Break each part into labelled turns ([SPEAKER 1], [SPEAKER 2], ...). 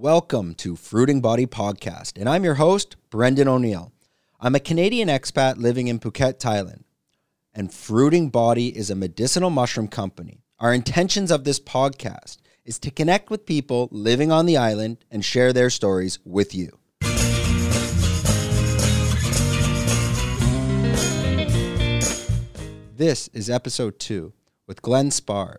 [SPEAKER 1] Welcome to Fruiting Body Podcast, and I'm your host, Brendan O'Neill. I'm a Canadian expat living in Phuket, Thailand, and Fruiting Body is a medicinal mushroom company. Our intentions of this podcast is to connect with people living on the island and share their stories with you. This is episode two with Glenn Sparv.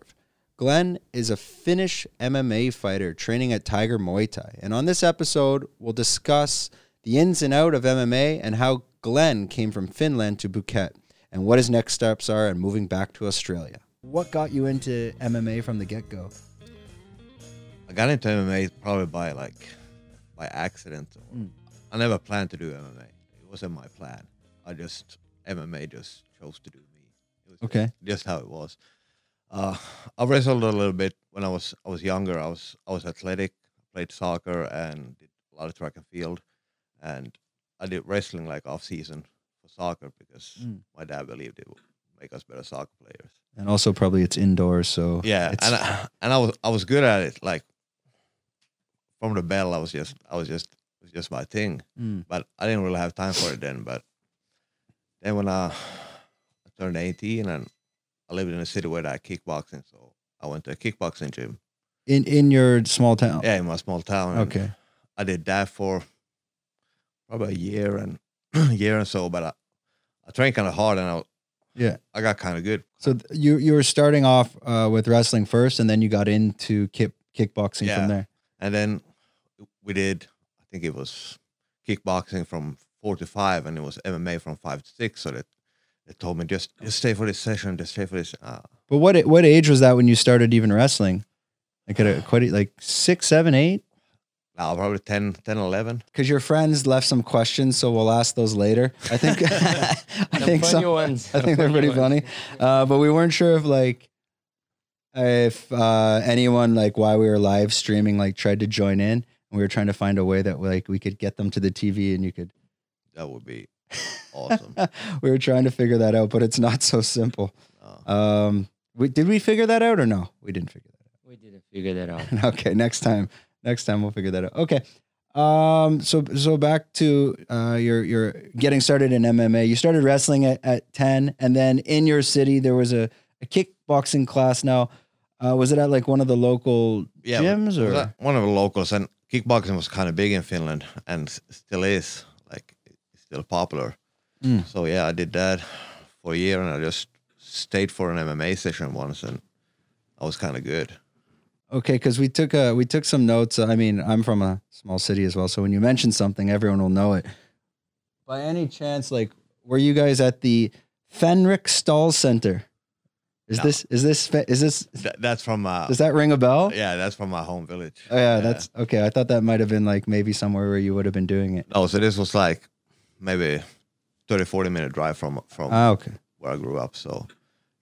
[SPEAKER 1] Glenn is a Finnish MMA fighter training at Tiger Muay Thai. And on this episode, we'll discuss the ins and out of MMA and how Glenn came from Finland to Phuket and what his next steps are in moving back to Australia. What got you into MMA from the get go?
[SPEAKER 2] I got into MMA probably by like by accident. Or I never planned to do MMA. It wasn't my plan. I just MMA just chose to do me. It was
[SPEAKER 1] Okay.
[SPEAKER 2] just, just how it was. Uh, I wrestled a little bit when I was I was younger. I was I was athletic. Played soccer and did a lot of track and field, and I did wrestling like off season for soccer because
[SPEAKER 1] Mm.
[SPEAKER 2] my dad believed it would make us better soccer players.
[SPEAKER 1] And also, probably it's indoors, so
[SPEAKER 2] Yeah,
[SPEAKER 1] it's-
[SPEAKER 2] and I, and I was I was good at it. Like from the bell, I was just I was just it was just my thing.
[SPEAKER 1] Mm.
[SPEAKER 2] But I didn't really have time for it then. But then when I, I turned eighteen and I lived in a city where I had kickboxing, so I went to a kickboxing gym.
[SPEAKER 1] in in your small town.
[SPEAKER 2] Yeah, in my small town. and
[SPEAKER 1] Okay.
[SPEAKER 2] I did that for probably a year and year and so. But I, I trained kind of hard and I
[SPEAKER 1] Yeah.
[SPEAKER 2] I got kind of good.
[SPEAKER 1] So th- you you were starting off uh, with wrestling first, and then you got into kick, kickboxing
[SPEAKER 2] Yeah.
[SPEAKER 1] from there.
[SPEAKER 2] And then we did, I think it was kickboxing from four to five, and it was MMA from five to six. So that they told me just just stay for this session, just stay for this. Uh,
[SPEAKER 1] But what a- what age was that when you started even wrestling? Like at a, quite a- like six, seven, eight.
[SPEAKER 2] now probably 10, 10, 11.
[SPEAKER 1] Because your friends left some questions, so we'll ask those later. I think I
[SPEAKER 3] The
[SPEAKER 1] think
[SPEAKER 3] funny
[SPEAKER 1] some,
[SPEAKER 3] ones.
[SPEAKER 1] I think
[SPEAKER 3] The
[SPEAKER 1] they're pretty
[SPEAKER 3] ones.
[SPEAKER 1] funny. Uh, but we weren't sure if like if uh, anyone like while we were live streaming like tried to join in. And we were trying to find a way that like we could get them to the TV and you could.
[SPEAKER 2] That would be awesome.
[SPEAKER 1] we were trying to figure that out, but it's not so simple.
[SPEAKER 2] Uh,
[SPEAKER 1] Um, we, did we figure that out or no? We didn't figure that
[SPEAKER 3] We didn't figure that out.
[SPEAKER 1] out. okay, next time. Next time we'll figure that out. Okay. Um, so so back to uh, your your getting started in MMA. You started wrestling at, at ten, and then in your city there was a, a kickboxing class. Now, uh, was it at like one of the local
[SPEAKER 2] yeah,
[SPEAKER 1] gyms
[SPEAKER 2] was
[SPEAKER 1] or
[SPEAKER 2] that one of the locals, and kickboxing was kind of big in Finland and s- still is. Like it's still popular.
[SPEAKER 1] Mm.
[SPEAKER 2] So yeah, I did that for a year, and I just stayed for an MMA session once, and I was kind of good.
[SPEAKER 1] Okay, because we took uh we took some notes. I mean, I'm from a small city as well, so when you mention something, everyone will know it. By any chance, like, were you guys at the Fenric Stall Center? Is
[SPEAKER 2] No.
[SPEAKER 1] this is this fe- is this
[SPEAKER 2] That, that's from uh,
[SPEAKER 1] does that ring a bell?
[SPEAKER 2] Yeah, that's from my home village.
[SPEAKER 1] Oh yeah, that's okay. I thought that might have been like maybe somewhere where you would have been doing it.
[SPEAKER 2] Oh, so this was like maybe 30, 40 minute drive from from
[SPEAKER 1] Ah, okay.
[SPEAKER 2] where I grew up. So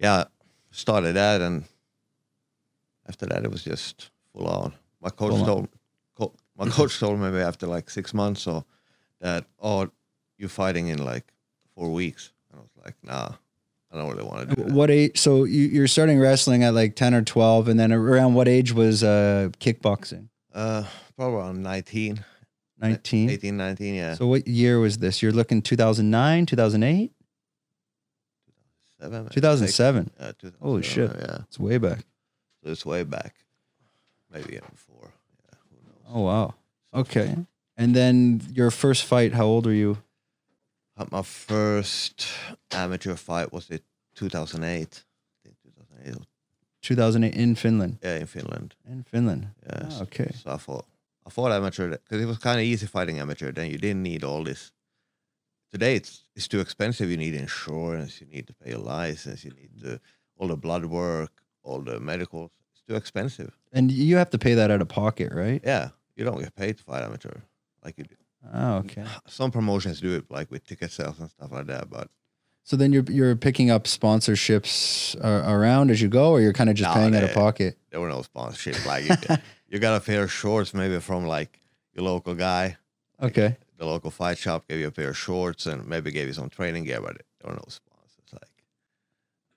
[SPEAKER 2] yeah, started that, and after that it was just full on. My coach
[SPEAKER 1] Full on.
[SPEAKER 2] told co- my coach told me maybe after like six months or that oh you're fighting in like four weeks, and I was like nah, I don't really want to do that.
[SPEAKER 1] What age? So you, you're starting wrestling at like ten or twelve, and then around what age was uh kickboxing?
[SPEAKER 2] Uh, probably around 19,
[SPEAKER 1] Nineteen.
[SPEAKER 2] 18, 19, yeah,
[SPEAKER 1] So what year was this? You're looking 2009, 2008,
[SPEAKER 2] seven,
[SPEAKER 1] 2007.
[SPEAKER 2] Yeah, 2007,
[SPEAKER 1] Holy shit.
[SPEAKER 2] yeah.
[SPEAKER 1] It's way back.
[SPEAKER 2] So it's way back, maybe even before. Yeah, who knows?
[SPEAKER 1] Oh wow. Okay. And then your first fight, how old were you?
[SPEAKER 2] Uh, My first amateur fight was in 2008. I think 2008.
[SPEAKER 1] 2008 in Finland.
[SPEAKER 2] Yeah, in Finland.
[SPEAKER 1] In Finland.
[SPEAKER 2] Yeah.
[SPEAKER 1] Ah,
[SPEAKER 2] s-
[SPEAKER 1] okay.
[SPEAKER 2] So I fought. I fought amateur because it was kind of easy fighting amateur. Then you didn't need all this. Today it's it's too expensive. You need insurance. You need to pay a license. You need to all the blood work, all the medicals. It's too expensive.
[SPEAKER 1] And you have to pay that out of pocket, right?
[SPEAKER 2] Yeah, you don't get paid to fight amateur like you do.
[SPEAKER 1] Oh, okay.
[SPEAKER 2] Some promotions do it like with ticket sales and stuff like that, but
[SPEAKER 1] So then you're you're picking up sponsorships uh, around as you go, or you're kind of just
[SPEAKER 2] No, eh.
[SPEAKER 1] paying out of
[SPEAKER 2] they-
[SPEAKER 1] pocket.
[SPEAKER 2] there were no sponsorship. Like you, you got a pair of shorts maybe from like your local guy.
[SPEAKER 1] Okay.
[SPEAKER 2] The local fight shop gave you a pair of shorts and maybe gave you some training gear, but there were no sponsors. Like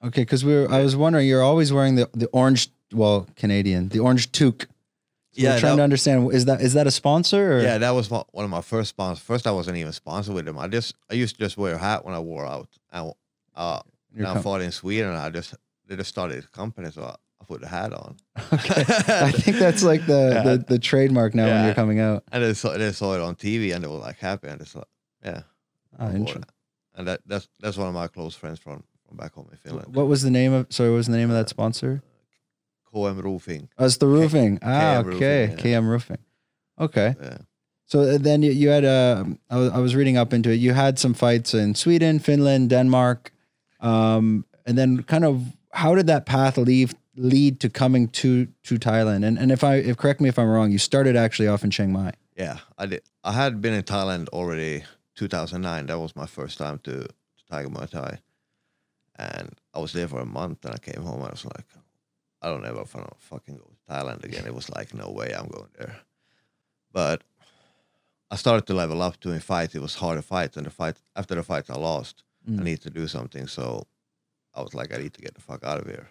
[SPEAKER 1] Okay, because we were I was wondering, you're always wearing the the orange, well, Canadian, the orange toque. yeah,
[SPEAKER 2] Yeah,
[SPEAKER 1] we're trying
[SPEAKER 2] that-
[SPEAKER 1] to understand is that is that a sponsor? Or?
[SPEAKER 2] Yeah, that was one one of my first sponsors. First, I wasn't even sponsored with them. I just I used to just wear a hat when I wore out. And uh,
[SPEAKER 1] Your
[SPEAKER 2] and I
[SPEAKER 1] com-
[SPEAKER 2] fought in Sweden. And I just they just started a company, so I, I put the hat on.
[SPEAKER 1] Okay. I think that's like the,
[SPEAKER 2] Yeah.
[SPEAKER 1] the, the trademark now when
[SPEAKER 2] Yeah.
[SPEAKER 1] you're coming out.
[SPEAKER 2] and they saw they saw it on TV, and they were like happy, and it's like yeah,
[SPEAKER 1] Ah,
[SPEAKER 2] I bought
[SPEAKER 1] interesting.
[SPEAKER 2] it. And that that's that's one of my close friends from from back home in Finland.
[SPEAKER 1] What was the name of? Sorry, what was the name of that sponsor?
[SPEAKER 2] KM Roofing.
[SPEAKER 1] Oh, it's the roofing. ah,
[SPEAKER 2] KM
[SPEAKER 1] okay,
[SPEAKER 2] Roofing,
[SPEAKER 1] KM Roofing. Okay,
[SPEAKER 2] Yeah.
[SPEAKER 1] so then you, you had uh, I was I was reading up into it. You had some fights in Sweden, Finland, Denmark, um, and then kind of how did that path leave lead to coming to to Thailand? And and if I if correct me if I'm wrong, you started actually off in Chiang Mai.
[SPEAKER 2] Yeah, I did. I had been in Thailand already 2009. That was my first time to, to Tiger Muay Thai, and I was there for a month. And I came home. and I was like, I don't ever wanna fucking go to Thailand again. It was like, no way, I'm going there. But I started to level up to in fight. It was hard to fight, and the fight after the fight, I lost.
[SPEAKER 1] Mm.
[SPEAKER 2] I need to do something. So I was like, I need to get the fuck out of here.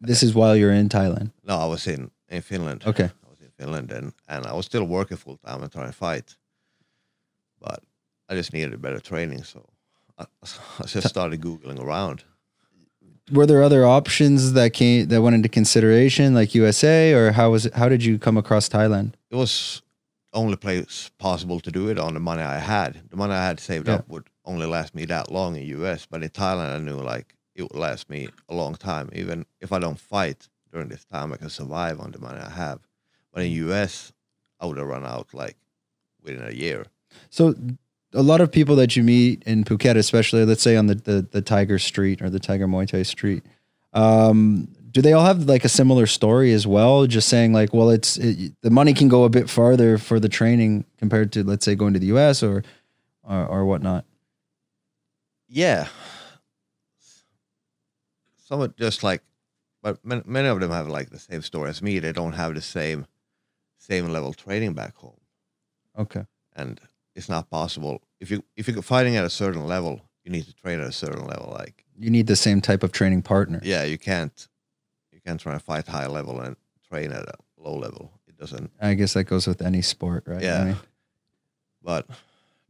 [SPEAKER 1] This is while you're in Thailand.
[SPEAKER 2] No, I was in in Finland.
[SPEAKER 1] Okay.
[SPEAKER 2] I was in Finland and, and I was still working full time and trying to fight. But I just needed better training, so I, I just started googling around.
[SPEAKER 1] Were there other options that came that went into consideration, like USA, or how was it, how did you come across Thailand?
[SPEAKER 2] It was only place possible to do it on the money I had. The money I had saved
[SPEAKER 1] Yeah.
[SPEAKER 2] up would only last me that long in US, but in Thailand I knew like it would last me a long time. Even if I don't fight during this time, I can survive on the money I have. But in US, I would have run out like within a year.
[SPEAKER 1] So a lot of people that you meet in Phuket, especially let's say on the the, the Tiger Street or the Tiger Muay Thai Street, um, do they all have like a similar story as well? Just saying like, well, it's it, the money can go a bit farther for the training compared to let's say going to the U.S. or or, or whatnot.
[SPEAKER 2] Yeah. Some are just like, but man- many of them have like the same story as me. They don't have the same, same level training back home,
[SPEAKER 1] Okay,
[SPEAKER 2] and it's not possible. If you if you're fighting at a certain level, you need to train at a certain level. Like,
[SPEAKER 1] you need the same type of training partner.
[SPEAKER 2] yeah, you can't, you can't try and fight high level and train at a low level. It doesn't.
[SPEAKER 1] I guess that goes with any sport, right? I
[SPEAKER 2] Yeah.
[SPEAKER 1] mean,
[SPEAKER 2] But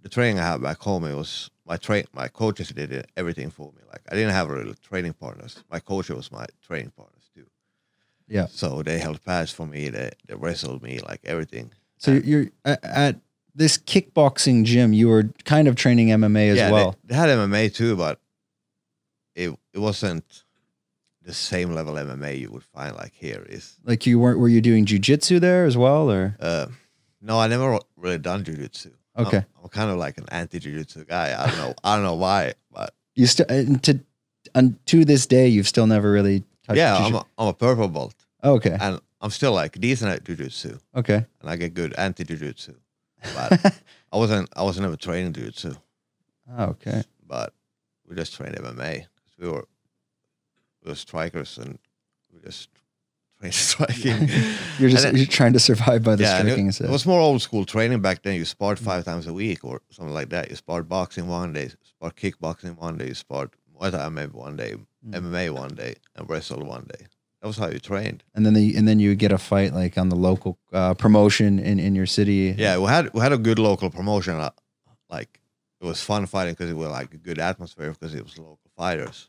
[SPEAKER 2] the training I had back home, it was my train, my coaches did it- everything for me. Like I didn't have really training partners. My coach was my training partners too.
[SPEAKER 1] Yeah.
[SPEAKER 2] So they held pads for me. They they wrestled me, like everything.
[SPEAKER 1] so you're at, at this kickboxing gym. You were kind of training MMA as
[SPEAKER 2] yeah, they-
[SPEAKER 1] well.
[SPEAKER 2] They, had MMA too, but it it wasn't the same level MMA you would find like here is.
[SPEAKER 1] like you weren't. Were you doing jujitsu there as well, or
[SPEAKER 2] Uh, no, I never really done jujitsu. I'm-
[SPEAKER 1] Okay.
[SPEAKER 2] I'm, kind of like an anti jujitsu guy. I don't know. I don't know why, but
[SPEAKER 1] you still and to and to this day you've still never really touched
[SPEAKER 2] yeah,
[SPEAKER 1] jujitsu?
[SPEAKER 2] I'm a, I'm a purple belt.
[SPEAKER 1] okay
[SPEAKER 2] and I'm still like decent at jujitsu,
[SPEAKER 1] okay Oh,
[SPEAKER 2] and I get good anti jujitsu. But I wasn't, I was never training jujitsu,
[SPEAKER 1] okay
[SPEAKER 2] but we just trained MMA. We were, we were strikers, and we just trained striking.
[SPEAKER 1] you're just
[SPEAKER 2] And it-
[SPEAKER 1] you're trying to survive by the
[SPEAKER 2] yeah, and
[SPEAKER 1] striking Mm.
[SPEAKER 2] it,
[SPEAKER 1] set.
[SPEAKER 2] it was more old school training back then. You sparred five times a week or something like that. You sparred boxing one day, sparred kickboxing one day, you sparred Muay Thai MMA one day,
[SPEAKER 1] Mm.
[SPEAKER 2] MMA one day, and wrestled one day. That was how you trained.
[SPEAKER 1] and then the, and then you get a fight like on the local uh, promotion in in your city
[SPEAKER 2] Yeah, we had we had a good local promotion. Uh, like it was fun fighting because it was like a good atmosphere because it was local fighters.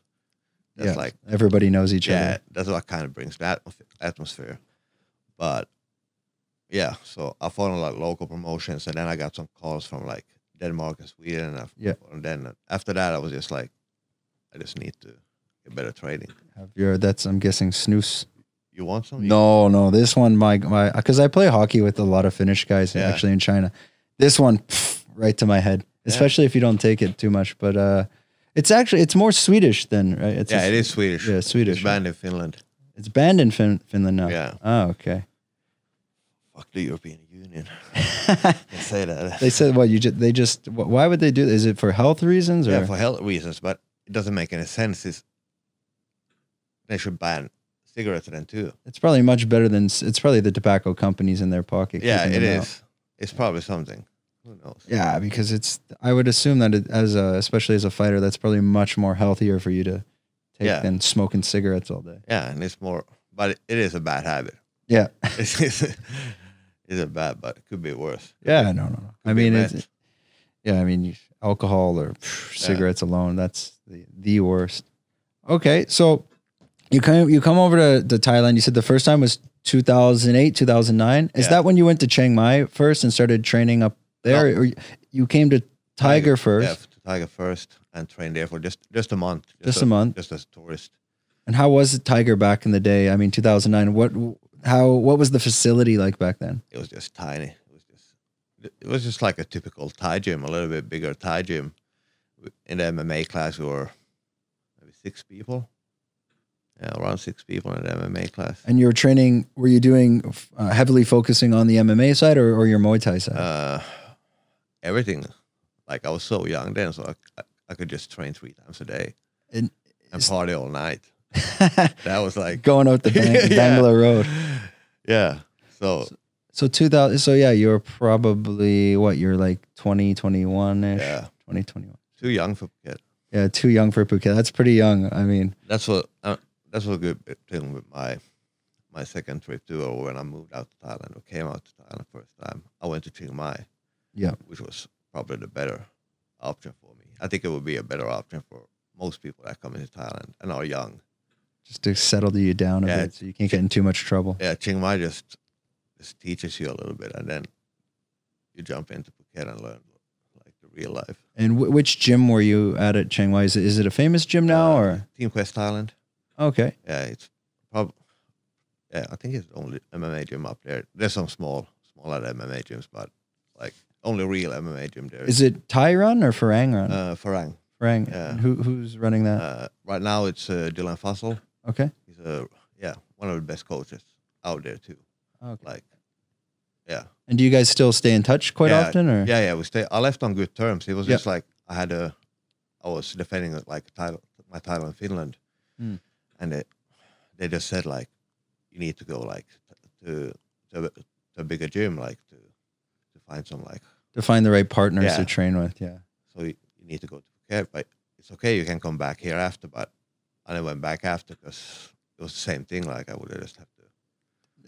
[SPEAKER 1] Yeah.
[SPEAKER 2] That's like
[SPEAKER 1] everybody knows each
[SPEAKER 2] yeah,
[SPEAKER 1] other
[SPEAKER 2] that's what kind of brings that atmosphere. But yeah, so I fought on like local promotions, and then I got some calls from like Denmark and Sweden, and, I-
[SPEAKER 1] Yeah.
[SPEAKER 2] and then after that, I was just like, I just need to get better training.
[SPEAKER 1] Have your that's I'm guessing snooze
[SPEAKER 2] You want some?
[SPEAKER 1] no no this one my my because I play hockey with a lot of Finnish guys
[SPEAKER 2] Yeah.
[SPEAKER 1] actually in China this one pff, right to my head
[SPEAKER 2] Yeah.
[SPEAKER 1] especially if you don't take it too much but uh it's actually it's more Swedish than right it's
[SPEAKER 2] yeah,
[SPEAKER 1] a-
[SPEAKER 2] it is Swedish.
[SPEAKER 1] Yeah, Swedish.
[SPEAKER 2] It's banned in Finland.
[SPEAKER 1] It's banned in fin- Finland now.
[SPEAKER 2] Yeah.
[SPEAKER 1] Oh, okay.
[SPEAKER 2] Fuck the European Union. They say that.
[SPEAKER 1] they said what you just they just wh- why would they do? Is it for health reasons or
[SPEAKER 2] Yeah, for health reasons, but it doesn't make any sense. It's, they should ban cigarettes then too.
[SPEAKER 1] it's probably much better than s- it's probably the tobacco companies in their pocket.
[SPEAKER 2] yeah,
[SPEAKER 1] keeping
[SPEAKER 2] it
[SPEAKER 1] them out.
[SPEAKER 2] is. It's probably something. Who knows?
[SPEAKER 1] Yeah, because it's I would assume that it, as a especially as a fighter, that's probably much more healthier for you to take
[SPEAKER 2] Yeah.
[SPEAKER 1] than smoking cigarettes all day.
[SPEAKER 2] Yeah, and it's more, but it is a bad habit.
[SPEAKER 1] Yeah.
[SPEAKER 2] It's- it's- isn't bad, but it could be worse. Could
[SPEAKER 1] Yeah,
[SPEAKER 2] be-
[SPEAKER 1] no, no, no.
[SPEAKER 2] could
[SPEAKER 1] I
[SPEAKER 2] be
[SPEAKER 1] mean,
[SPEAKER 2] meth.
[SPEAKER 1] it's, yeah, I mean, you- alcohol or pff,
[SPEAKER 2] Yeah.
[SPEAKER 1] cigarettes alone, that's the, the worst. Okay, so you come you come over to, to Thailand. You said the first time was 2008, 2009. Is
[SPEAKER 2] Yeah.
[SPEAKER 1] that when you went to Chiang Mai first and started training up there, or you- you came to Tiger first?
[SPEAKER 2] Yeah, to Tiger first and train there for just just a month.
[SPEAKER 1] Just a month.
[SPEAKER 2] Just as a tourist.
[SPEAKER 1] And how was Tiger back in the day? I mean, 2009. What how what was the facility like back then?
[SPEAKER 2] It was just tiny. It was just it was just like a typical Thai gym, a little bit bigger Thai gym. In the MMA class, we were maybe six people. Yeah, around six people in the MMA class.
[SPEAKER 1] And you were training. Were you doing uh, heavily focusing on the MMA side or, or your Muay Thai side?
[SPEAKER 2] uh, everything. Like I was so young then, so I, I, I could just train three times a day
[SPEAKER 1] And-
[SPEAKER 2] and party all night. That was like,
[SPEAKER 1] going out the bang-
[SPEAKER 2] Yeah.
[SPEAKER 1] Bangalore Road.
[SPEAKER 2] yeah. So
[SPEAKER 1] So 2000. So yeah, you're probably what you're like 20, 21 ish,
[SPEAKER 2] yeah,
[SPEAKER 1] 20, 21.
[SPEAKER 2] too young for Phuket.
[SPEAKER 1] Yeah, too young for Phuket. That's pretty young. I mean,
[SPEAKER 2] That's what uh, that's what a good thing with my my second trip too, or when I moved out to Thailand or came out to Thailand first time. I went to Chiang Mai,
[SPEAKER 1] Yeah.
[SPEAKER 2] which was probably the better option for me. I think it would be a better option for most people that come into Thailand and are young.
[SPEAKER 1] just to settle you down a
[SPEAKER 2] Yeah,
[SPEAKER 1] bit, so you can't get in too much trouble.
[SPEAKER 2] yeah, Chiang Mai just just teaches you a little bit, and then you jump into Phuket and learn like the real life.
[SPEAKER 1] And wh- which gym were you at at Chiang Mai? Is it, is it a famous gym now
[SPEAKER 2] Uh,
[SPEAKER 1] or
[SPEAKER 2] Team Quest Thailand,
[SPEAKER 1] okay?
[SPEAKER 2] yeah, it's probably yeah, I think it's the only MMA gym up there. There's some small smaller MMA gyms, but like only real MMA gym there
[SPEAKER 1] Is it Thai run or Farang run?
[SPEAKER 2] uh, Farang.
[SPEAKER 1] Farang.
[SPEAKER 2] yeah.
[SPEAKER 1] And Who who's running that?
[SPEAKER 2] Uh, right now it's uh, Dylan Fassel.
[SPEAKER 1] okay.
[SPEAKER 2] He's a yeah one of the best coaches out there too.
[SPEAKER 1] Okay.
[SPEAKER 2] Like yeah,
[SPEAKER 1] And do you guys still stay in touch quite
[SPEAKER 2] Yeah,
[SPEAKER 1] often or?
[SPEAKER 2] Yeah, yeah, we stay. I left on good terms. It was
[SPEAKER 1] Yeah.
[SPEAKER 2] just like I had a, I was defending it like title, my title in Finland,
[SPEAKER 1] Mm.
[SPEAKER 2] and it, they just said like, you need to go like to to, a- to a bigger gym like to to find some like
[SPEAKER 1] To find the right partners
[SPEAKER 2] Yeah.
[SPEAKER 1] to train with. Yeah.
[SPEAKER 2] so you, you need to go to Phuket, but it's okay. You can come back here after, but and I went back after because it was the same thing. Like I would have just have to.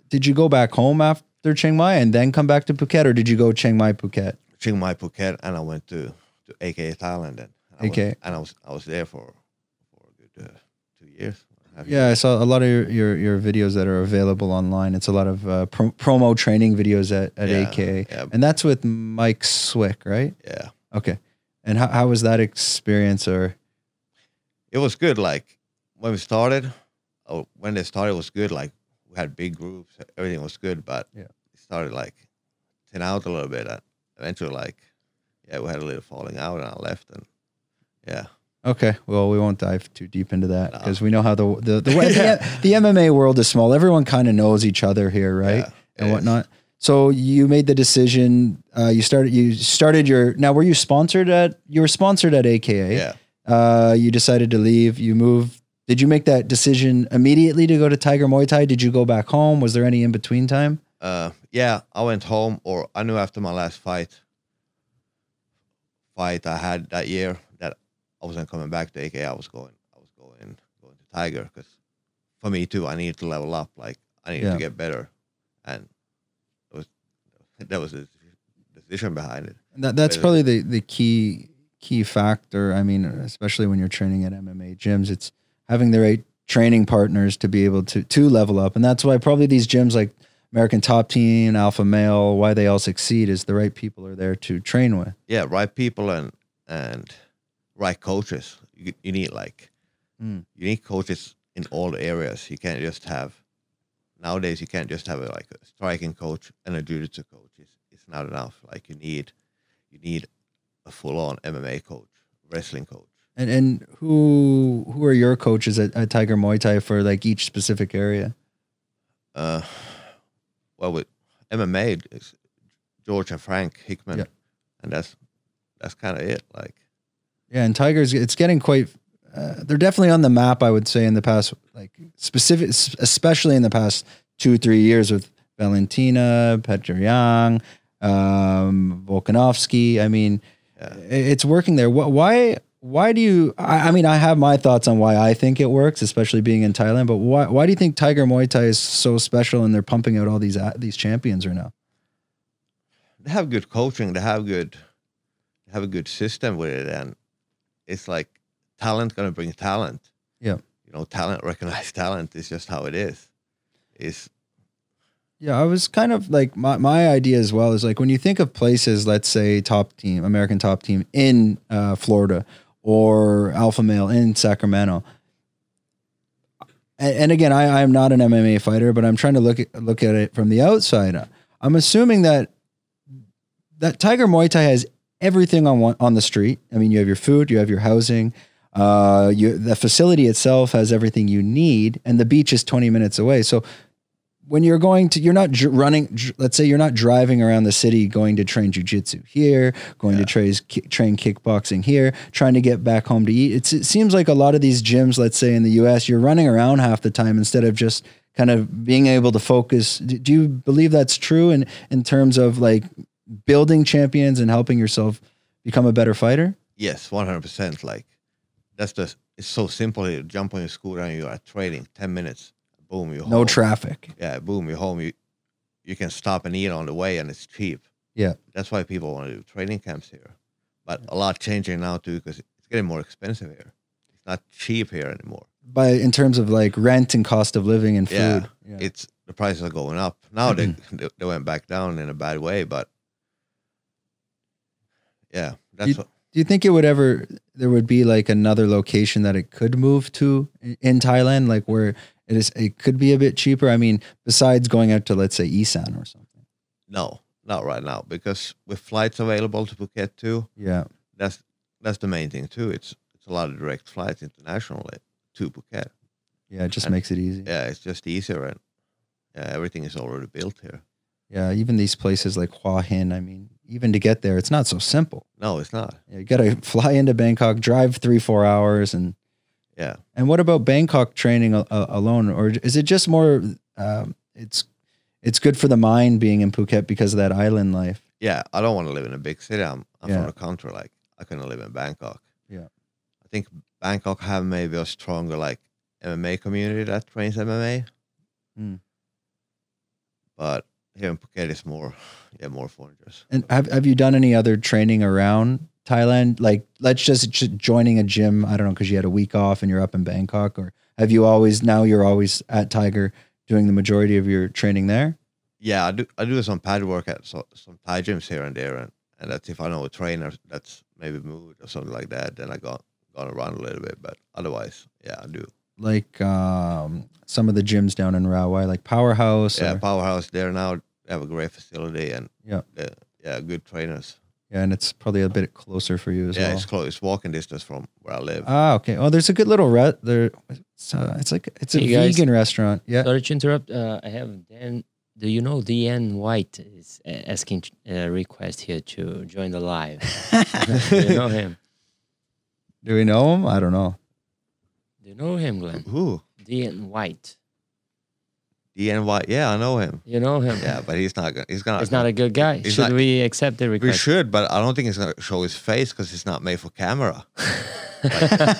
[SPEAKER 1] Did you go back home after Chiang Mai and then come back to Phuket, or did you go Chiang Mai Phuket?
[SPEAKER 2] Chiang Mai Phuket, and I went to to AKA Thailand then. And I was-
[SPEAKER 1] AKA.
[SPEAKER 2] and I was I was there for for a good uh, two years. one and a half
[SPEAKER 1] Yeah, I saw a lot of your, your, your videos that are available online. It's a lot of uh, pro- promo training videos at, at
[SPEAKER 2] Yeah,
[SPEAKER 1] AKA.
[SPEAKER 2] yeah.
[SPEAKER 1] And that's with Mike Swick, right?
[SPEAKER 2] yeah
[SPEAKER 1] Okay. And how, how was that experience? Or
[SPEAKER 2] it was good like when we started or when they started it was good like we had big groups everything was good but
[SPEAKER 1] Yeah.
[SPEAKER 2] it started like thin out a little bit and eventually like yeah we had a little falling out and i left and yeah
[SPEAKER 1] Okay, well, we won't dive too deep into that
[SPEAKER 2] No.
[SPEAKER 1] because we know how the the the, way-
[SPEAKER 2] Yeah.
[SPEAKER 1] the, the MMA world is small. Everyone kind of knows each other here, right?
[SPEAKER 2] yeah,
[SPEAKER 1] and
[SPEAKER 2] it is.
[SPEAKER 1] whatnot. So you made the decision. Uh, you started. You started your. Now, were you sponsored at? You were sponsored at AKA.
[SPEAKER 2] yeah
[SPEAKER 1] Uh, you decided to leave. You moved. Did you make that decision immediately to go to Tiger Muay Thai? Did you go back home? Was there any in between time?
[SPEAKER 2] uh, yeah, I went home, or I knew after my last fight, fight I had that year that I wasn't coming back to AK. I was going, I was going, going to Tiger because for me too, I needed to level up. Like I needed
[SPEAKER 1] Yeah.
[SPEAKER 2] to get better, and it was that was the decision behind it.
[SPEAKER 1] And That that's
[SPEAKER 2] Right.
[SPEAKER 1] probably the the key key factor. I mean, especially when you're training at MMA gyms, it's having the right training partners to be able to to level up, and that's why probably these gyms like American Top Team, Alpha Male, why they all succeed is the right people are there to train with.
[SPEAKER 2] Yeah, right people and and right coaches. You you need like
[SPEAKER 1] Mm.
[SPEAKER 2] you need coaches in all areas. You can't just have nowadays. You can't just have a, like a striking coach and a jiu-jitsu coach. It's, it's not enough. Like you need you need a full-on MMA coach, wrestling coach.
[SPEAKER 1] And and who who are your coaches at, at Tiger Muay Thai for like each specific area?
[SPEAKER 2] Uh, well, with MMA, it's George and Frank Hickman,
[SPEAKER 1] Yeah.
[SPEAKER 2] and that's that's kind of it. Like
[SPEAKER 1] Yeah, and Tigers, it's getting quite. Uh, they're definitely on the map, I would say, in the past, like specific, s- especially in the past two three years with Valentina, Petr Yang, um, Volkanovski. I mean,
[SPEAKER 2] Yeah.
[SPEAKER 1] i- it's working there. Wh- Why? Why do you? I, I mean, I have my thoughts on why I think it works, especially being in Thailand. But why? Why do you think Tiger Muay Thai is so special, and they're pumping out all these a- these champions right now?
[SPEAKER 2] they have good coaching. They have good, they have a good system with it, and it's like talent gonna bring talent.
[SPEAKER 1] Yeah.
[SPEAKER 2] you know, talent recognize talent. It's just how it is. It's
[SPEAKER 1] Yeah, I was kind of like my, my idea as well is like when you think of places, let's say top team, American top team in uh, Florida or Alpha Male in Sacramento. And, and again, I, I'm not an MMA fighter, but I'm trying to look at, look at it from the outside. I'm assuming that that Tiger Muay Thai has everything on one, on the street. I mean, you have your food, you have your housing, uh, you, the facility itself has everything you need, and the beach is 20 minutes away. So when you're going to, you're not dr- running. Dr- let's say you're not driving around the city going to train jujitsu here, going to train train kickboxing here, trying to get back home to eat. It's, it seems like a lot of these gyms, let's say in the U.S., you're running around half the time instead of just kind of being able to focus. Do, do you believe that's true? In in terms of like building champions and helping yourself become a better fighter?
[SPEAKER 2] yes, one hundred percent. Like that's just it's so simple. You jump on your scooter and you are trading ten minutes. Boom, you
[SPEAKER 1] No traffic.
[SPEAKER 2] yeah, boom, you're home. You you can stop and eat on the way, and it's cheap.
[SPEAKER 1] Yeah.
[SPEAKER 2] that's why people want to do training camps here. But a lot changing now too because it's getting more expensive here. It's not cheap here anymore.
[SPEAKER 1] By in terms of like rent and cost of living and food.
[SPEAKER 2] Yeah,
[SPEAKER 1] Yeah. Mm-hmm.
[SPEAKER 2] It's the prices are going up now. They they they went back down in a bad way, but yeah, that's what,
[SPEAKER 1] Do you think it would ever there would be like another location that it could move to i- in Thailand, like where it is it could be a bit cheaper? I mean, besides going out to let's say Isan or something.
[SPEAKER 2] no, not right now because with flights available to Phuket too,
[SPEAKER 1] Yeah.
[SPEAKER 2] that's that's the main thing too. It's it's a lot of direct flights internationally to Phuket.
[SPEAKER 1] Yeah, it just
[SPEAKER 2] And-
[SPEAKER 1] makes it easy.
[SPEAKER 2] yeah, it's just easier and yeah, everything is already built here.
[SPEAKER 1] Yeah, even these places like Hua Hin, I mean, even to get there, it's not so simple.
[SPEAKER 2] No, it's not.
[SPEAKER 1] You got to fly into Bangkok, drive 3-4 hours and
[SPEAKER 2] Yeah,
[SPEAKER 1] And what about Bangkok training a, a- alone, or is it just more? Um, it's it's good for the mind being in Phuket because of that island life.
[SPEAKER 2] yeah. I don't want to live in a big city. I'm, I'm
[SPEAKER 1] Yeah.
[SPEAKER 2] from a country. Like I couldn't live in Bangkok.
[SPEAKER 1] Yeah.
[SPEAKER 2] I think Bangkok have maybe a stronger like MMA community that trains MMA,
[SPEAKER 1] Mm.
[SPEAKER 2] but here in Phuket it's more, yeah, more foreigners.
[SPEAKER 1] And have have you done any other training around Thailand? Like, let's just j- joining a gym. I don't know because you had a week off and you're up in Bangkok, or have you always now you're always at Tiger doing the majority of your training there?
[SPEAKER 2] Yeah, I do. I do some pad work at so, some Thai gyms here and there, and, and that's if I know a trainer that's maybe moved or something like that. Then I go gone around a little bit, but otherwise, yeah, I do.
[SPEAKER 1] Like um, some of the gyms down in Rawai, like Powerhouse.
[SPEAKER 2] yeah,
[SPEAKER 1] or-
[SPEAKER 2] powerhouse there now. They have a great facility and
[SPEAKER 1] Yeah.
[SPEAKER 2] they- yeah, good trainers.
[SPEAKER 1] yeah, and it's probably a bit closer for you as
[SPEAKER 2] yeah,
[SPEAKER 1] well.
[SPEAKER 2] it's close. It's walking distance from where I live.
[SPEAKER 1] Ah, okay. Oh, there's a good little re- there. It's, uh, it's like it's a
[SPEAKER 3] Hey, guys.
[SPEAKER 1] vegan restaurant. Yeah.
[SPEAKER 3] Sorry to interrupt. Uh, I have Dan. Do you know DN White is uh, asking a request here to join the live? Do you know him?
[SPEAKER 1] Do we know him? I don't know.
[SPEAKER 3] Do you know him, Glenn?
[SPEAKER 2] Who?
[SPEAKER 3] DN White.
[SPEAKER 2] DNY. Yeah, I know him.
[SPEAKER 3] You know him?
[SPEAKER 2] Yeah, but he's not. gonna He's gonna.
[SPEAKER 3] He's not a good guy.
[SPEAKER 2] He's
[SPEAKER 3] Should
[SPEAKER 2] not-
[SPEAKER 3] we accept the
[SPEAKER 2] we
[SPEAKER 3] request?
[SPEAKER 2] should, but I don't think he's gonna show his face because it's not made for camera. Like, that's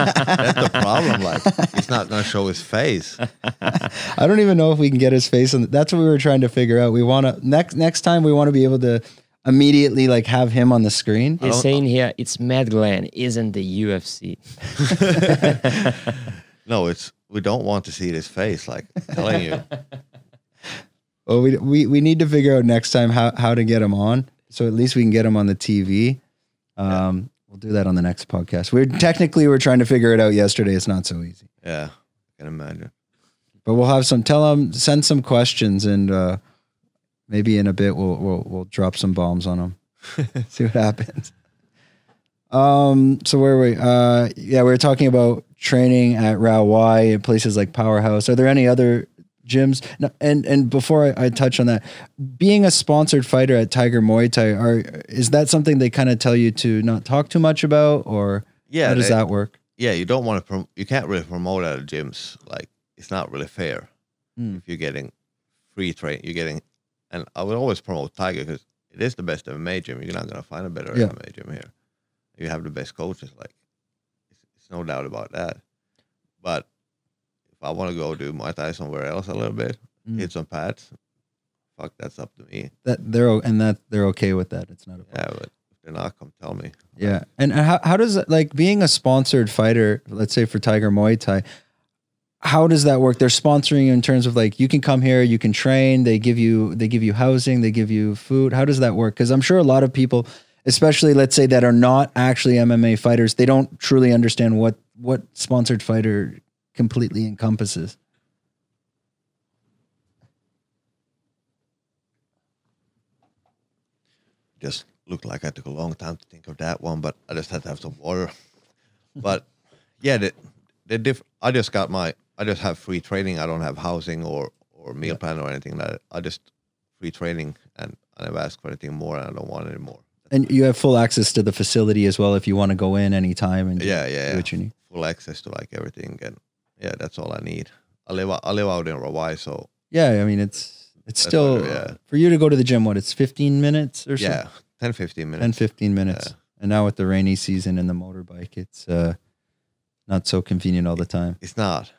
[SPEAKER 2] the problem. Like, he's not gonna show his face.
[SPEAKER 1] I don't even know if we can get his face on. That's what we were trying to figure out. We want to next next time we want to be able to immediately like have him on the screen.
[SPEAKER 3] He's saying here it's Matt Glenn, isn't the UFC?
[SPEAKER 2] No, it's we don't want to see his face. Like, I'm telling you.
[SPEAKER 1] Well, we we we need to figure out next time how how to get him on. So at least we can get him on the TV. Um, we'll do that on the next podcast. We're technically we we're trying to figure it out yesterday. It's not so easy.
[SPEAKER 2] Yeah, I can imagine.
[SPEAKER 1] but we'll have some tell them send some questions and uh maybe in a bit we'll we'll, we'll drop some bombs on them see what happens um so where were we uh yeah we were talking about training at Rawai and places like powerhouse are there any other gyms no, and and before I, I touch on that being a sponsored fighter at tiger muay thai are is that something they kind of tell you to not talk too much about or
[SPEAKER 2] Yeah,
[SPEAKER 1] how does
[SPEAKER 2] they-
[SPEAKER 1] that work
[SPEAKER 2] yeah, you don't want to. Prom- you can't really promote out of gyms. Like, it's not really fair
[SPEAKER 1] Mm.
[SPEAKER 2] if you're getting free train. You're getting, and I would always promote Tiger because it is the best MMA gym. You're not gonna find a better
[SPEAKER 1] Yeah.
[SPEAKER 2] MMA gym here. You have the best coaches. Like, it's, it's no doubt about that. But if I want to go do Muay Thai somewhere else a little bit,
[SPEAKER 1] Mm.
[SPEAKER 2] hit some pads, fuck, that's up to me.
[SPEAKER 1] That they're o- and that they're okay with that. It's not a
[SPEAKER 2] Yeah, but if they're not, come tell me.
[SPEAKER 1] Yeah. And how, how does that, like being a sponsored fighter, let's say for Tiger Muay Thai, how does that work? They're sponsoring you in terms of like you can come here, you can train, they give you they give you housing, they give you food. How does that work? Cuz I'm sure a lot of people, especially let's say that are not actually MMA fighters, they don't truly understand what what sponsored fighter completely encompasses.
[SPEAKER 2] Just looked like I took a long time to think of that one, but I just had to have some water. but yeah, the, the diff- I just got my, I just have free training. I don't have housing or, or meal plan or anything like that. I just free training and I never ask for anything more and I don't want any more.
[SPEAKER 1] And you have full access to the facility as well if you want to go in anytime and
[SPEAKER 2] Yeah, yeah,
[SPEAKER 1] do
[SPEAKER 2] yeah.
[SPEAKER 1] what you need.
[SPEAKER 2] Full access to like everything. And yeah, that's all I need. I live, I live out in Rawai, so
[SPEAKER 1] Yeah, I mean it's it's
[SPEAKER 2] That's
[SPEAKER 1] still
[SPEAKER 2] better, yeah.
[SPEAKER 1] for you to go to the gym. What it's fifteen minutes or so,
[SPEAKER 2] yeah, 10, 15 minutes.
[SPEAKER 1] 10, 15 minutes.
[SPEAKER 2] Yeah.
[SPEAKER 1] And now with the rainy season and the motorbike, it's uh, not so convenient all the time.
[SPEAKER 2] It's not.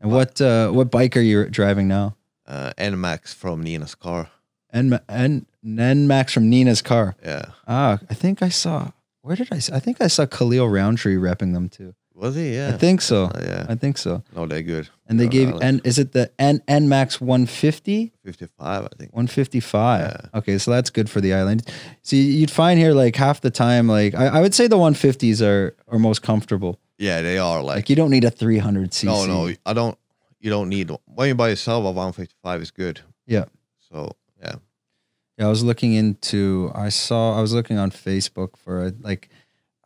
[SPEAKER 1] And what uh, what bike are you driving now?
[SPEAKER 2] Uh, NMAX from Nina's car.
[SPEAKER 1] And and Nen Max from Nina's car.
[SPEAKER 2] Yeah.
[SPEAKER 1] Ah, I think I saw. Where did I? s- I think I saw Khalil Roundtree repping them too.
[SPEAKER 2] Was he? Yeah.
[SPEAKER 1] I think so.
[SPEAKER 2] Uh, yeah.
[SPEAKER 1] I think so.
[SPEAKER 2] No, they're good.
[SPEAKER 1] And they
[SPEAKER 2] No,
[SPEAKER 1] gave
[SPEAKER 2] no, like
[SPEAKER 1] and is it the N N Max 150?
[SPEAKER 2] 55, I think.
[SPEAKER 1] 155.
[SPEAKER 2] Yeah.
[SPEAKER 1] Okay, so that's good for the island. So you- you'd find here like half the time, like I, I would say the 150s are are most comfortable.
[SPEAKER 2] Yeah, they are
[SPEAKER 1] Like,
[SPEAKER 2] like,
[SPEAKER 1] you don't need a 300 cc.
[SPEAKER 2] no, no, I don't, you don't need one. When you buy yourself, a 155 is good.
[SPEAKER 1] Yeah.
[SPEAKER 2] So, yeah.
[SPEAKER 1] Yeah, I was looking into. I saw. I was looking on Facebook for a, like,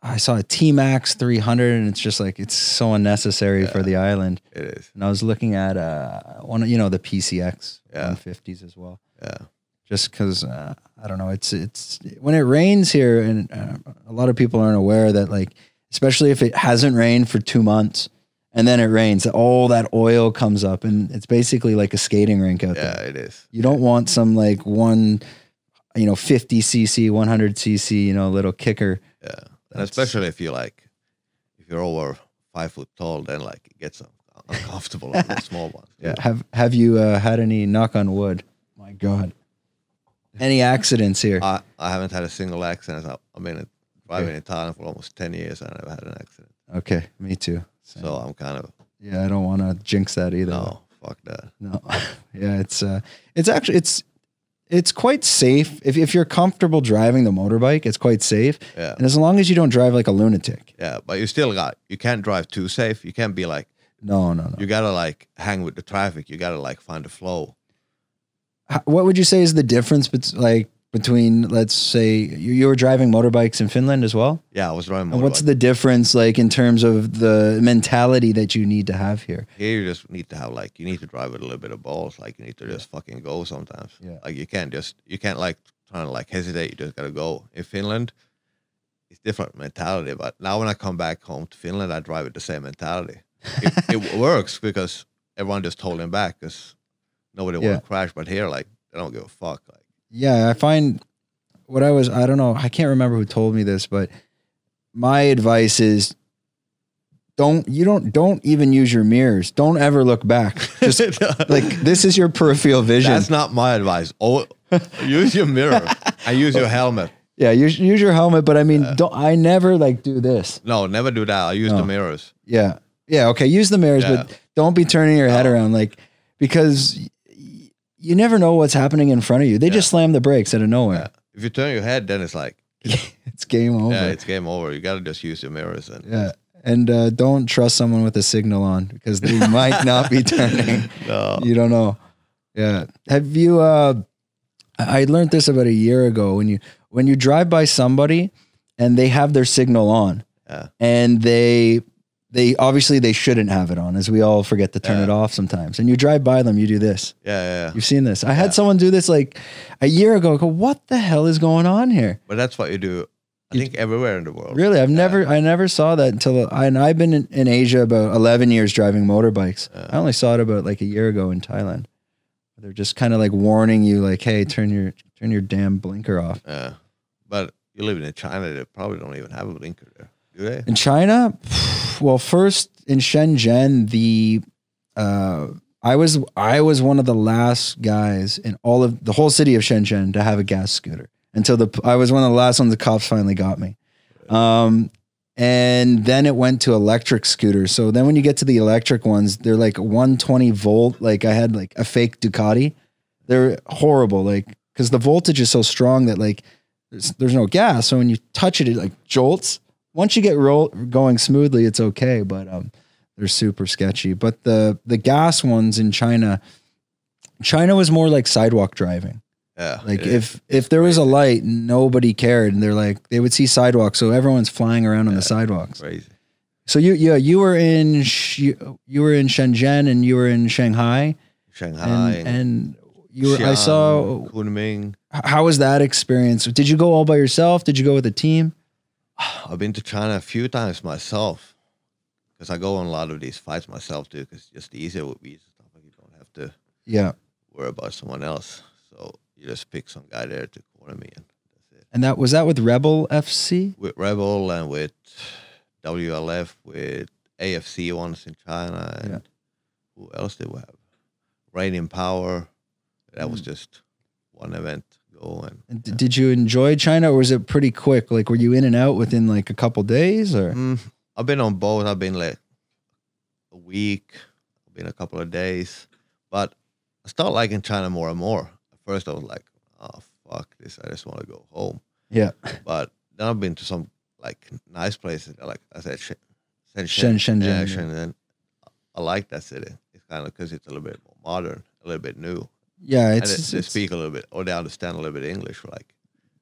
[SPEAKER 1] I saw a T Max 300, and it's just like it's so unnecessary for
[SPEAKER 2] Yeah.
[SPEAKER 1] the island.
[SPEAKER 2] It is.
[SPEAKER 1] And I was looking at uh one, you know, the PCX
[SPEAKER 2] Yeah.
[SPEAKER 1] 150s as well.
[SPEAKER 2] Yeah.
[SPEAKER 1] just because uh, I don't know. It's it's when it rains here, and uh, a lot of people aren't aware that like, especially if it hasn't rained for two months, and then it rains, all that oil comes up, and it's basically like a skating rink out
[SPEAKER 2] Yeah,
[SPEAKER 1] there.
[SPEAKER 2] it is.
[SPEAKER 1] You don't want some like one, you know, fifty cc, one hundred cc, you know, little kicker.
[SPEAKER 2] Yeah. And
[SPEAKER 1] That's-
[SPEAKER 2] especially if you like, if you're over five foot tall, then like it gets un- uncomfortable on the small ones. Yeah.
[SPEAKER 1] Have Have you uh, had any knock on wood? My God, any accidents here?
[SPEAKER 2] I, I haven't had a single accident. I- I've been driving
[SPEAKER 1] Okay.
[SPEAKER 2] in Thailand for almost 10 years and I never had an accident.
[SPEAKER 1] Okay, me too. Same.
[SPEAKER 2] So I'm kind of,
[SPEAKER 1] yeah, I don't want to jinx that either.
[SPEAKER 2] no, fuck that.
[SPEAKER 1] No. yeah, it's uh it's actually it's it's quite safe. If if you're comfortable driving the motorbike, it's quite safe.
[SPEAKER 2] Yeah.
[SPEAKER 1] And as long as you don't drive like a lunatic.
[SPEAKER 2] Yeah, but you still got you can't drive too safe. You can't be like
[SPEAKER 1] No, no, no.
[SPEAKER 2] you gotta like hang with the traffic. You gotta like find the flow.
[SPEAKER 1] H- What would you say is the difference bet- like between let's say you, you were driving motorbikes in Finland as well?
[SPEAKER 2] Yeah, I was driving.
[SPEAKER 1] And what's
[SPEAKER 2] motorbike.
[SPEAKER 1] the difference like in terms of the mentality that you need to have here?
[SPEAKER 2] here? You just need to have like you need to drive with a little bit of balls. Like you need to just fucking go sometimes.
[SPEAKER 1] Yeah.
[SPEAKER 2] Like you can't just you can't like try to like hesitate. You just gotta go. In Finland, it's different mentality. But now when I come back home to Finland, I drive with the same mentality. It, it works because everyone just holding back because nobody
[SPEAKER 1] Yeah.
[SPEAKER 2] want to crash. But here, like they don't give a fuck. Like
[SPEAKER 1] Yeah, I find what I was, I don't know, I can't remember who told me this, but my advice is don't, you don't, don't even use your mirrors. Don't ever look back. Just like this is your peripheral vision.
[SPEAKER 2] That's not my advice. Oh, use your mirror and use your helmet.
[SPEAKER 1] yeah, use, use your helmet, but I mean, don't, I never like do this.
[SPEAKER 2] No, never do that. I use
[SPEAKER 1] No.
[SPEAKER 2] the mirrors.
[SPEAKER 1] Yeah. Yeah. Okay. Use the mirrors,
[SPEAKER 2] Yeah.
[SPEAKER 1] but don't be turning your head
[SPEAKER 2] No.
[SPEAKER 1] around like, because y- you never know what's happening in front of you. They just slam the brakes out of nowhere.
[SPEAKER 2] If you turn your head, then it's like,
[SPEAKER 1] It's game over.
[SPEAKER 2] yeah, it's game over. You gotta just use your mirrors and
[SPEAKER 1] Yeah. And uh, don't trust someone with a signal on because they might not be turning.
[SPEAKER 2] no.
[SPEAKER 1] You don't know. Yeah. Have you? Uh, I I learned this about a year ago when you when you drive by somebody and they have their signal on,
[SPEAKER 2] Yeah.
[SPEAKER 1] and they they obviously they shouldn't have it on, as we all forget to turn
[SPEAKER 2] Yeah.
[SPEAKER 1] it off sometimes. And you drive by them, you do this.
[SPEAKER 2] Yeah, yeah, yeah.
[SPEAKER 1] You've seen this. I had
[SPEAKER 2] Yeah.
[SPEAKER 1] someone do this like a year ago. I go, what the hell is going on here?
[SPEAKER 2] But that's what you do. I
[SPEAKER 1] You-
[SPEAKER 2] think everywhere in the world.
[SPEAKER 1] Really, I've
[SPEAKER 2] Yeah.
[SPEAKER 1] never, I never saw that until, I, and I've been in, in Asia about eleven years driving motorbikes.
[SPEAKER 2] Yeah.
[SPEAKER 1] I only saw it about like a year ago in Thailand. They're just kind of like warning you, like, "Hey, turn your turn your damn blinker off."
[SPEAKER 2] Yeah. But you live in China, they probably don't even have a blinker there, do they?
[SPEAKER 1] In China, well, first in Shenzhen, the uh, I was I was one of the last guys in all of the whole city of Shenzhen to have a gas scooter until the I was one of the last ones the cops finally got me. Um, and then it went to electric scooters. So then when you get to the electric ones, they're like 120 volt. Like I had like a fake Ducati. They're horrible. Like because the voltage is so strong that like there's, there's no gas. So when you touch it, it like jolts. Once you get roll going smoothly, it's okay. But um, they're super sketchy. But the the gas ones in China, China was more like sidewalk driving.
[SPEAKER 2] Yeah,
[SPEAKER 1] Like
[SPEAKER 2] it is.
[SPEAKER 1] if if there was a light, nobody cared, and they're like they would see sidewalks, so everyone's flying around on the sidewalks.
[SPEAKER 2] crazy.
[SPEAKER 1] So you yeah you were in Sh- you, you were in Shenzhen and you were in Shanghai
[SPEAKER 2] Shanghai
[SPEAKER 1] and, and you were I saw
[SPEAKER 2] Xi'an, Kunming.
[SPEAKER 1] h- how was that experience? Did you go all by yourself? Did you go with a team?
[SPEAKER 2] I've been to China a few times myself because I go on a lot of these fights myself too because it's just easier with visa stuff. and You don't have to
[SPEAKER 1] Yeah,
[SPEAKER 2] worry about someone else. So you just pick some guy there to corner me and that's it.
[SPEAKER 1] and that was that with Rebel FC.
[SPEAKER 2] With Rebel and with WLF, with AFC ones in China and
[SPEAKER 1] Yeah.
[SPEAKER 2] who else did we have? Rain in Power. That was just one event go and
[SPEAKER 1] And d- did you enjoy China, or was it pretty quick? Like were you in and out within like a couple days, or
[SPEAKER 2] Mm, I've been on both. I've been like a week, I've been a couple of days, but I start liking China more and more. At first, I was like, "Oh fuck this! I just want to go home."
[SPEAKER 1] yeah,
[SPEAKER 2] But then I've been to some like nice places. Like I said, Shen,
[SPEAKER 1] Shen-
[SPEAKER 2] Shenzhen.
[SPEAKER 1] Shenzhen,
[SPEAKER 2] Yeah,
[SPEAKER 1] yeah.
[SPEAKER 2] Shenzhen. I like that city. It's kind of because it's a little bit more modern, a little bit new,
[SPEAKER 1] yeah?
[SPEAKER 2] and
[SPEAKER 1] It's,
[SPEAKER 2] they,
[SPEAKER 1] it's,
[SPEAKER 2] they
[SPEAKER 1] it's
[SPEAKER 2] speak a little bit or they understand a little bit English. Like,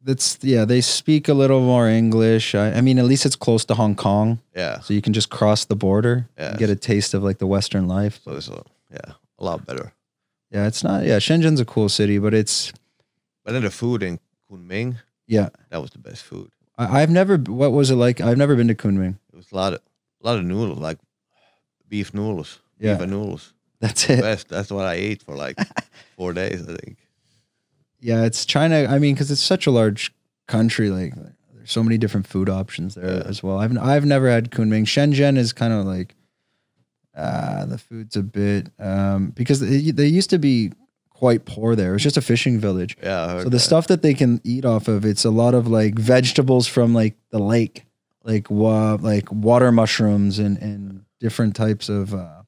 [SPEAKER 1] that's yeah they speak a little more english I, I mean at least it's close to hong kong
[SPEAKER 2] yeah.
[SPEAKER 1] so you can just cross the border and
[SPEAKER 2] Yes.
[SPEAKER 1] get a taste of like the western life
[SPEAKER 2] So it's a, yeah, a lot better.
[SPEAKER 1] yeah it's not yeah shenzhen's a cool city but it's
[SPEAKER 2] But then the food in Kunming,
[SPEAKER 1] yeah
[SPEAKER 2] that was the best food.
[SPEAKER 1] I, i've never what was it like i've never been to kunming
[SPEAKER 2] It was a lot of a lot of noodles, like beef noodles,
[SPEAKER 1] Yeah.
[SPEAKER 2] beef and noodles.
[SPEAKER 1] that's it
[SPEAKER 2] Best. That's what I ate for like four days, I think.
[SPEAKER 1] yeah it's china i mean because it's such a large country like there's so many different food options there
[SPEAKER 2] Yeah.
[SPEAKER 1] as well i've i've never had kunming shenzhen is kind of like uh the food's a bit um because they, they used to be quite poor there it was just a fishing village
[SPEAKER 2] Yeah. I heard
[SPEAKER 1] So the
[SPEAKER 2] that.
[SPEAKER 1] stuff that they can eat off of, it's a lot of like vegetables from like the lake, like wa- like water mushrooms and and different types of uh,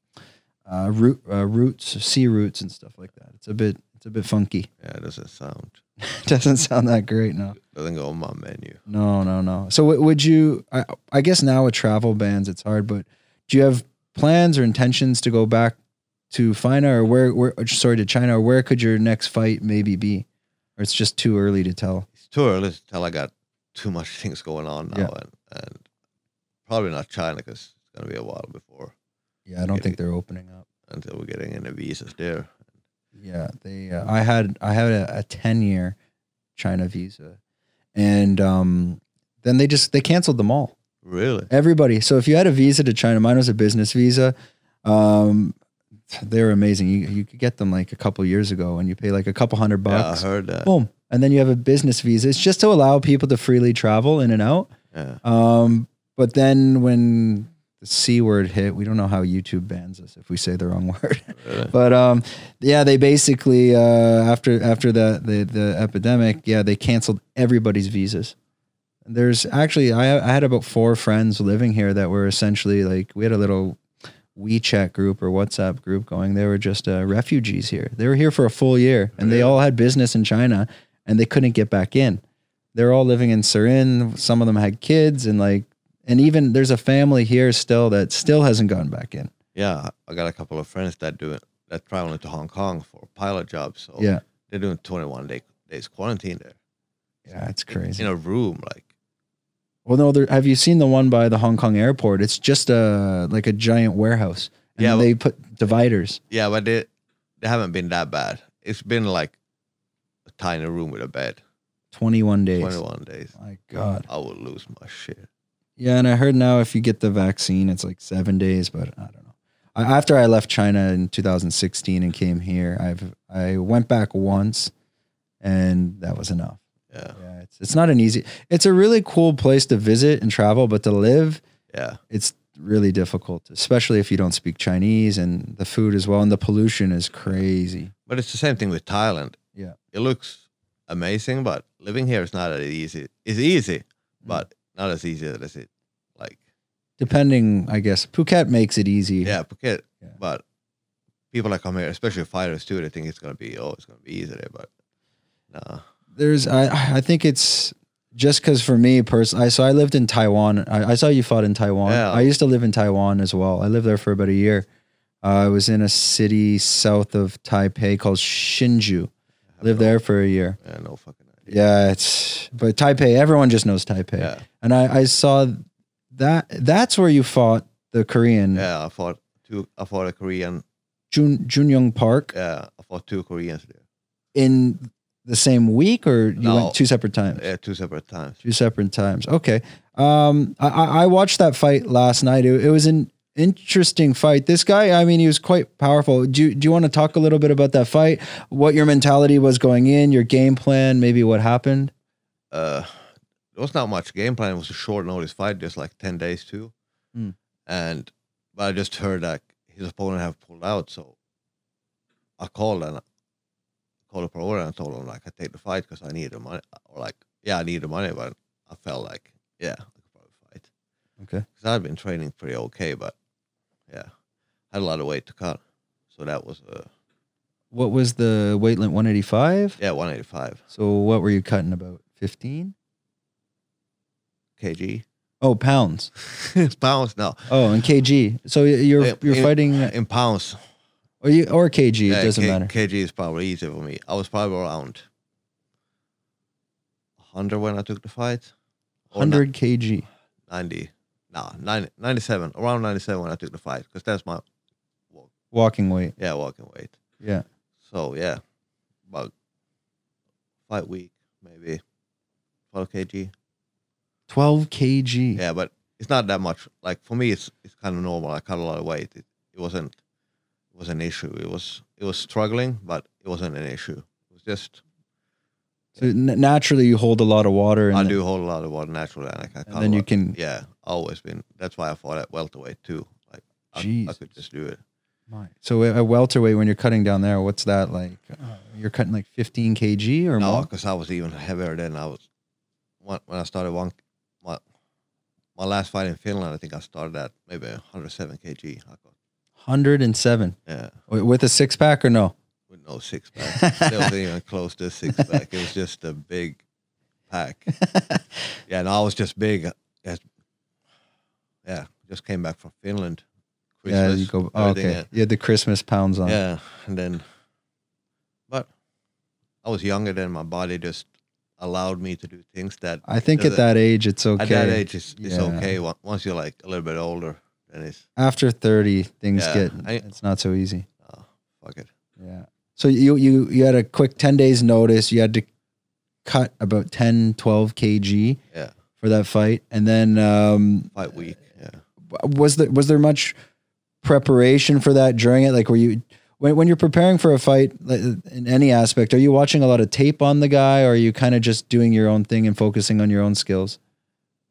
[SPEAKER 1] uh, root uh, roots, sea roots and stuff like that. It's a bit it's a bit funky.
[SPEAKER 2] Yeah, it doesn't sound.
[SPEAKER 1] Doesn't sound that great, no.
[SPEAKER 2] Doesn't go on my menu.
[SPEAKER 1] No, no, no. So w- would you? I, I guess now with travel bans, it's hard. But do you have plans or intentions to go back to Fina or where? Where? Sorry, to China or where could your next fight maybe be? Or it's just too early to tell.
[SPEAKER 2] It's too early to tell. I got too much things going on now,
[SPEAKER 1] Yeah.
[SPEAKER 2] and, and probably not China because it's gonna be a while before
[SPEAKER 1] Yeah, I don't
[SPEAKER 2] Yeah.
[SPEAKER 1] think they're opening up.
[SPEAKER 2] until we're getting any visas there.
[SPEAKER 1] Yeah, they. Uh, I had I had a, a ten year China visa, and um, then they just they canceled them all.
[SPEAKER 2] Really?
[SPEAKER 1] Everybody. So if you had a visa to China, mine was a business visa. Um, they were amazing. You you could get them like a couple years ago, and you pay like a couple hundred
[SPEAKER 2] Yeah, I
[SPEAKER 1] bucks.
[SPEAKER 2] heard that.
[SPEAKER 1] Boom, and then you have a business visa. It's just to allow people to freely travel in and out.
[SPEAKER 2] Yeah.
[SPEAKER 1] Um, but then when the C word hit, we don't know how YouTube bans us if we say the wrong word.
[SPEAKER 2] Really?
[SPEAKER 1] but um, yeah, they basically uh, after after the, the the epidemic, yeah, they canceled everybody's visas. There's actually I I had about four friends living here that were essentially like we had a little WeChat group or WhatsApp group going. They were just uh, refugees here. They were here for a full year, and they all had business in China, and they couldn't get back in. They're all living in Surin. Some of them had kids, and like, and even there's a family here still that still hasn't gotten back in.
[SPEAKER 2] Yeah, I got a couple of friends that do it that traveling to Hong Kong for pilot jobs. So
[SPEAKER 1] Yeah,
[SPEAKER 2] they're doing 21 day, days quarantine there.
[SPEAKER 1] yeah, it's
[SPEAKER 2] in-
[SPEAKER 1] crazy.
[SPEAKER 2] In a room, like
[SPEAKER 1] Well, no, there, have you seen the one by the Hong Kong airport? It's just a like a giant warehouse, and
[SPEAKER 2] Yeah,
[SPEAKER 1] they put dividers.
[SPEAKER 2] yeah, but they they haven't been that bad. It's been like a tiny room with a bed.
[SPEAKER 1] Twenty one days.
[SPEAKER 2] Twenty one days.
[SPEAKER 1] My God.
[SPEAKER 2] I will lose my shit.
[SPEAKER 1] Yeah, and I heard now if you get the vaccine, it's like seven days, but I don't know. I, after I left China in 2016 and came here, I've I went back once, and that was enough.
[SPEAKER 2] Yeah,
[SPEAKER 1] Yeah, it's it's not an easy. It's a really cool place to visit and travel, but to live,
[SPEAKER 2] yeah.
[SPEAKER 1] it's really difficult, especially if you don't speak Chinese and the food as well. And the pollution is crazy.
[SPEAKER 2] But it's the same thing with Thailand.
[SPEAKER 1] Yeah.
[SPEAKER 2] It looks amazing, but living here is not as easy. It's easy,
[SPEAKER 1] Mm.
[SPEAKER 2] but not as easy as it like
[SPEAKER 1] Depending, I guess, Phuket makes it easy.
[SPEAKER 2] yeah, Phuket.
[SPEAKER 1] Yeah.
[SPEAKER 2] But people that come here, especially fighters too, they think it's gonna be oh, it's gonna be easy there, but no.
[SPEAKER 1] There's, I, I think it's just because for me personally, I, so I lived in Taiwan. I, I saw you fought in Taiwan.
[SPEAKER 2] Yeah.
[SPEAKER 1] I used to live in Taiwan as well. I lived there for about a year. Uh, I was in a city south of Taipei called Shinju.
[SPEAKER 2] I have
[SPEAKER 1] Lived
[SPEAKER 2] no-
[SPEAKER 1] there for a year.
[SPEAKER 2] Yeah, no fucking idea.
[SPEAKER 1] Yeah, it's but Taipei. Everyone just knows Taipei.
[SPEAKER 2] Yeah.
[SPEAKER 1] And I, I saw that. That's where you fought the Korean
[SPEAKER 2] Yeah, Eh, I fought two I fought a Korean
[SPEAKER 1] Jun Junyoung Park
[SPEAKER 2] yeah, I fought two Koreans there.
[SPEAKER 1] in the same week, or you
[SPEAKER 2] No.
[SPEAKER 1] went two separate times.
[SPEAKER 2] Yeah, eh, two separate times.
[SPEAKER 1] Two separate times. Okay. Um, I- I, I watched that fight last night. It, it was an interesting fight. This guy, I mean, he was quite powerful. Do you, do you want to talk a little bit about that fight? What your mentality was going in, your game plan, maybe what happened?
[SPEAKER 2] uh, there was not much game plan. It was a short notice fight, just like ten days too.
[SPEAKER 1] Mm.
[SPEAKER 2] And but I just heard that his opponent have pulled out, so I called and called a promoter and told him like I take the fight because I need the money, or like yeah I need the money, but I felt like yeah I could probably fight
[SPEAKER 1] Okay.
[SPEAKER 2] because I'd been training pretty okay, but yeah had a lot of weight to cut, so that was uh,
[SPEAKER 1] What was the weight limit? 185?
[SPEAKER 2] yeah 185
[SPEAKER 1] So what were you cutting about? 15?
[SPEAKER 2] kg
[SPEAKER 1] Oh, pounds.
[SPEAKER 2] pounds no
[SPEAKER 1] Oh, and kg. So y- you're
[SPEAKER 2] Yeah,
[SPEAKER 1] you're
[SPEAKER 2] yeah.
[SPEAKER 1] fighting
[SPEAKER 2] in pounds
[SPEAKER 1] or you or kg, it doesn't
[SPEAKER 2] K-
[SPEAKER 1] matter.
[SPEAKER 2] KG is probably easy for me. I was probably around 100 when I took the fight. Or ni-
[SPEAKER 1] 100 kg.
[SPEAKER 2] 90. No, 90, 97. Around 97 when I took the fight. Because that's my,
[SPEAKER 1] Walking weight.
[SPEAKER 2] yeah, walking weight.
[SPEAKER 1] Yeah.
[SPEAKER 2] So, yeah. About fight week, maybe 12 kg.
[SPEAKER 1] 12 kg.
[SPEAKER 2] Yeah, but it's not that much. Like, for me, it's it's kind of normal. I cut a lot of weight. It, it wasn't it was an issue. It was it was struggling, but it wasn't an issue. It was just
[SPEAKER 1] So n- naturally you hold a lot of water and
[SPEAKER 2] I
[SPEAKER 1] then-
[SPEAKER 2] do hold a lot of water naturally, and I can
[SPEAKER 1] and then you can
[SPEAKER 2] yeah, always been. That's why I fought at welterweight too. Like I, I
[SPEAKER 1] Jesus.
[SPEAKER 2] could just do it.
[SPEAKER 1] My. So a a welterweight when you're cutting down there, what's that like? Uh, you're cutting like 15 kg or
[SPEAKER 2] No,
[SPEAKER 1] more?
[SPEAKER 2] because I was even heavier then. I was one, when I started one my my last fight in Finland. I think I started at maybe 107 kg. I got
[SPEAKER 1] 107
[SPEAKER 2] yeah,
[SPEAKER 1] Wi- with a six pack or no?
[SPEAKER 2] with no six pack. there wasn't even close to a six pack. It was just a big pack. Yeah, and I was just big. Yes. Yeah, just came back from Finland.
[SPEAKER 1] yeah, you
[SPEAKER 2] Christmas,
[SPEAKER 1] go oh,
[SPEAKER 2] everything,
[SPEAKER 1] okay.
[SPEAKER 2] yeah.
[SPEAKER 1] You had the Christmas pounds on.
[SPEAKER 2] Yeah, and then, but I was younger then. My body just allowed me to do things that
[SPEAKER 1] I think at
[SPEAKER 2] Does it-
[SPEAKER 1] that age it's okay.
[SPEAKER 2] at that age is it's
[SPEAKER 1] Yeah.
[SPEAKER 2] okay. Wa- Once you're like a little bit older, then it's
[SPEAKER 1] After 30 things
[SPEAKER 2] Yeah,
[SPEAKER 1] get
[SPEAKER 2] I-
[SPEAKER 1] it's not so easy.
[SPEAKER 2] oh, fuck it.
[SPEAKER 1] Yeah. So you you you had a quick 10 days notice. You had to cut about 10 12 kg
[SPEAKER 2] Yeah,
[SPEAKER 1] for that fight. And then um
[SPEAKER 2] fight week. Yeah,
[SPEAKER 1] was there was there much preparation for that during it? Like were you when, when you're preparing for a fight like, in any aspect, are you watching a lot of tape on the guy or are you kind of just doing your own thing and focusing on your own skills?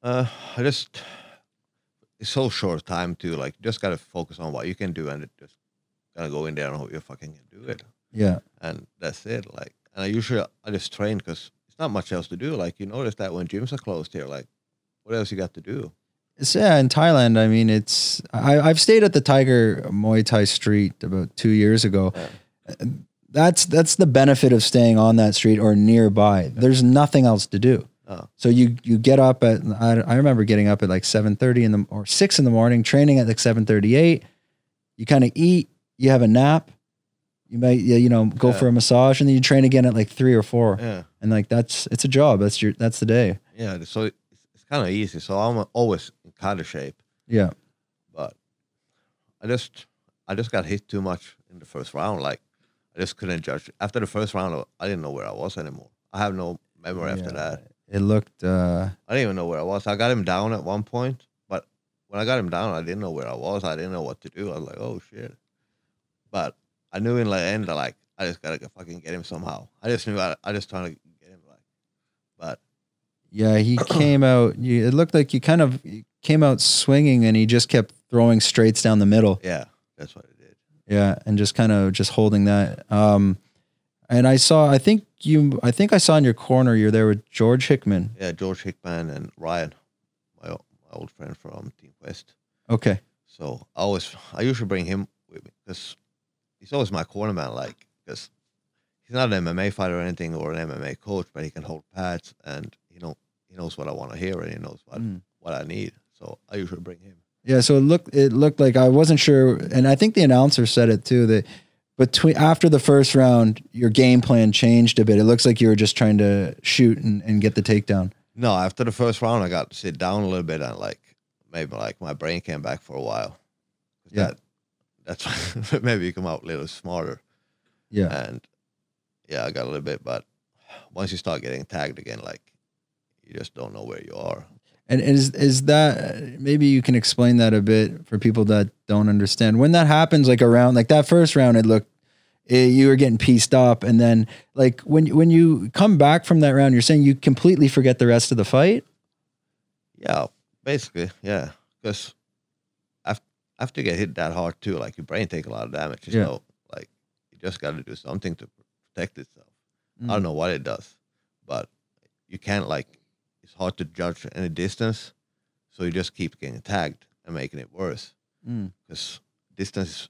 [SPEAKER 2] uh, I just it's so short time to like just gotta focus on what you can do and it just gotta go in there and hope you fucking can do it.
[SPEAKER 1] Yeah.
[SPEAKER 2] and that's it. Like, and I usually I just train because it's not much else to do. Like, you notice that when gyms are closed here, like, what else you got to do?
[SPEAKER 1] So, yeah, in Thailand, I mean, it's I, I've stayed at the Tiger Muay Thai Street about two years ago.
[SPEAKER 2] Yeah.
[SPEAKER 1] That's that's the benefit of staying on that street or nearby. There's nothing else to do.
[SPEAKER 2] Oh.
[SPEAKER 1] So you you get up at I, I remember getting up at like seven thirty in the or six in the morning, training at like seven thirty eight. You kind of eat, you have a nap, you might you you know go
[SPEAKER 2] Yeah.
[SPEAKER 1] for a massage, and then you train again at like three or four,
[SPEAKER 2] Yeah,
[SPEAKER 1] and like that's it's a job. That's your that's the day.
[SPEAKER 2] yeah. So it's, it's kind of easy. So I'm always in kind of shape,
[SPEAKER 1] Yeah,
[SPEAKER 2] but I just I just got hit too much in the first round. Like, I just couldn't judge. After the first round, I didn't know where I was anymore. I have no memory
[SPEAKER 1] Yeah.
[SPEAKER 2] after that.
[SPEAKER 1] it looked. uh
[SPEAKER 2] I didn't even know where I was. I got him down at one point, but when I got him down, I didn't know where I was. I didn't know what to do. I was like, oh shit. But I knew in the end, that, like, I just gotta go fucking get him somehow. I just knew I, I just trying to get him, like, but
[SPEAKER 1] Yeah, he came out. You, it looked like you kind of you came out swinging, and he just kept throwing straights down the middle.
[SPEAKER 2] Yeah, that's what I did.
[SPEAKER 1] Yeah, and just kind of just holding that. Um, and I saw. I think you. I think I saw in your corner. You're there with George Hickman.
[SPEAKER 2] Yeah, George Hickman and Ryan, my, o- my old friend from Team West.
[SPEAKER 1] Okay.
[SPEAKER 2] So I always, I usually bring him with me because he's always my corner man. Like, because he's not an MMA fighter or anything or an MMA coach, but he can hold pads and you know he knows what I want to hear and he knows what
[SPEAKER 1] Mm.
[SPEAKER 2] what I need. So I usually bring him.
[SPEAKER 1] Yeah. So it looked. It looked like I wasn't sure, and I think the announcer said it too that between after the first round, your game plan changed a bit. It looks like you were just trying to shoot and, and get the takedown.
[SPEAKER 2] No, after the first round, I got to sit down a little bit and like maybe like my brain came back for a while.
[SPEAKER 1] Yeah.
[SPEAKER 2] That- that's why maybe you come out a little smarter.
[SPEAKER 1] Yeah.
[SPEAKER 2] And yeah, I got a little bit, but once you start getting tagged again, like you just don't know where you are.
[SPEAKER 1] And is is that maybe you can explain that a bit for people that don't understand when that happens? Like around like that first round, it looked eh, you were getting pieced up, and then like when when you come back from that round, you're saying you completely forget the rest of the fight.
[SPEAKER 2] Yeah, basically, yeah. Because after after you get hit that hard too, like your brain take a lot of damage. You
[SPEAKER 1] Yeah.
[SPEAKER 2] know, like you just got to do something to protect itself. I don't know what it does, but you can't like it's hard to judge any distance, so you just keep getting tagged and making it worse
[SPEAKER 1] Mm.
[SPEAKER 2] because distance. is-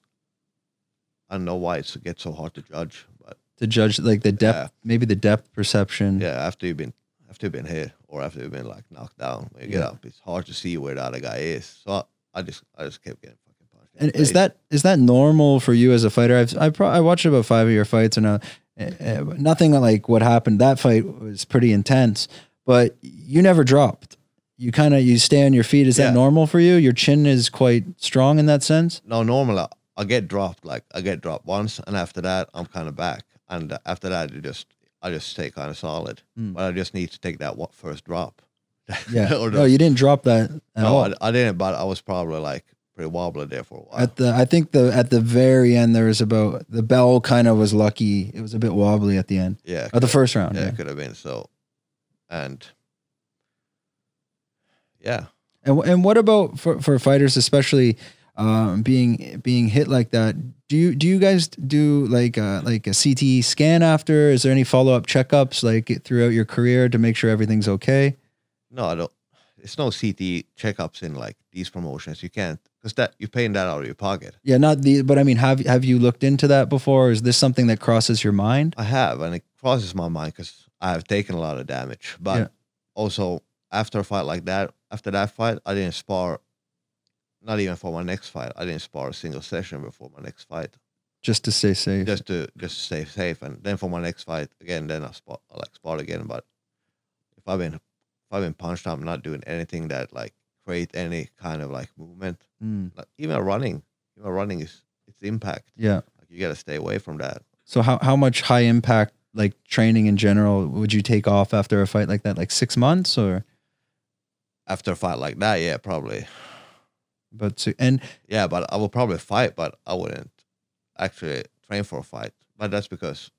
[SPEAKER 2] I don't know why it's gets so hard to judge, but
[SPEAKER 1] to judge like the depth,
[SPEAKER 2] Yeah.
[SPEAKER 1] maybe the depth perception.
[SPEAKER 2] yeah, after you've been after you've been hit or after you've been like knocked down, when you get
[SPEAKER 1] Yeah.
[SPEAKER 2] up, it's hard to see where the other guy is. So I, I just I just kept getting fucking punched. in
[SPEAKER 1] And
[SPEAKER 2] the
[SPEAKER 1] is
[SPEAKER 2] face.
[SPEAKER 1] that is that normal for you as a fighter? I've I, pro- I watched about five of your fights, and uh, eh, eh, nothing like what happened. That fight was pretty intense, but you never dropped. You kind of you stay on your feet. Is
[SPEAKER 2] Yeah.
[SPEAKER 1] that normal for you? Your chin is quite strong in that sense.
[SPEAKER 2] no normal? I, I get dropped like I get dropped once, and after that I'm kind of back, and after that you just I just stay kind of solid,
[SPEAKER 1] Mm.
[SPEAKER 2] but I just need to take that one first drop.
[SPEAKER 1] Yeah.
[SPEAKER 2] Or
[SPEAKER 1] no,
[SPEAKER 2] the-
[SPEAKER 1] you didn't drop that at
[SPEAKER 2] no,
[SPEAKER 1] all.
[SPEAKER 2] I, I didn't, but I was probably like pretty wobbly there for a while.
[SPEAKER 1] at the I think the at the very end there was about the bell kind of was lucky. It was a bit wobbly at the end
[SPEAKER 2] yeah,
[SPEAKER 1] of the first round.
[SPEAKER 2] yeah,
[SPEAKER 1] Yeah.
[SPEAKER 2] it could have been so, and yeah.
[SPEAKER 1] And wh- and what about for, for fighters, especially um, being being hit like that? Do you do you guys do like a, like a CT scan after? Is there any follow up checkups like throughout your career to make sure everything's okay?
[SPEAKER 2] No, I don't. It's no CT checkups in like these promotions. You can't because that you're paying that out of your pocket.
[SPEAKER 1] Yeah, not the but I mean, have have you looked into that before? Is this something that crosses your mind?
[SPEAKER 2] I have, and it crosses my mind because I have taken a lot of damage. But
[SPEAKER 1] Yeah.
[SPEAKER 2] also after a fight like that, after that fight, I didn't spar. Not even for my next fight, I didn't spar a single session before my next fight,
[SPEAKER 1] Just to stay safe.
[SPEAKER 2] just to just to stay safe. And then for my next fight again, then I spar I like spar again. But if I've been if I've been punched, I'm not doing anything that like create any kind of like movement.
[SPEAKER 1] Mm,
[SPEAKER 2] like even running, even running is its impact.
[SPEAKER 1] yeah.
[SPEAKER 2] Like you gotta stay away from that.
[SPEAKER 1] So how how much high impact like training in general would you take off after a fight like that? Like six months or
[SPEAKER 2] After a fight like that, yeah, probably.
[SPEAKER 1] but so, and
[SPEAKER 2] Yeah, but I will probably fight, but I wouldn't actually train for a fight. But that's because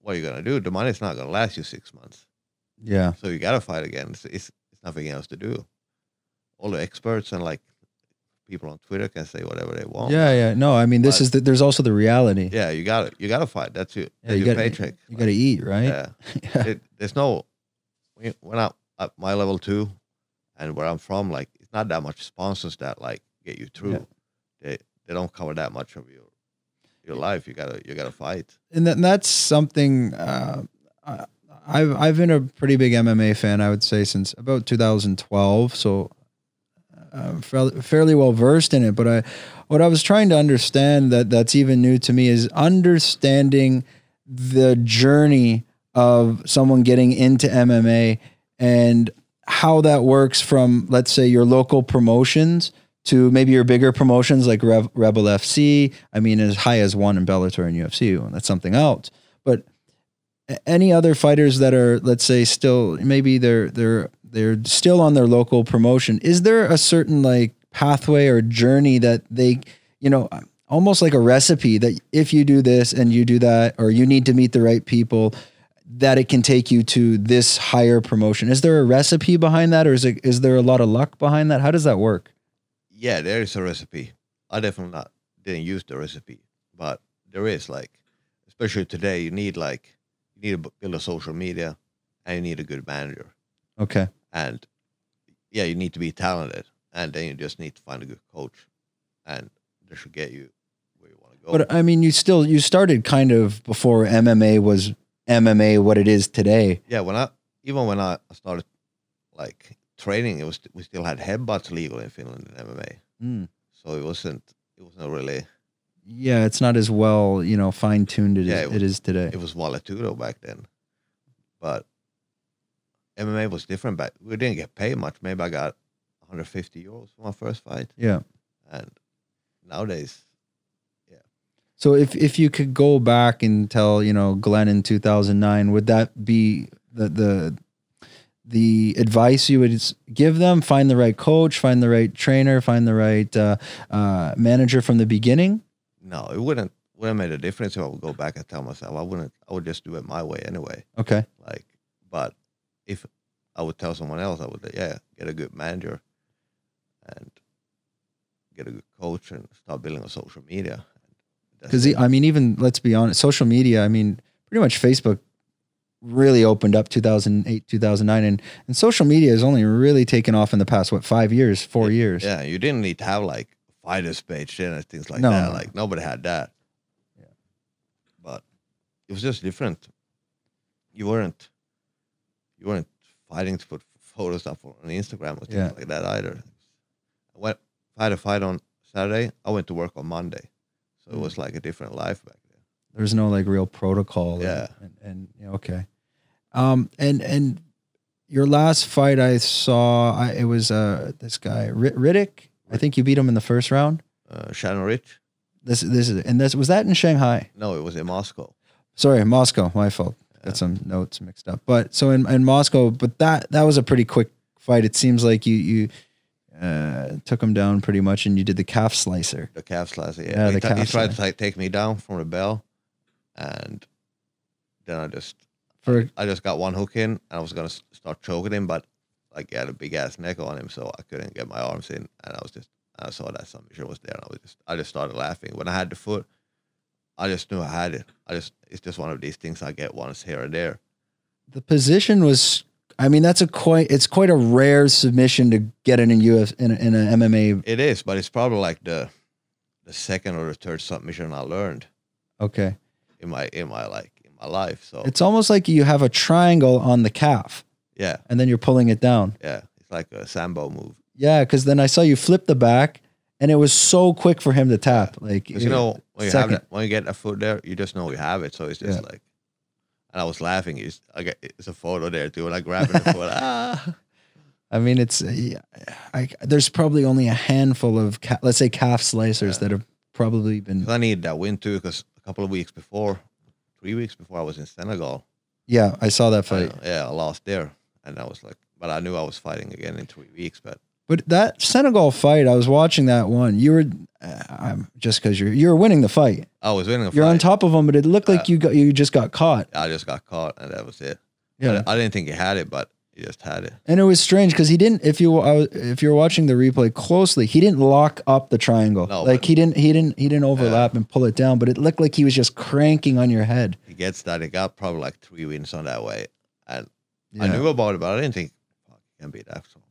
[SPEAKER 2] what are you gonna do? The money's not gonna last you six months,
[SPEAKER 1] yeah.
[SPEAKER 2] so you gotta fight again. It's it's, it's nothing else to do. All the experts and like people on Twitter can say whatever they want.
[SPEAKER 1] Yeah, yeah. No, I mean, this
[SPEAKER 2] Oh. But-
[SPEAKER 1] is the, there's also the reality.
[SPEAKER 2] yeah, you gotta you gotta fight. That's your
[SPEAKER 1] Yeah,
[SPEAKER 2] that's
[SPEAKER 1] you
[SPEAKER 2] your
[SPEAKER 1] gotta-
[SPEAKER 2] paycheck.
[SPEAKER 1] You got to eat, right?
[SPEAKER 2] yeah.
[SPEAKER 1] Yeah.
[SPEAKER 2] it, there's no when when I at my level two and where I'm from, like it's not that much sponsors that like get you through. They they don't cover that much of your your life. You gotta you gotta fight.
[SPEAKER 1] And that, that's something uh, I- I've I've been a pretty big MMA fan, I would say, since about 2012. So I'm fairly, fairly well versed in it. But I, what I was trying to understand that that's even new to me is understanding the journey of someone getting into MMA and how that works from let's say your local promotions to maybe your bigger promotions like Rev- Rebel FC. I mean, as high as one in Bellator and UFC, and that's something else. But a- any other fighters that are let's say still maybe they're they're they're still on their local promotion is there a certain like pathway or journey that they you know almost like a recipe that if you do this and you do that or you need to meet the right people that it can take you to this higher promotion. Is there a recipe behind that, or is it is there a lot of luck behind that? How does that work?
[SPEAKER 2] yeah, there is a recipe. I definitely not, didn't use the recipe, but there is like, especially today, you need like you need to bu- build a social media, and you need a good manager,
[SPEAKER 1] Okay,
[SPEAKER 2] and yeah, you need to be talented, and then you just need to find a good coach, and this should get you where you want to go.
[SPEAKER 1] but I mean, you still you started kind of before MMA was MMA what it is today.
[SPEAKER 2] yeah, when I even when I started like training, it was we still had headbutts legal in Finland in MMA, so it wasn't it wasn't really
[SPEAKER 1] Yeah, it's not as well you know fine tuned as
[SPEAKER 2] Yeah,
[SPEAKER 1] it,
[SPEAKER 2] it
[SPEAKER 1] it is today.
[SPEAKER 2] it was Walatudo back then. But MMA was different back. We didn't get paid much. Maybe I got 150 euros for my first fight.
[SPEAKER 1] yeah.
[SPEAKER 2] And nowadays,
[SPEAKER 1] So if if you could go back and tell you know Glenn in two thousand nine, would that be the the the advice you would s- give them? Find the right coach, find the right trainer, find the right uh, uh, manager from the beginning.
[SPEAKER 2] no, it wouldn't wouldn't made a difference if I would go back and tell myself I wouldn't. I would just do it my way anyway.
[SPEAKER 1] Okay,
[SPEAKER 2] Like, but if I would tell someone else, I would yeah get a good manager and get a good coach and start building a social media. That's
[SPEAKER 1] because
[SPEAKER 2] it.
[SPEAKER 1] e, I mean, even let's be honest, social media. I mean, pretty much Facebook really opened up 2008 2009 and, and social media has only really taken off in the past what five years four years
[SPEAKER 2] Yeah, you didn't need to have like fighters page then and things like
[SPEAKER 1] No,
[SPEAKER 2] that.
[SPEAKER 1] no.
[SPEAKER 2] Like nobody had that. Yeah. But it was just different. You weren't you weren't fighting to put photos up on Instagram or things
[SPEAKER 1] Yeah.
[SPEAKER 2] like that either. I went if I had a fight on Saturday, I went to work on Monday. So it
[SPEAKER 1] Mm.
[SPEAKER 2] was like a different life back then.
[SPEAKER 1] there's no like real protocol.
[SPEAKER 2] Yeah.
[SPEAKER 1] And, and, and yeah, okay. Um, and, and your last fight I saw, I, it was, uh, this guy Ri- Riddick. I think you beat him in the first round.
[SPEAKER 2] Uh, Shannon Rich?
[SPEAKER 1] This, this is, and this was that in Shanghai.
[SPEAKER 2] No, it was in Moscow.
[SPEAKER 1] Sorry, Moscow. My fault.
[SPEAKER 2] Yeah.
[SPEAKER 1] Got some notes mixed up. But so in, in Moscow, but that, that was a pretty quick fight. It seems like you, you, uh, took him down pretty much and you did the calf slicer.
[SPEAKER 2] The calf slicer. Yeah,
[SPEAKER 1] Yeah,
[SPEAKER 2] he,
[SPEAKER 1] the
[SPEAKER 2] t- he
[SPEAKER 1] calf
[SPEAKER 2] tried to like, take me down from the bell, and then I just
[SPEAKER 1] For,
[SPEAKER 2] I just got one hook in, and I was gonna s- start choking him, but like he had a big ass neck on him, so I couldn't get my arms in, and I was just I saw that submission was there, and I was just I just started laughing when I had the foot. I just knew I had it. I just it's just one of these things I get once here and there.
[SPEAKER 1] the position was I mean that's a quite it's quite a rare submission to get in a UF in a, in a MMA.
[SPEAKER 2] It is, but it's probably like the the second or the third submission I learned
[SPEAKER 1] Okay.
[SPEAKER 2] in my in my like in my life. So
[SPEAKER 1] It's almost like you have a triangle on the calf
[SPEAKER 2] yeah,
[SPEAKER 1] and then you're pulling it down.
[SPEAKER 2] yeah, it's like a sambo move.
[SPEAKER 1] Yeah, cuz then I saw you flip the back and it was so quick for him to tap like
[SPEAKER 2] 'Cause you know when you
[SPEAKER 1] second.
[SPEAKER 2] have that, when you get a foot there, you just know you have it. So it's just like, and I was laughing. It's, I get, it's a photo there too, and I grabbed the foot. Ah,
[SPEAKER 1] I mean it's yeah, I, there's probably only a handful of ca- let's say calf slicers
[SPEAKER 2] Yeah.
[SPEAKER 1] that have probably
[SPEAKER 2] 'Cause
[SPEAKER 1] been
[SPEAKER 2] I needed that win too, because a couple of weeks before, three weeks before, I was in Senegal.
[SPEAKER 1] Yeah, I saw that
[SPEAKER 2] I-
[SPEAKER 1] fight.
[SPEAKER 2] yeah, I lost there, and I was like, but I knew I was fighting again in three weeks. But
[SPEAKER 1] But that Senegal fight, I was watching that one. You were uh, I'm just cuz you're you're winning the fight.
[SPEAKER 2] I was winning. A
[SPEAKER 1] You're on
[SPEAKER 2] fight.
[SPEAKER 1] top of them, but it looked like
[SPEAKER 2] Uh,
[SPEAKER 1] you got you just got caught.
[SPEAKER 2] I just got caught, and that was it. I, I didn't think he had it, but he just had it.
[SPEAKER 1] and it was strange because he didn't. If you I was, if you're watching the replay closely, he didn't lock up the triangle.
[SPEAKER 2] No,
[SPEAKER 1] like
[SPEAKER 2] but-
[SPEAKER 1] he didn't he didn't he didn't overlap and pull it down. But it looked like he was just cranking on your head.
[SPEAKER 2] He gets that. He got probably like three wins on that way. I
[SPEAKER 1] Yeah,
[SPEAKER 2] knew about it, but I didn't think fuck, he can be that strong.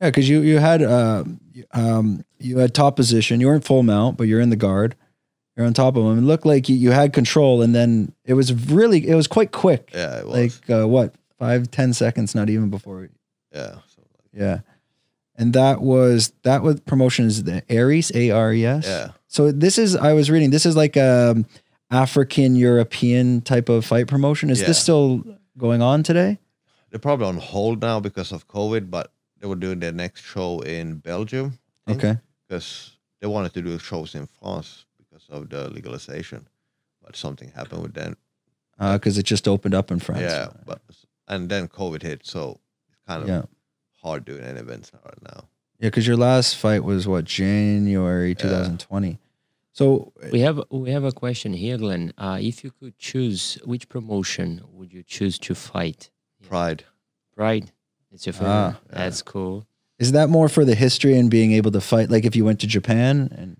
[SPEAKER 1] because you you had uh, you- um you had top position. You weren't full mount, but you're in the guard. You're on top of him. It looked like you, you had control, and then it was really it was quite quick.
[SPEAKER 2] Yeah, it was.
[SPEAKER 1] like uh, what five ten seconds, not even before
[SPEAKER 2] yeah. So
[SPEAKER 1] Yeah. And that was that was promotion is the Aries A R E S.
[SPEAKER 2] Yeah,
[SPEAKER 1] So this is I was reading this is like a African European type of fight promotion. Is this
[SPEAKER 2] Yeah.
[SPEAKER 1] still going on today?
[SPEAKER 2] they're probably on hold now because of COVID, but they were doing their next show in Belgium Mm.
[SPEAKER 1] Okay.
[SPEAKER 2] because they wanted to do shows in France because of the legalization, but something happened with them.
[SPEAKER 1] Because Uh, it just opened up in France.
[SPEAKER 2] yeah, but and then COVID hit, so it's kind of
[SPEAKER 1] yeah.
[SPEAKER 2] hard doing any events now right now.
[SPEAKER 1] Yeah, because your last fight was what January 2020. So
[SPEAKER 3] We have we have a question here, Glenn. Uh, if you could choose, which promotion would you choose to fight?
[SPEAKER 2] Pride.
[SPEAKER 3] Pride. It's your favorite.
[SPEAKER 1] Ah,
[SPEAKER 3] That's cool.
[SPEAKER 1] is that more for the history and being able to fight? Like if you went to Japan and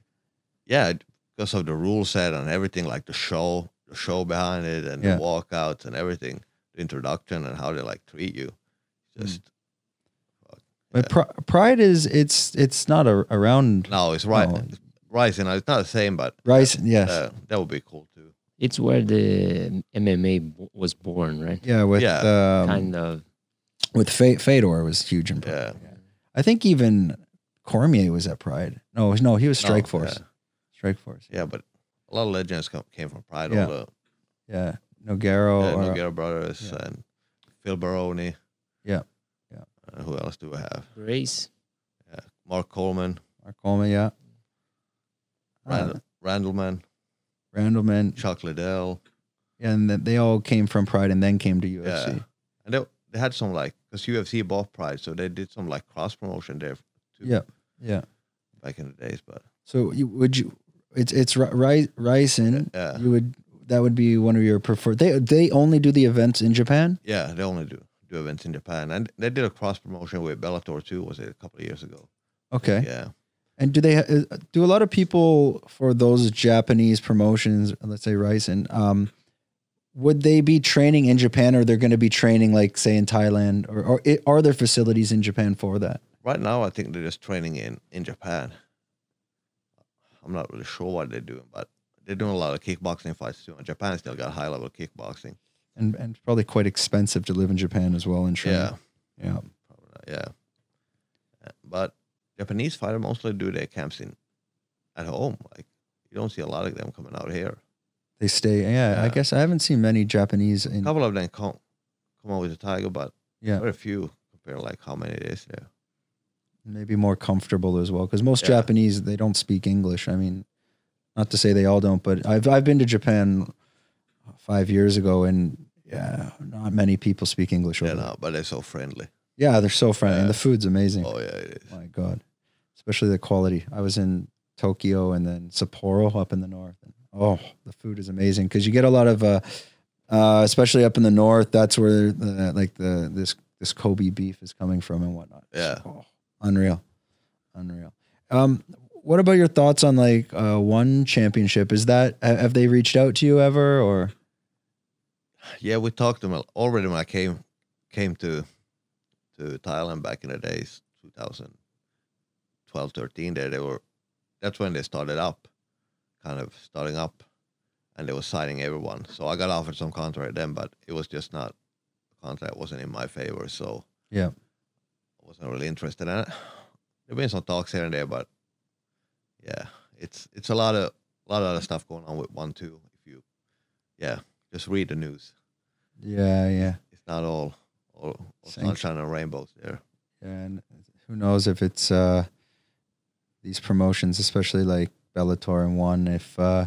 [SPEAKER 2] Yeah, because of the rule set and everything, like the show, the show behind it, and
[SPEAKER 1] Yeah.
[SPEAKER 2] the walkouts and everything, the introduction and how they like treat you.
[SPEAKER 1] Mm.
[SPEAKER 2] Just
[SPEAKER 1] but pri- pride is it's it's not a, around
[SPEAKER 2] no, it's right.
[SPEAKER 1] No.
[SPEAKER 2] It's rising. It's not the same, but
[SPEAKER 1] rice. Yes,
[SPEAKER 2] uh, that would be cool too.
[SPEAKER 3] It's where the MMA b- was born, right?
[SPEAKER 1] yeah, with um,
[SPEAKER 3] kind of.
[SPEAKER 1] with Fe- Fedor was huge in pride.
[SPEAKER 2] Yeah.
[SPEAKER 1] I think even Cormier was at Pride. No, no, he was
[SPEAKER 2] No,
[SPEAKER 1] Strike Force.
[SPEAKER 2] Oh, yeah.
[SPEAKER 1] Strike Force.
[SPEAKER 2] Yeah, but a lot of legends come, came from Pride.
[SPEAKER 1] Yeah.
[SPEAKER 2] All the
[SPEAKER 1] Yeah. Nogaro
[SPEAKER 2] uh,
[SPEAKER 1] or
[SPEAKER 2] Nogueira brothers
[SPEAKER 1] yeah.
[SPEAKER 2] and Phil Baroni.
[SPEAKER 1] Yeah, yeah.
[SPEAKER 2] Uh, who else do I have?
[SPEAKER 3] Grace.
[SPEAKER 2] Mark Coleman,
[SPEAKER 1] Mark Coleman, yeah. Uh-huh.
[SPEAKER 2] Randall, Randleman,
[SPEAKER 1] Uh, Randleman.
[SPEAKER 2] Chuck Liddell.
[SPEAKER 1] Yeah, and th- they all came from Pride and then came to
[SPEAKER 2] Yeah.
[SPEAKER 1] UFC.
[SPEAKER 2] And they, they had some like, because UFC bought Pride, so they did some like cross promotion there too
[SPEAKER 1] Yeah. Yeah.
[SPEAKER 2] back in the days. But
[SPEAKER 1] So you, would you? It's it's Ry- Ry- Ryzen.
[SPEAKER 2] yeah,
[SPEAKER 1] You would that would be one of your preferred. They they only do the events in Japan.
[SPEAKER 2] yeah, they only do, do events in Japan. And they did a cross promotion with Bellator too, was it a couple of years ago?
[SPEAKER 1] Okay.
[SPEAKER 2] Yeah.
[SPEAKER 1] And do they ha- uh, do a lot of people for those Japanese promotions? Let's say Ryzen. Um, would they be training in Japan, or they're going to be training like say in Thailand, or, or i are there facilities in Japan for that?
[SPEAKER 2] Right now, I think they're just training in, in Japan. I'm not really sure what they're doing, but they're doing a lot of kickboxing fights too. And Japan still got high level kickboxing.
[SPEAKER 1] And and probably quite expensive to live in Japan as well and train.
[SPEAKER 2] Yeah.
[SPEAKER 1] yeah.
[SPEAKER 2] Probably not, yeah. Uh, But Japanese fighter mostly do their camps in at home. Like you don't see a lot of them coming out here.
[SPEAKER 1] They stay. Yeah, I
[SPEAKER 2] Yeah.
[SPEAKER 1] guess I haven't seen many Japanese
[SPEAKER 2] A
[SPEAKER 1] in.
[SPEAKER 2] couple of them come come out with a tiger, but
[SPEAKER 1] Yeah.
[SPEAKER 2] very few compared to like how many it is there.
[SPEAKER 1] maybe more comfortable as well because most
[SPEAKER 2] Yeah.
[SPEAKER 1] japanese they don't speak english i mean not to say they all don't but i've, I've been to japan five years ago and yeah not many people speak english
[SPEAKER 2] Yeah,
[SPEAKER 1] over there.
[SPEAKER 2] no, but they're so friendly.
[SPEAKER 1] yeah they're so friendly and
[SPEAKER 2] Yeah.
[SPEAKER 1] the food's amazing
[SPEAKER 2] Oh yeah, it is.
[SPEAKER 1] my god especially the quality i was in tokyo and then sapporo up in the north oh the food is amazing because you get a lot of uh, uh especially up in the north that's where the, like the this this kobe beef is coming from and whatnot
[SPEAKER 2] Yeah.
[SPEAKER 1] Oh, unreal unreal um what about your thoughts on like uh one championship is that ha- have they reached out to you ever or
[SPEAKER 2] Yeah, we talked to them al- already when I came came to to Thailand back in the days, 2012, 13. There they were. That's when they started up, kind of starting up, and they were signing everyone. So I got offered some contract then, but it was just not contract wasn't in my favor, so
[SPEAKER 1] Yeah.
[SPEAKER 2] I wasn't really interested. And there've been some talks here and there, but yeah, it's it's a lot of a lot of other stuff going on with one too. If you, yeah, just read the news
[SPEAKER 1] yeah yeah
[SPEAKER 2] it's not all all, all
[SPEAKER 1] Thanks.
[SPEAKER 2] sunshine and rainbows there.
[SPEAKER 1] and who knows if it's uh these promotions especially like bellator and one if uh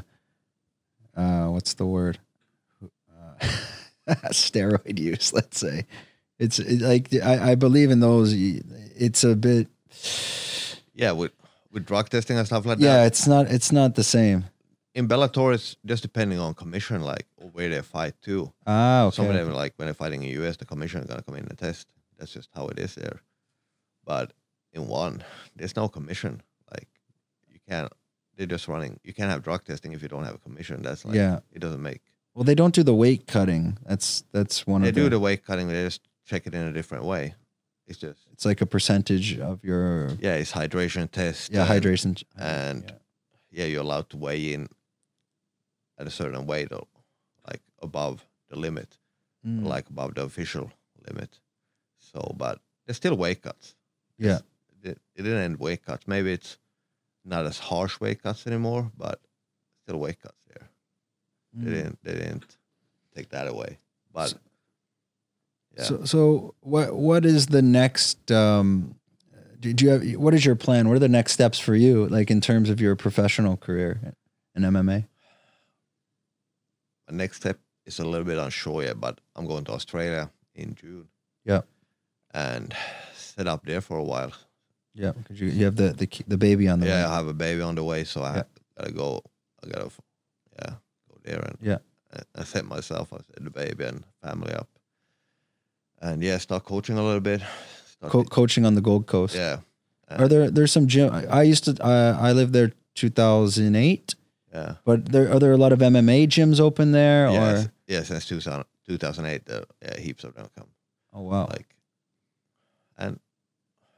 [SPEAKER 1] uh what's the word uh, steroid use let's say it's it, like I, I believe in those y- it's a bit
[SPEAKER 2] Yeah, with with drug testing and stuff like
[SPEAKER 1] yeah
[SPEAKER 2] that.
[SPEAKER 1] it's not it's not the same
[SPEAKER 2] In Bellator, it's just depending on commission, like or where they fight too.
[SPEAKER 1] ah okay
[SPEAKER 2] Some of them, like when they're fighting in US, the commission is gonna come in and test. That's just how it is there. But in one, there's no commission. Like you can't. They're just running. You can't have drug testing if you don't have a commission. That's like
[SPEAKER 1] yeah
[SPEAKER 2] it doesn't make.
[SPEAKER 1] well they don't do the weight cutting that's that's one
[SPEAKER 2] They
[SPEAKER 1] of
[SPEAKER 2] do
[SPEAKER 1] the,
[SPEAKER 2] the weight cutting. They just check it in a different way. It's just
[SPEAKER 1] it's like a percentage of your
[SPEAKER 2] yeah, it's hydration test. uh,
[SPEAKER 1] yeah
[SPEAKER 2] and-
[SPEAKER 1] hydration
[SPEAKER 2] and yeah, you're allowed to weigh in at a certain weight or like above the limit,
[SPEAKER 1] yeah. Mm,
[SPEAKER 2] like above the official limit. So, but there's still weight cuts.
[SPEAKER 1] yeah
[SPEAKER 2] It, it didn't end weight cuts. Maybe it's not as harsh weight cuts anymore, but still weight cuts there. They
[SPEAKER 1] Mm.
[SPEAKER 2] didn't they didn't take that away. But
[SPEAKER 1] So-
[SPEAKER 2] yeah,
[SPEAKER 1] So, so what what is the next? Um, did you have what is your plan? What are the next steps for you, like in terms of your professional career in MMA?
[SPEAKER 2] my next step is a little bit unsure yet, but I'm going to Australia in June.
[SPEAKER 1] Yeah.
[SPEAKER 2] And set up there for a while.
[SPEAKER 1] Yeah, because you, you have the, the ki- the baby on the
[SPEAKER 2] yeah,
[SPEAKER 1] way.
[SPEAKER 2] I have a baby on the way, so I
[SPEAKER 1] Mm-hmm. Yeah.
[SPEAKER 2] gotta go I gotta, f- yeah, go there and
[SPEAKER 1] Yeah.
[SPEAKER 2] and I set myself, I set the baby and family up, and yeah, start coaching a little bit. Start
[SPEAKER 1] Co-
[SPEAKER 2] to-
[SPEAKER 1] coaching on the Gold Coast.
[SPEAKER 2] yeah,
[SPEAKER 1] Are there there's some gym? I, I used to uh, I lived there 2008,
[SPEAKER 2] yeah.
[SPEAKER 1] but there are there a lot of MMA gyms open there?
[SPEAKER 2] Yeah,
[SPEAKER 1] Or
[SPEAKER 2] yeah, since 2000, 2008, uh, yeah, heaps of them come.
[SPEAKER 1] oh wow,
[SPEAKER 2] Like, and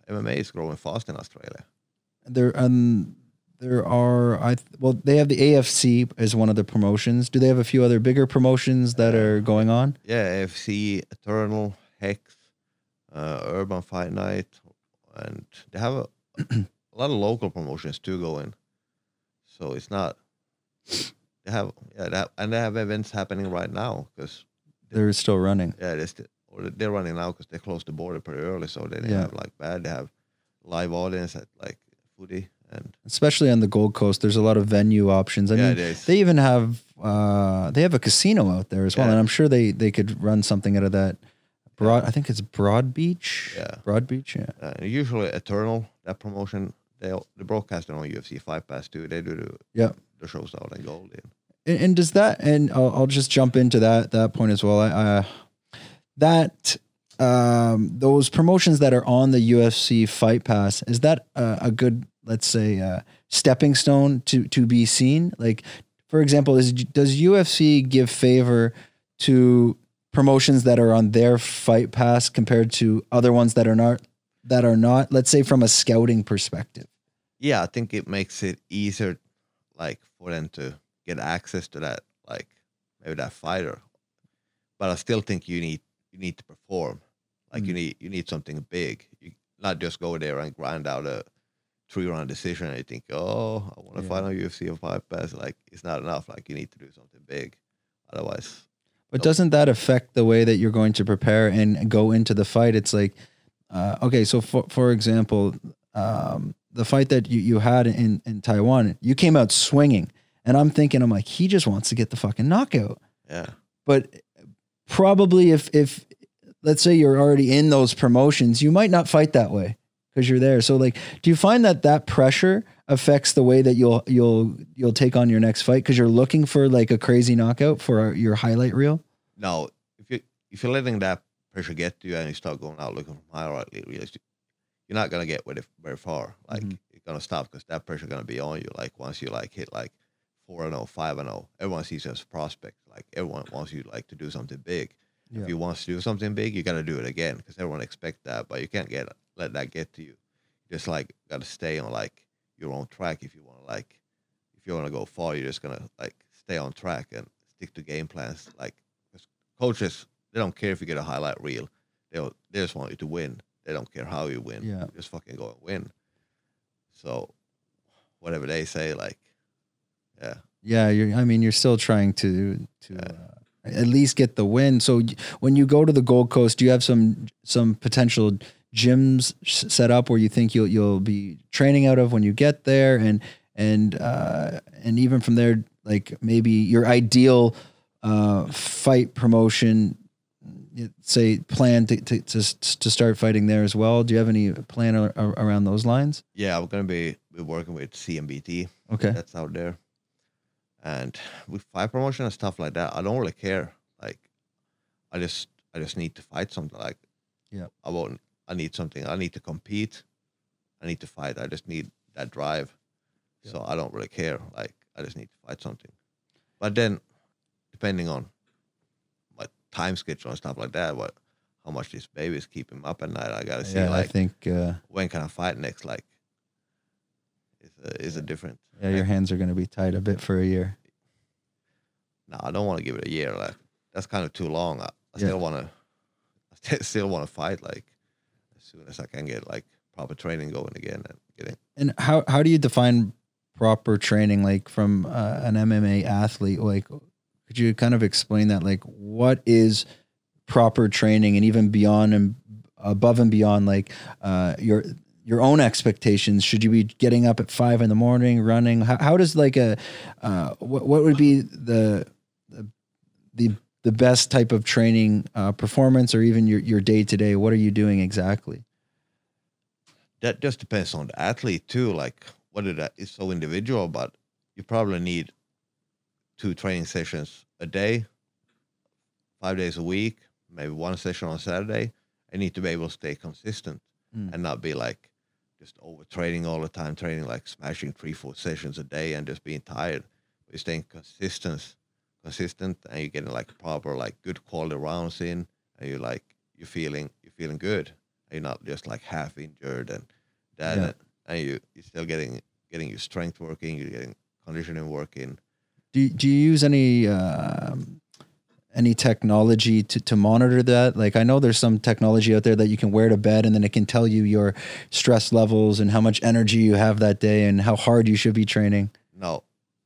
[SPEAKER 2] MMA is growing fast in Australia.
[SPEAKER 1] there um there are I th- well they have the AFC as one of the promotions. Do they have a few other bigger promotions that
[SPEAKER 2] Uh,
[SPEAKER 1] are going on?
[SPEAKER 2] Yeah, AFC, Eternal, Hex, uh, Urban Fight Night, and they have a, a lot of local promotions too going. So it's not they have yeah they have, and they have events happening right now because
[SPEAKER 1] They're still running.
[SPEAKER 2] yeah they're st- or they're running out because they closed the border pretty early, so they didn't
[SPEAKER 1] Yeah.
[SPEAKER 2] have like bad. They have live audience at like Foodie and
[SPEAKER 1] especially on the Gold Coast. There's a lot of venue options. I
[SPEAKER 2] yeah,
[SPEAKER 1] mean,
[SPEAKER 2] it is.
[SPEAKER 1] they even have uh, they have a casino out there as well,
[SPEAKER 2] Yeah.
[SPEAKER 1] and I'm sure they they could run something out of that. Broad, I think it's Broad Beach.
[SPEAKER 2] Yeah.
[SPEAKER 1] Broad Beach. Yeah.
[SPEAKER 2] Uh, usually Eternal that promotion they they broadcast it on UFC Fight Pass too. They do the
[SPEAKER 1] Yeah.
[SPEAKER 2] the shows out in Goldie.
[SPEAKER 1] And, and does that? And I'll, I'll just jump into that that point as well. I, uh, that um, those promotions that are on the UFC Fight Pass is that a, a good let's say uh, stepping stone to to be seen? Like for example, is does UFC give favor to promotions that are on their Fight Pass compared to other ones that are not that are not? Let's say from a scouting perspective.
[SPEAKER 2] yeah, I think it makes it easier, like for them to get access to that, like maybe that fighter. But I still think you need you need to perform, like you
[SPEAKER 1] Mm.
[SPEAKER 2] need you need something big. You not just go there and grind out a three round decision. And you think, oh, I want to
[SPEAKER 1] Yeah.
[SPEAKER 2] fight on UFC or fight pass. Like it's not enough. Like you need to do something big, otherwise.
[SPEAKER 1] But
[SPEAKER 2] Nope.
[SPEAKER 1] doesn't that affect the way that you're going to prepare and go into the fight? It's like, uh, okay, so for for example, um, the fight that you, you had in in Taiwan, you came out swinging, and I'm thinking, I'm like, he just wants to get the fucking knockout.
[SPEAKER 2] Yeah,
[SPEAKER 1] But probably if if let's say you're already in those promotions, you might not fight that way because you're there. So like, do you find that that pressure affects the way that you'll you'll you'll take on your next fight because you're looking for like a crazy knockout for your highlight reel?
[SPEAKER 2] no. If you if you're letting that pressure get to you and you start going out looking for hierarchy, really, you're not gonna get very, very far. Like
[SPEAKER 1] Mhm.
[SPEAKER 2] you're gonna stop because that pressure gonna be on you. Like once you like hit like four and oh, five and oh, everyone sees you as a prospect. Like everyone wants you like to do something big.
[SPEAKER 1] Yeah.
[SPEAKER 2] If you want to do something big, you gotta do it again because everyone expect that. But you can't get let that get to you. Just like gotta stay on like your own track if you want to like if you want to go far. You're just gonna like stay on track and stick to game plans. Like 'cause coaches, they don't care if you get a highlight reel. They will they just want you to win. They don't care how you win
[SPEAKER 1] Yeah.
[SPEAKER 2] just fucking go and win. So, whatever they say, like, yeah,
[SPEAKER 1] Yeah, you're, I mean, you're still trying to to
[SPEAKER 2] Yeah.
[SPEAKER 1] uh, at least get the win. So y- when you go to the Gold Coast, do you have some some potential gyms s- set up where you think you'll you'll be training out of when you get there, and and uh, and even from there, like maybe your ideal uh, fight promotion, y- say plan to, to to s- to start fighting there as well. Do you have any plan ar- ar- around those lines?
[SPEAKER 2] yeah, we're gonna be be working with CMBT
[SPEAKER 1] Okay,
[SPEAKER 2] that's out there, and with fight promotion and stuff like that, I don't really care. Like, I just I just need to fight something. Like,
[SPEAKER 1] Yeah.
[SPEAKER 2] I won't. I need something. I need to compete. I need to fight. I just need that drive.
[SPEAKER 1] Yeah.
[SPEAKER 2] So I don't really care. Like, I just need to fight something. But then, depending on my time schedule and stuff like that, what how much this baby's keeping up at night, I gotta see
[SPEAKER 1] yeah, I
[SPEAKER 2] like
[SPEAKER 1] think uh,
[SPEAKER 2] when can I fight next. Like, it's a it's a different.
[SPEAKER 1] yeah, your hands are going to be tied a bit for a year.
[SPEAKER 2] no, I don't want to give it a year. Like that's kind of too long. I, I
[SPEAKER 1] Yeah.
[SPEAKER 2] still want to, I st- still want to fight. Like as soon as I can get like proper training going again and getting.
[SPEAKER 1] And how how do you define proper training, like from uh, an MMA athlete? Like, could you kind of explain that? Like, what is proper training, and even beyond and above and beyond, like uh, your your own expectations? Should you be getting up at five in the morning, running? How, how does like a uh, what what would be the the the the best type of training uh, performance or even your, your day-to-day what are you doing exactly
[SPEAKER 2] That just depends on the athlete too. Like whether that is so individual, but you probably need two training sessions a day, five days a week, maybe one session on Saturday. I need to be able to stay consistent
[SPEAKER 1] Mm.
[SPEAKER 2] and not be like just overtraining all the time, training like smashing three, four sessions a day and just being tired. But you're staying consistent, consistent, and you're getting like proper, like good quality rounds in, and you're like you're feeling you're feeling good. And you're not just like half injured and that,
[SPEAKER 1] Yeah.
[SPEAKER 2] and you you're still getting getting your strength working, you're getting conditioning working.
[SPEAKER 1] Do do you use any um, any technology to, to monitor that? Like I know there's some technology out there that you can wear to bed and then it can tell you your stress levels and how much energy you have that day and how hard you should be training.
[SPEAKER 2] No,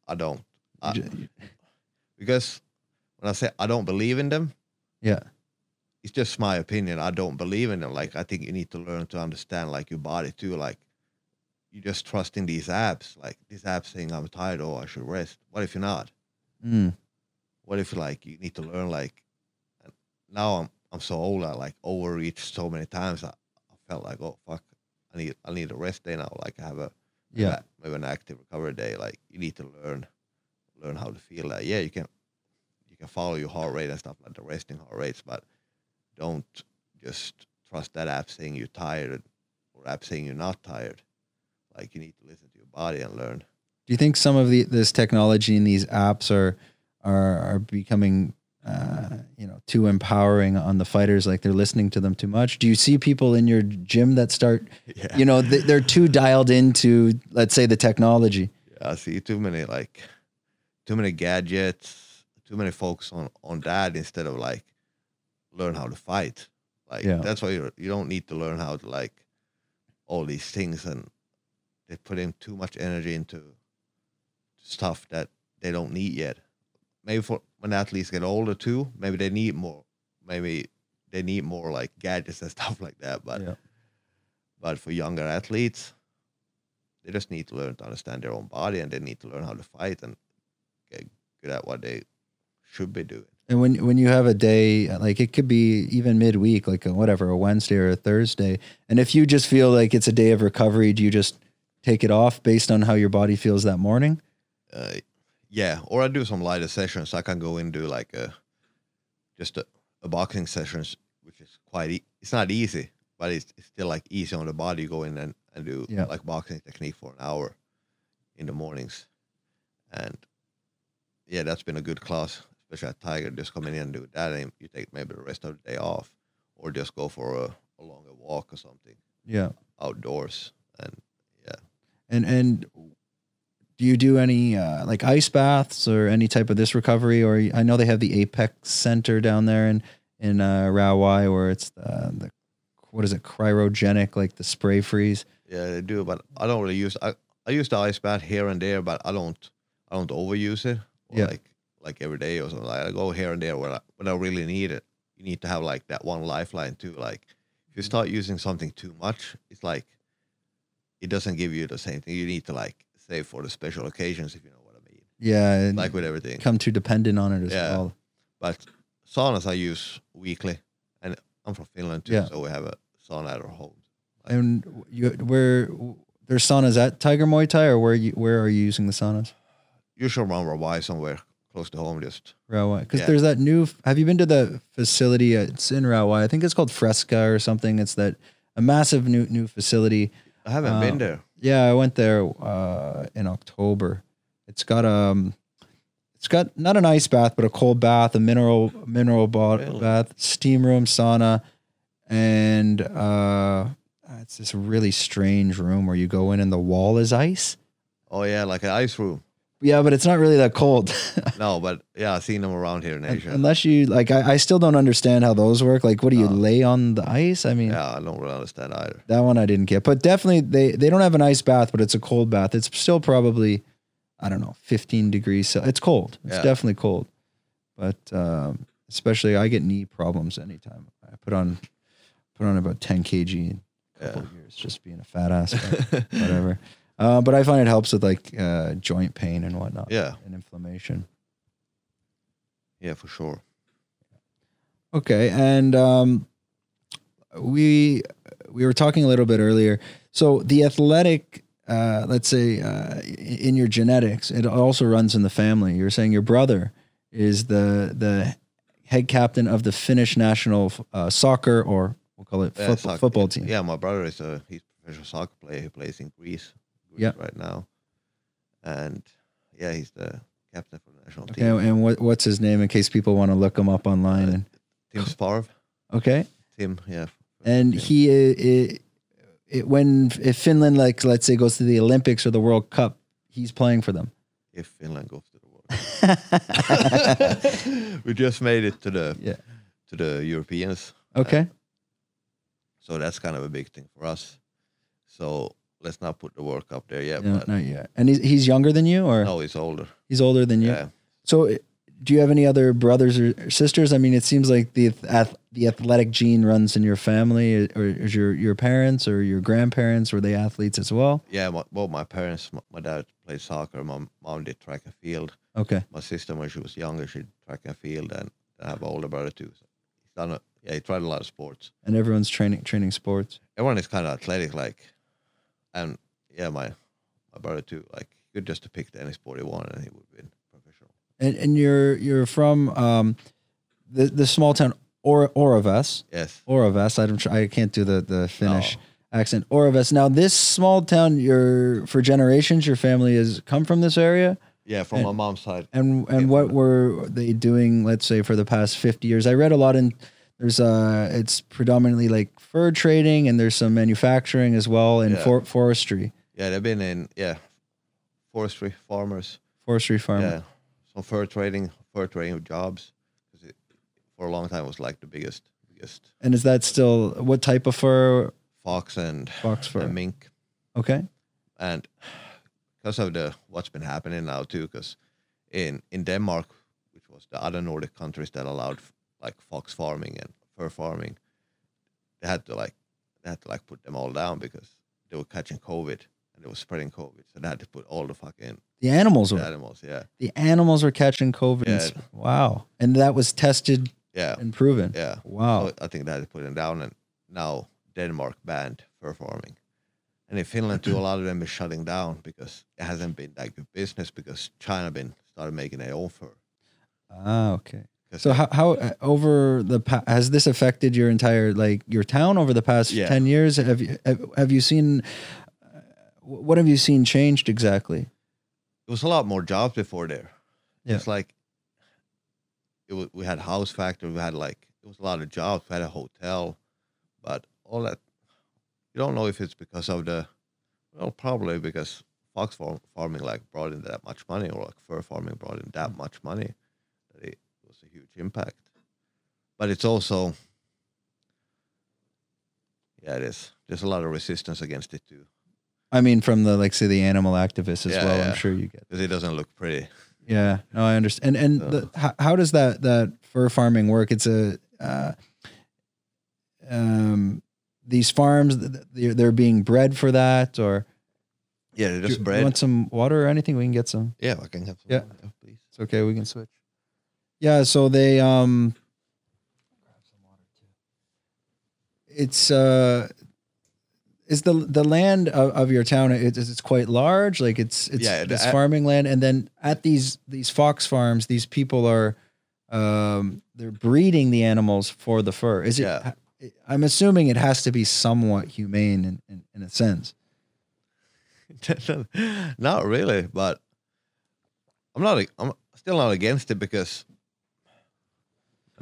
[SPEAKER 2] I don't. I,
[SPEAKER 1] J-
[SPEAKER 2] because when I say I don't believe in them,
[SPEAKER 1] yeah.
[SPEAKER 2] it's just my opinion. I don't believe in them. Like I think you need to learn to understand like your body too. Like you just trusting these apps. Like these apps saying I'm tired or I should rest. What if you're not?
[SPEAKER 1] Mm.
[SPEAKER 2] What if like you need to learn like and now I'm I'm so old I like overreach so many times I, I felt like oh fuck I need I need a rest day now. Like I have a
[SPEAKER 1] Yeah.
[SPEAKER 2] a- maybe an active recovery day. Like you need to learn learn how to feel that. Yeah, you can you can follow your heart rate and stuff like the resting heart rates, but don't just trust that app saying you're tired or app saying you're not tired. Like you need to listen to your body and learn.
[SPEAKER 1] Do you think some of the this technology and these apps are are are becoming uh, you know too empowering on the fighters? Like they're listening to them too much. Do you see people in your gym that start
[SPEAKER 2] Yeah.
[SPEAKER 1] you know th- they're too dialed into let's say the technology?
[SPEAKER 2] I see too many like too many gadgets, too many folks on on that instead of like learn how to fight. Like
[SPEAKER 1] Yeah.
[SPEAKER 2] that's why you you don't need to learn how to like all these things and they put in too much energy into stuff that they don't need yet. Maybe for when athletes get older too, maybe they need more. Maybe they need more like gadgets and stuff like that. But
[SPEAKER 1] Yeah.
[SPEAKER 2] but for younger athletes, they just need to learn to understand their own body and they need to learn how to fight and get good at what they should be doing.
[SPEAKER 1] And when when you have a day like it could be even midweek, like a, whatever a Wednesday or a Thursday, and if you just feel like it's a day of recovery, do you just take it off based on how your body feels that morning?
[SPEAKER 2] Uh, yeah, or I do some lighter sessions. I can go and do like a just a, a boxing sessions, which is quite. E- it's not easy, but it's, it's still like easy on the body. Go in and, and do
[SPEAKER 1] Yeah.
[SPEAKER 2] like boxing technique for an hour in the mornings, and yeah, that's been a good class, especially at Tiger. Just coming in and do that, and you take maybe the rest of the day off, or just go for a, a longer walk or something
[SPEAKER 1] Yeah.
[SPEAKER 2] outdoors. And
[SPEAKER 1] And and do you do any uh, like ice baths or any type of this recovery? Or I know they have the Apex Center down there in in uh, Rawai, where it's the, the what is it cryogenic, like the spray freeze.
[SPEAKER 2] Yeah, they do, but I don't really use. I I use the ice bath here and there, but I don't I don't overuse it. Or
[SPEAKER 1] Yeah.
[SPEAKER 2] Like like every day or something. Like I go here and there when I when I really need it. You need to have like that one lifeline too. Like if
[SPEAKER 1] Mm-hmm.
[SPEAKER 2] you start using something too much, it's like it doesn't give you the same thing. You need to like save for the special occasions if you know what I mean.
[SPEAKER 1] Yeah, and
[SPEAKER 2] Like with everything.
[SPEAKER 1] become too dependent on it as
[SPEAKER 2] Yeah.
[SPEAKER 1] well.
[SPEAKER 2] But saunas I use weekly, and I'm from Finland too,
[SPEAKER 1] Yeah.
[SPEAKER 2] so we have a sauna at our home.
[SPEAKER 1] And you, where there's saunas at Tiger Muay Thai, or where you where are you using the saunas?
[SPEAKER 2] Usually around Rawai somewhere close to home, just
[SPEAKER 1] Rawai, because
[SPEAKER 2] Yeah.
[SPEAKER 1] there's that new. Have you been to the facility? uh, It's in Rawai. I think it's called Fresca or something. It's that a massive new new facility.
[SPEAKER 2] I haven't
[SPEAKER 1] Uh,
[SPEAKER 2] been there.
[SPEAKER 1] Yeah, I went there uh, in October. It's got um, it's got not an ice bath, but a cold bath, a mineral mineral ba-
[SPEAKER 2] Really?
[SPEAKER 1] bath, steam room, sauna, and uh, it's this really strange room where you go in and the wall is ice.
[SPEAKER 2] Oh yeah, like an ice room.
[SPEAKER 1] Yeah, but it's not really that cold.
[SPEAKER 2] No, but yeah, I've seen them around here in
[SPEAKER 1] Un-
[SPEAKER 2] Asia.
[SPEAKER 1] Unless you like, I, I still don't understand how those work. Like, what do you
[SPEAKER 2] Uh,
[SPEAKER 1] lay on the ice? I mean,
[SPEAKER 2] yeah, I don't really understand either.
[SPEAKER 1] that one I didn't get, but definitely they they don't have an ice bath, but it's a cold bath. It's still probably, I don't know, fifteen degrees. So it's cold. It's
[SPEAKER 2] Yeah.
[SPEAKER 1] definitely cold. But um, especially, I get knee problems anytime I put on put on about ten kg in a couple
[SPEAKER 2] Yeah.
[SPEAKER 1] of years, just being a fat ass, but whatever. Uh, but I find it helps with like uh, joint pain and whatnot,
[SPEAKER 2] yeah,
[SPEAKER 1] and inflammation.
[SPEAKER 2] yeah, for sure.
[SPEAKER 1] Okay, and um, we we were talking a little bit earlier. So the athletic uh, let's say, uh, i- in your genetics. It also runs in the family. You're saying your brother is the the head captain of the Finnish national uh, soccer, or we'll call it
[SPEAKER 2] Yeah,
[SPEAKER 1] foot-
[SPEAKER 2] Uh, soccer-
[SPEAKER 1] football team.
[SPEAKER 2] Yeah, my brother is a he's a professional soccer player. He plays in Greece, Greece
[SPEAKER 1] Yeah.
[SPEAKER 2] right now, and yeah, he's the captain for the national
[SPEAKER 1] Okay,
[SPEAKER 2] team.
[SPEAKER 1] and what, what's his name in case people want to look him up online? And,
[SPEAKER 2] Tim Sparv,
[SPEAKER 1] okay,
[SPEAKER 2] Tim, yeah,
[SPEAKER 1] and
[SPEAKER 2] Tim.
[SPEAKER 1] he i i it, when if Finland like let's say goes to the Olympics or the World Cup, he's playing for them.
[SPEAKER 2] if Finland goes to the world. we just made it to the
[SPEAKER 1] Yeah.
[SPEAKER 2] to the Europeans,
[SPEAKER 1] Okay,
[SPEAKER 2] so that's kind of a big thing for us. So let's not put the World Cup there yet.
[SPEAKER 1] no,
[SPEAKER 2] but
[SPEAKER 1] not yet. And he's he's younger than you, or
[SPEAKER 2] no, he's older.
[SPEAKER 1] he's older than you.
[SPEAKER 2] Yeah.
[SPEAKER 1] So, i- do you have any other brothers or sisters? I mean, it seems like the ath- the athletic gene runs in your family, or is your your parents or your grandparents were they athletes as well?
[SPEAKER 2] Yeah, my, well, my parents, my, my dad played soccer, my mom did track and field.
[SPEAKER 1] Okay,
[SPEAKER 2] My sister, when she was younger, she did track and field, and I have an older brother too. So he's done a, yeah, he tried a lot of sports.
[SPEAKER 1] and everyone's training training sports.
[SPEAKER 2] Everyone is kind of athletic, like, and yeah, my my brother too. Like, he could just pick any sport he wanted, and he would win professional.
[SPEAKER 1] And and you're you're from um, the the small town or Oravas.
[SPEAKER 2] Yes.
[SPEAKER 1] Oravas. I don't. tr- I can't do the the Finnish accent. Oravas. Now, this small town, your for generations, your family has come from this area.
[SPEAKER 2] Yeah, from my mom's side.
[SPEAKER 1] And
[SPEAKER 2] Yeah.
[SPEAKER 1] and what were they doing? Let's say for the past fifty years, I read a lot in. There's uh, it's predominantly like fur trading, and there's some manufacturing as well, and
[SPEAKER 2] Yeah.
[SPEAKER 1] for, forestry,
[SPEAKER 2] Yeah, they've been in yeah, forestry farmers.
[SPEAKER 1] forestry farming.
[SPEAKER 2] Yeah, some fur trading, fur trading jobs. 'Cause it, for a long time, it was like the biggest, biggest
[SPEAKER 1] And is that still what type of fur?
[SPEAKER 2] fox and
[SPEAKER 1] Fox fur.
[SPEAKER 2] and mink.
[SPEAKER 1] Okay.
[SPEAKER 2] and because of the what's been happening now too because in in denmark which was the other nordic countries that allowed f- like fox farming and fur farming they had to like they had to like put them all down because they were catching covid and they were spreading covid so they had to put all the fucking
[SPEAKER 1] The animals were
[SPEAKER 2] animals yeah
[SPEAKER 1] the animals were catching COVID. and
[SPEAKER 2] Yeah.
[SPEAKER 1] sp- Wow. And that was tested
[SPEAKER 2] yeah
[SPEAKER 1] and proven.
[SPEAKER 2] yeah
[SPEAKER 1] Wow.
[SPEAKER 2] so i think they had to put them down and now denmark banned fur farming and in finland too a lot of them is shutting down because it hasn't been that good business because china been started making their own fur
[SPEAKER 1] ah, okay.
[SPEAKER 2] 'Cause
[SPEAKER 1] So how, how uh, over the pa- has this affected your entire like your town over the past
[SPEAKER 2] Yeah.
[SPEAKER 1] 10 years? Have you have, have you seen uh, wh- what have you seen changed exactly?
[SPEAKER 2] it was a lot more jobs before there.
[SPEAKER 1] Yeah.
[SPEAKER 2] It's like it wa we had house factory, we had like it was a lot of jobs, we had a hotel, but all that you don't know if it's because of the well probably because fox farm, farming like brought in that much money or like fur farming brought in that much money that it was a huge impact. But it's also yeah, it is. There's a lot of resistance against it too
[SPEAKER 1] I mean from the like say the animal activists as
[SPEAKER 2] Yeah,
[SPEAKER 1] well.
[SPEAKER 2] yeah.
[SPEAKER 1] I'm sure you get.
[SPEAKER 2] because it doesn't look pretty.
[SPEAKER 1] Yeah, no, I understand. And and
[SPEAKER 2] So-
[SPEAKER 1] the, how, how does that that fur farming work? It's a uh, um these farms th- th- they're, they're being bred for that or
[SPEAKER 2] Yeah, they
[SPEAKER 1] do
[SPEAKER 2] just
[SPEAKER 1] you-
[SPEAKER 2] bread.
[SPEAKER 1] you want some water or anything we can get some
[SPEAKER 2] Yeah, I can have some.
[SPEAKER 1] Yeah.
[SPEAKER 2] yeah, please.
[SPEAKER 1] it's okay we can switch yeah so they um it's uh is the the land of, of your town it, it's it's quite large like it's it's,
[SPEAKER 2] Yeah, the-
[SPEAKER 1] it's farming land and then at these these fox farms these people are um they're breeding the animals for the fur is it
[SPEAKER 2] Yeah.
[SPEAKER 1] i'm assuming it has to be somewhat humane in, in, in a sense
[SPEAKER 2] not really, but I'm not. I'm still not against it because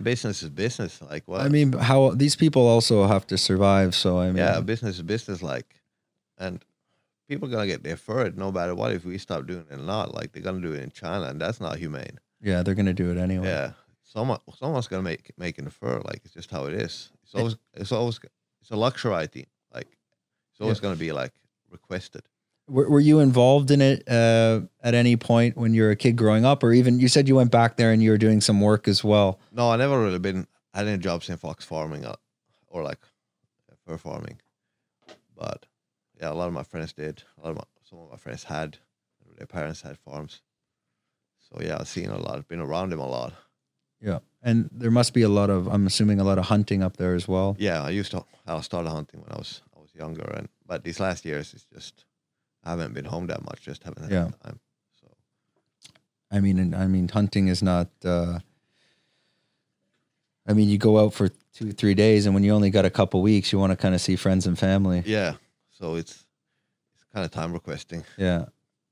[SPEAKER 2] business is business. Like what?
[SPEAKER 1] i mean how these people also have to survive so i mean
[SPEAKER 2] yeah, business is business. Like, and people gonna get their fur no matter what if we stop doing it or not. Like they're gonna do it in China, and that's not humane.
[SPEAKER 1] yeah they're gonna do it anyway
[SPEAKER 2] Yeah, someone someone's gonna make making the fur. Like it's just how it is. It's always it's always it's a luxury item. Like it's always
[SPEAKER 1] Yeah.
[SPEAKER 2] gonna be like requested.
[SPEAKER 1] Were, were you involved in it uh, at any point when you were a kid growing up, or even you said you went back there and you were doing some work as well?
[SPEAKER 2] No, I never really been had any jobs in fox farming uh, or like uh, fur farming, but yeah, a lot of my friends did. A lot of my, some of my friends had their parents had farms, so yeah, I've seen a lot. Been around them a lot.
[SPEAKER 1] Yeah, and there must be a lot of, I'm assuming, a lot of hunting up there as well.
[SPEAKER 2] Yeah, I used to. I started hunting when I was I was younger, and but these last years it's just I haven't been home that much. Just haven't had
[SPEAKER 1] Yeah.
[SPEAKER 2] time. So
[SPEAKER 1] I mean, and- I mean, hunting is not. Uh, I mean, you go out for two, three days, and when you only got a couple weeks, you want to kind of see friends and family.
[SPEAKER 2] yeah, so it's it's kind of time requesting.
[SPEAKER 1] Yeah.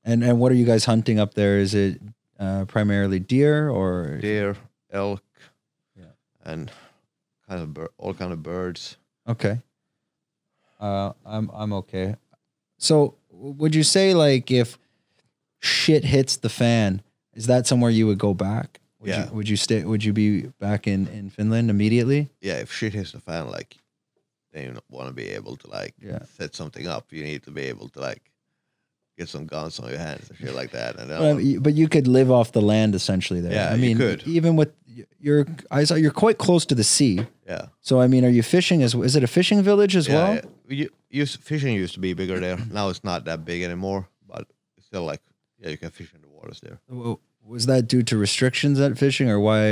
[SPEAKER 1] And and what are you guys hunting up there? Is it uh, primarily deer or
[SPEAKER 2] Deer, elk,
[SPEAKER 1] Yeah.
[SPEAKER 2] and kind of bir- all kind of birds.
[SPEAKER 1] Okay. Uh, I'm I'm okay. So w- would you say like if shit hits the fan, is that somewhere you would go back? Would
[SPEAKER 2] Yeah.
[SPEAKER 1] You, would you stay? Would you be back in in Finland immediately?
[SPEAKER 2] yeah, if shit hits the fan, like then you want to be able to like
[SPEAKER 1] Yeah.
[SPEAKER 2] set something up. You need to be able to like get some guns on your hands and shit like that. And then
[SPEAKER 1] But, I
[SPEAKER 2] I'll-
[SPEAKER 1] mean, but you could live off the land essentially there.
[SPEAKER 2] Yeah,
[SPEAKER 1] I
[SPEAKER 2] you
[SPEAKER 1] mean, e-,
[SPEAKER 2] could.
[SPEAKER 1] even with y- your I saw you're quite close to the sea.
[SPEAKER 2] yeah,
[SPEAKER 1] So I mean, are you fishing as is it a fishing village as
[SPEAKER 2] yeah,
[SPEAKER 1] well?
[SPEAKER 2] yeah. You, used, fishing used to be bigger there. Now it's not that big anymore, but it's still like yeah, you can fish in the waters there.
[SPEAKER 1] W- Was that due to restrictions at fishing, or why?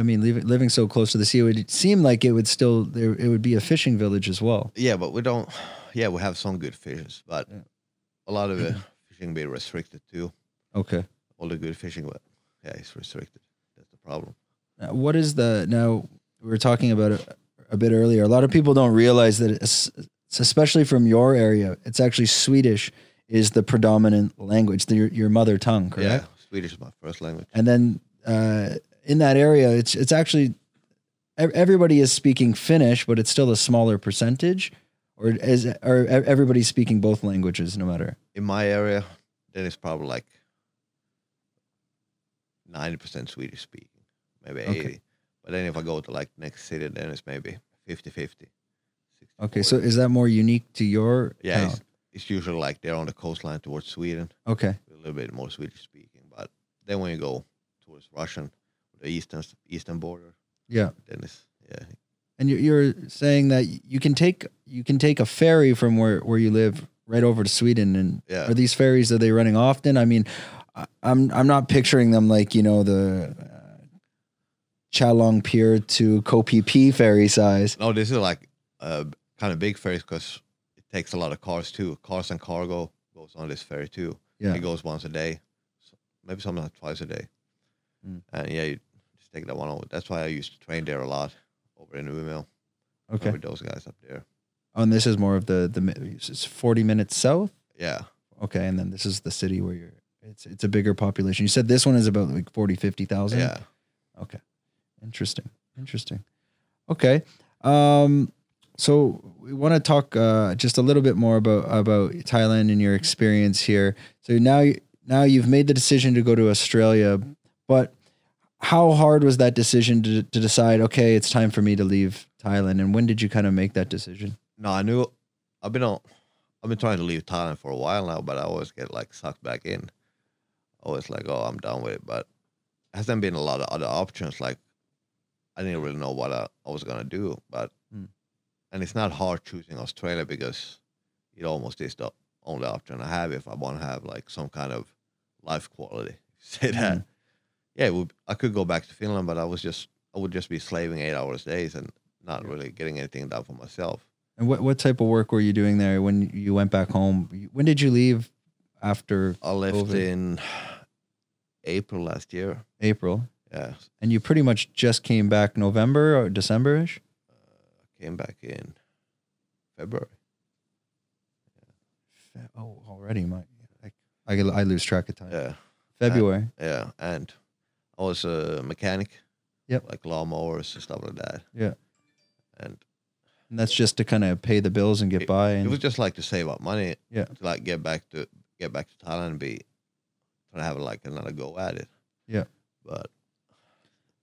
[SPEAKER 1] I mean, leave, living so close to the sea, it would seem like it would still there. It would be a fishing village as well.
[SPEAKER 2] Yeah, but we don't. Yeah, we have some good fishes, but
[SPEAKER 1] Yeah.
[SPEAKER 2] a lot of the fishing be restricted too.
[SPEAKER 1] Okay.
[SPEAKER 2] All the good fishing, but yeah, it's restricted. That's the problem.
[SPEAKER 1] Now, what is the now? We were talking about it a bit earlier. A lot of people don't realize that, it's, it's especially from your area, it's actually Swedish is the predominant language, the, your your mother tongue, correct?
[SPEAKER 2] Yeah, Swedish is my first language.
[SPEAKER 1] and then uh, in that area, it's it's actually ev- everybody is speaking Finnish, but it's still a smaller percentage, or is or ev- everybody's speaking both languages, no matter.
[SPEAKER 2] in my area, then it's probably like ninety percent Swedish speaking, maybe
[SPEAKER 1] Okay.
[SPEAKER 2] eighty. But then if I go to like next city, then it's maybe 50 50
[SPEAKER 1] Okay, so is that more unique to your
[SPEAKER 2] yeah,
[SPEAKER 1] town?
[SPEAKER 2] it's, it's usually like they're on the coastline towards Sweden,
[SPEAKER 1] Okay,
[SPEAKER 2] a little bit more Swedish speaking. But then when you go towards Russian, the eastern eastern border,
[SPEAKER 1] yeah,
[SPEAKER 2] then it's yeah,
[SPEAKER 1] and you- you're saying that you can take you can take a ferry from where where you live right over to Sweden, and
[SPEAKER 2] yeah.
[SPEAKER 1] are these ferries are they running often? I mean, I- I'm I'm not picturing them like you know the. Uh, Chalong Pier to Kopi ferry size.
[SPEAKER 2] No, this is like uh, kind of big ferries because it takes a lot of cars too. Cars and cargo goes on this ferry too.
[SPEAKER 1] Yeah.
[SPEAKER 2] It goes once a day, so maybe sometimes twice a day.
[SPEAKER 1] Mm.
[SPEAKER 2] And yeah, you just take that one over. That's why I used to train there a lot over in Umeå
[SPEAKER 1] Okay.
[SPEAKER 2] with those guys up there.
[SPEAKER 1] Oh, and this is more of the the mi- it's 40 minutes south.
[SPEAKER 2] Yeah,
[SPEAKER 1] Okay, and then this is the city where you're. It's it's a bigger population. You said this one is about like 40, 50,000.
[SPEAKER 2] yeah.
[SPEAKER 1] Okay. Interesting. Interesting. Okay. Um so we want to talk uh just a little bit more about about Thailand and your experience here. So now you now you've made the decision to go to Australia, but how hard was that decision to, to decide okay, it's time for me to leave Thailand and when did you kind of make that decision?
[SPEAKER 2] No, I knew. I've been on. I've been trying to leave Thailand for a while now, but I always get like sucked back in. Always like, oh, I'm done with it. But hasn't been a lot of other options. Like, I didn't really know what I, I was gonna do. But
[SPEAKER 1] Mm.
[SPEAKER 2] and it's not hard choosing Australia because it almost is the only option I have if I want to have like some kind of life quality. Say that. Yeah, it would, I could go back to Finland, but I was just I would just be slaving eight hours days and not really getting anything done for myself.
[SPEAKER 1] And what, what type of work were you doing there when you went back home? You- When did you leave after
[SPEAKER 2] I left
[SPEAKER 1] COVID.
[SPEAKER 2] in April last year.
[SPEAKER 1] April?
[SPEAKER 2] Yeah,
[SPEAKER 1] And you pretty much just came back November or December ish?
[SPEAKER 2] uh, came back in February.
[SPEAKER 1] Oh, already. My, I, I, I lose track of time.
[SPEAKER 2] Yeah,
[SPEAKER 1] February.
[SPEAKER 2] yeah, and I was a mechanic.
[SPEAKER 1] Yep.
[SPEAKER 2] like lawnmowers and stuff like that.
[SPEAKER 1] Yeah.
[SPEAKER 2] and
[SPEAKER 1] And that's just to kind of pay the bills and get by. And
[SPEAKER 2] it was just like to save up money.
[SPEAKER 1] Yeah.
[SPEAKER 2] to like get back to get back to Thailand and be trying to have like another go at it.
[SPEAKER 1] Yeah.
[SPEAKER 2] but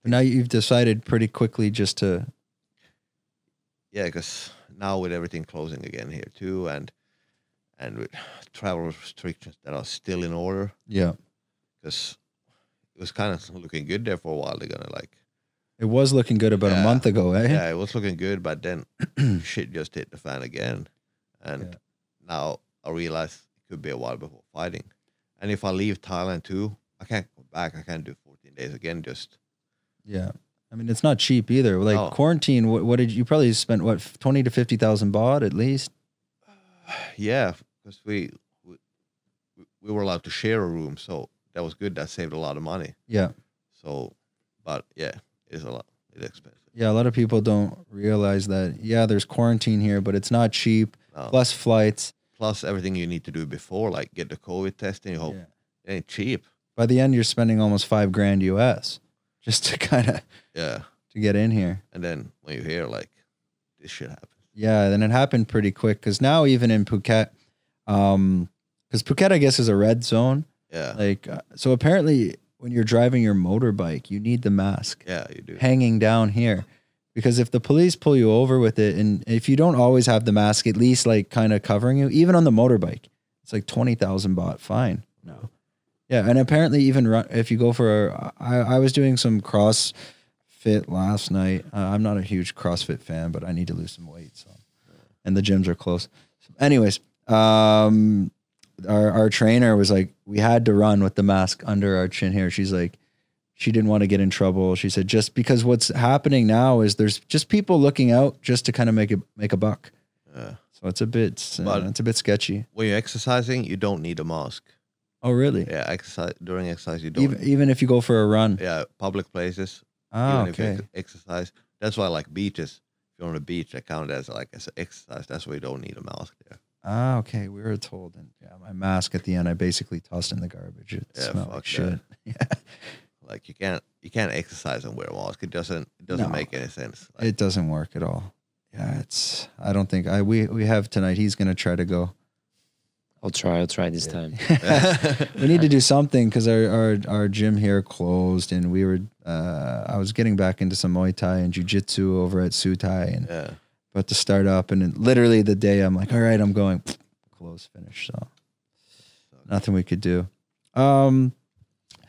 [SPEAKER 1] but now you've decided pretty quickly just to,
[SPEAKER 2] yeah, because now with everything closing again here too, and and with travel restrictions that are still in order.
[SPEAKER 1] yeah.
[SPEAKER 2] because it was kind of looking good there for a while. They're gonna like,
[SPEAKER 1] It was looking good about a
[SPEAKER 2] Yeah.
[SPEAKER 1] month ago, eh?
[SPEAKER 2] yeah, it was looking good, but then shit just hit the fan again, and
[SPEAKER 1] Yeah.
[SPEAKER 2] now I realize it could be a while before fighting. And if I leave Thailand too, I can't go back. I can't do 14 days again. Just
[SPEAKER 1] Yeah. I mean, it's not cheap either. Like
[SPEAKER 2] No.
[SPEAKER 1] quarantine, what, what did you probably spent, what, 20 to 50,000 baht at least?
[SPEAKER 2] yeah, because we, we we were allowed to share a room, so that was good. That saved a lot of money.
[SPEAKER 1] Yeah.
[SPEAKER 2] So, but yeah, it's a lot. It's expensive.
[SPEAKER 1] Yeah, a lot of people don't realize that. Yeah, there's quarantine here, but it's not cheap.
[SPEAKER 2] No.
[SPEAKER 1] Plus flights.
[SPEAKER 2] plus everything you need to do before, like get the COVID testing. You hope
[SPEAKER 1] Yeah.
[SPEAKER 2] it ain't cheap.
[SPEAKER 1] By the end, you're spending almost five grand US just to kind of
[SPEAKER 2] Yeah,
[SPEAKER 1] to get in here.
[SPEAKER 2] and then when you hear like this shit happens,
[SPEAKER 1] Yeah, then it happened pretty quick because now even in Phuket, um, because Phuket I guess is a red zone.
[SPEAKER 2] yeah,
[SPEAKER 1] Like, uh, so apparently when you're driving your motorbike, you need the mask
[SPEAKER 2] yeah, you do.
[SPEAKER 1] hanging down here, because if the police pull you over with it, and if you don't always have the mask, at least like kind of covering you, even on the motorbike, it's like twenty thousand baht fine. No. Yeah, and apparently even run, if you go for, a- I I was doing some CrossFit last night. Uh, I'm not a huge CrossFit fan, but I need to lose some weight, so and the gyms are close. Anyways, um, our our trainer was like, we had to run with the mask under our chin here. She's like, she didn't want to get in trouble. She said just because what's happening now is there's just people looking out just to kind of make a make a buck.
[SPEAKER 2] Yeah.
[SPEAKER 1] So it's a bit uh,
[SPEAKER 2] But-
[SPEAKER 1] it's a bit sketchy.
[SPEAKER 2] When you're exercising, you don't need a mask.
[SPEAKER 1] Oh really?
[SPEAKER 2] Yeah, exercise during exercise, you don't.
[SPEAKER 1] even even if you go for a run.
[SPEAKER 2] yeah, public places.
[SPEAKER 1] Ah, okay.
[SPEAKER 2] even if you ex- exercise, that's why like beaches. If you're on a beach, that count as like as exercise. That's why you don't need a mask there.
[SPEAKER 1] Ah, okay. We were told, and yeah, my mask at the end, I basically tossed in the garbage. It
[SPEAKER 2] Yeah,
[SPEAKER 1] smelled like
[SPEAKER 2] fuck
[SPEAKER 1] shit.
[SPEAKER 2] that.
[SPEAKER 1] Yeah,
[SPEAKER 2] Like you can't you can't exercise and wear a mask. It doesn't it doesn't
[SPEAKER 1] No.
[SPEAKER 2] make any sense. Like,
[SPEAKER 1] it doesn't work at all. Yeah, it's. I don't think I. We we have tonight. He's gonna try to go.
[SPEAKER 3] I'll try. I'll try this time.
[SPEAKER 1] we need to do something because our, our our gym here closed, and we were. Uh, I was getting back into some Muay Thai and Jiu Jitsu over at Sutai, and
[SPEAKER 2] yeah, Oh
[SPEAKER 1] about to start up. And then literally the day I'm like, all right, I'm going. Close finish. So nothing we could do. Um.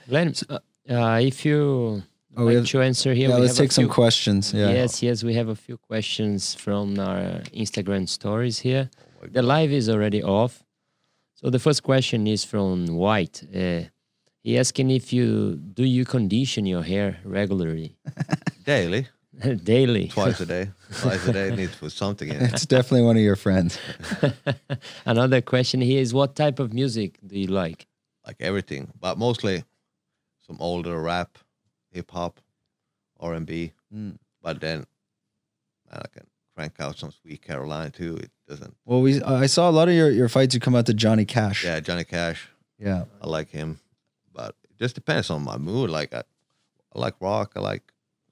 [SPEAKER 3] Glenn, uh, uh, if you
[SPEAKER 1] Oh, we
[SPEAKER 3] like
[SPEAKER 1] have-
[SPEAKER 3] to answer here,
[SPEAKER 1] yeah.
[SPEAKER 3] we
[SPEAKER 1] Let's
[SPEAKER 3] have a
[SPEAKER 1] take some
[SPEAKER 3] few-
[SPEAKER 1] questions. Yeah.
[SPEAKER 3] Yes, yes, we have a few questions from our Instagram stories here.
[SPEAKER 2] Oh my
[SPEAKER 3] The live is already off. So the first question is from White. Uh, he asking if you do you condition your hair regularly,
[SPEAKER 2] daily,
[SPEAKER 3] daily.
[SPEAKER 2] twice a day, twice a day. It needs to put something in it.
[SPEAKER 1] It's definitely one of your friends.
[SPEAKER 3] Another question here is what type of music do you like?
[SPEAKER 2] like everything, but mostly some older rap, hip hop, R and B.
[SPEAKER 1] Mm.
[SPEAKER 2] But then, man, I can crank out some Sweet Caroline too. It doesn't.
[SPEAKER 1] Well, we I saw a lot of your, your fights. You come out to Johnny Cash.
[SPEAKER 2] Yeah, Johnny Cash,
[SPEAKER 1] Yeah.
[SPEAKER 2] I like him, but it just depends on my mood. Like I, I like rock. I like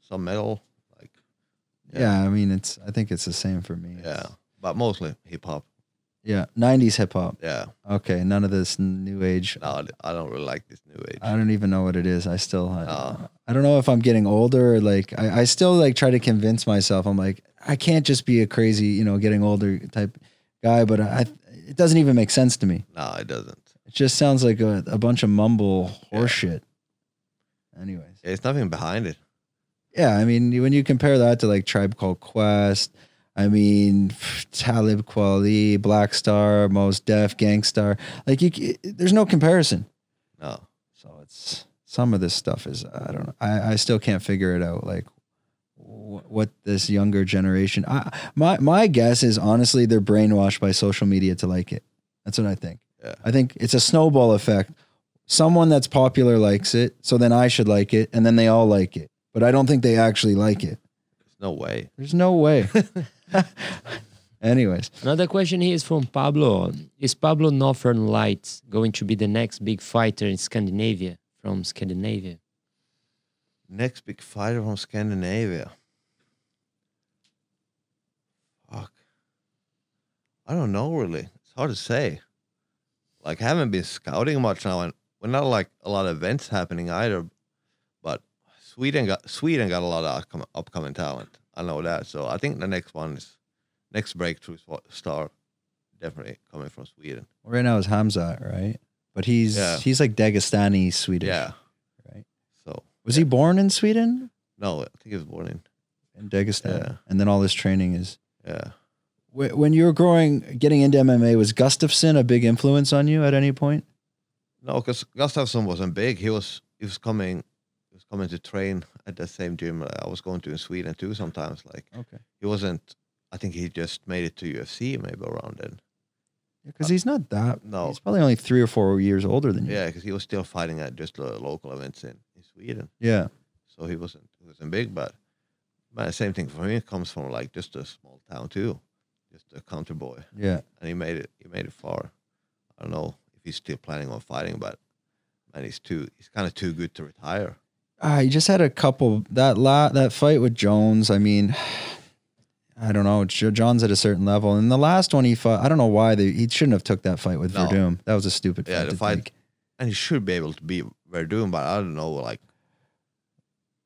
[SPEAKER 2] some metal. Like
[SPEAKER 1] Yeah, I mean, it's. I think it's the same for me.
[SPEAKER 2] yeah,
[SPEAKER 1] It's-
[SPEAKER 2] but mostly hip hop.
[SPEAKER 1] Yeah. Nineties hip hop.
[SPEAKER 2] Yeah,
[SPEAKER 1] Okay, none of this new age.
[SPEAKER 2] no, I- I don't really like this new age.
[SPEAKER 1] I don't even know what it is. I still, I,
[SPEAKER 2] Oh.
[SPEAKER 1] I don't know if I'm getting older. Or like, I, I still like try to convince myself. I'm like, I can't just be a crazy, you know, getting older type guy. But I, it doesn't even make sense to me.
[SPEAKER 2] no, it doesn't.
[SPEAKER 1] It just sounds like a, a bunch of mumble horseshit. Anyways,
[SPEAKER 2] There's nothing behind it.
[SPEAKER 1] yeah, I mean, when you compare that to like Tribe Called Quest, I mean, Talib Kweli, Black Star, Mos Def, Gangstar, like you, c- there's no comparison.
[SPEAKER 2] No,
[SPEAKER 1] So it's some of this stuff is I don't know. I, I still can't figure it out. Like wh- what this younger generation. I, my my guess is honestly they're brainwashed by social media to like it. That's what I think.
[SPEAKER 2] Yeah.
[SPEAKER 1] I think it's a snowball effect. Someone that's popular likes it, so then I should like it, and then they all like it. But I don't think they actually like it.
[SPEAKER 2] there's no way.
[SPEAKER 1] There's no way. Anyways,
[SPEAKER 3] Another question here is from Pablo. Is Pablo Northern Lights going to be the next big fighter in Scandinavia from Scandinavia?
[SPEAKER 2] Next big fighter from Scandinavia. Fuck. I don't know really. It's hard to say. Like I haven't been scouting much now and we're not like a lot of events happening either. But Sweden got Sweden got a lot of upcom- upcoming talent. I know that. So I think the next one is next breakthrough swa- star definitely coming from Sweden.
[SPEAKER 1] right now is Hamza, right? But he's
[SPEAKER 2] Yeah.
[SPEAKER 1] he's like Dagestani Swedish.
[SPEAKER 2] Yeah.
[SPEAKER 1] Right.
[SPEAKER 2] So
[SPEAKER 1] Was he born in Sweden?
[SPEAKER 2] no, I think he was born in
[SPEAKER 1] in Dagestan,
[SPEAKER 2] Yeah.
[SPEAKER 1] and then all this training is.
[SPEAKER 2] yeah.
[SPEAKER 1] Wh- When you were growing, getting into MMA, was Gustafsson a big influence on you at any point?
[SPEAKER 2] No, because Gustafsson wasn't big. He was he was coming he was coming to train at the same gym that I was going to in Sweden too. Sometimes like
[SPEAKER 1] Okay.
[SPEAKER 2] he wasn't. I think he just made it to UFC maybe around then.
[SPEAKER 1] because he's not that.
[SPEAKER 2] No.
[SPEAKER 1] he's probably only three or four years older than you.
[SPEAKER 2] Yeah, because he was still fighting at just lo- local events in, in Sweden.
[SPEAKER 1] Yeah,
[SPEAKER 2] So he wasn't he wasn't big, but but the same thing for him. It comes from like just a small town too, just a country boy,
[SPEAKER 1] yeah,
[SPEAKER 2] and he made it. He made it far. I don't know if he's still planning on fighting, but man, he's too. He's kind of too good to retire.
[SPEAKER 1] Ah, he just had a couple that la- that fight with Jones. I mean, I don't know. Jo- John's at a certain level, and the last one he fought, I don't know why they, he shouldn't have took that fight with
[SPEAKER 2] No.
[SPEAKER 1] Verdum. That was a stupid
[SPEAKER 2] Yeah,
[SPEAKER 1] fight
[SPEAKER 2] the
[SPEAKER 1] to
[SPEAKER 2] fight-
[SPEAKER 1] take.
[SPEAKER 2] And he should be able to be Verdun, but I don't know. Like,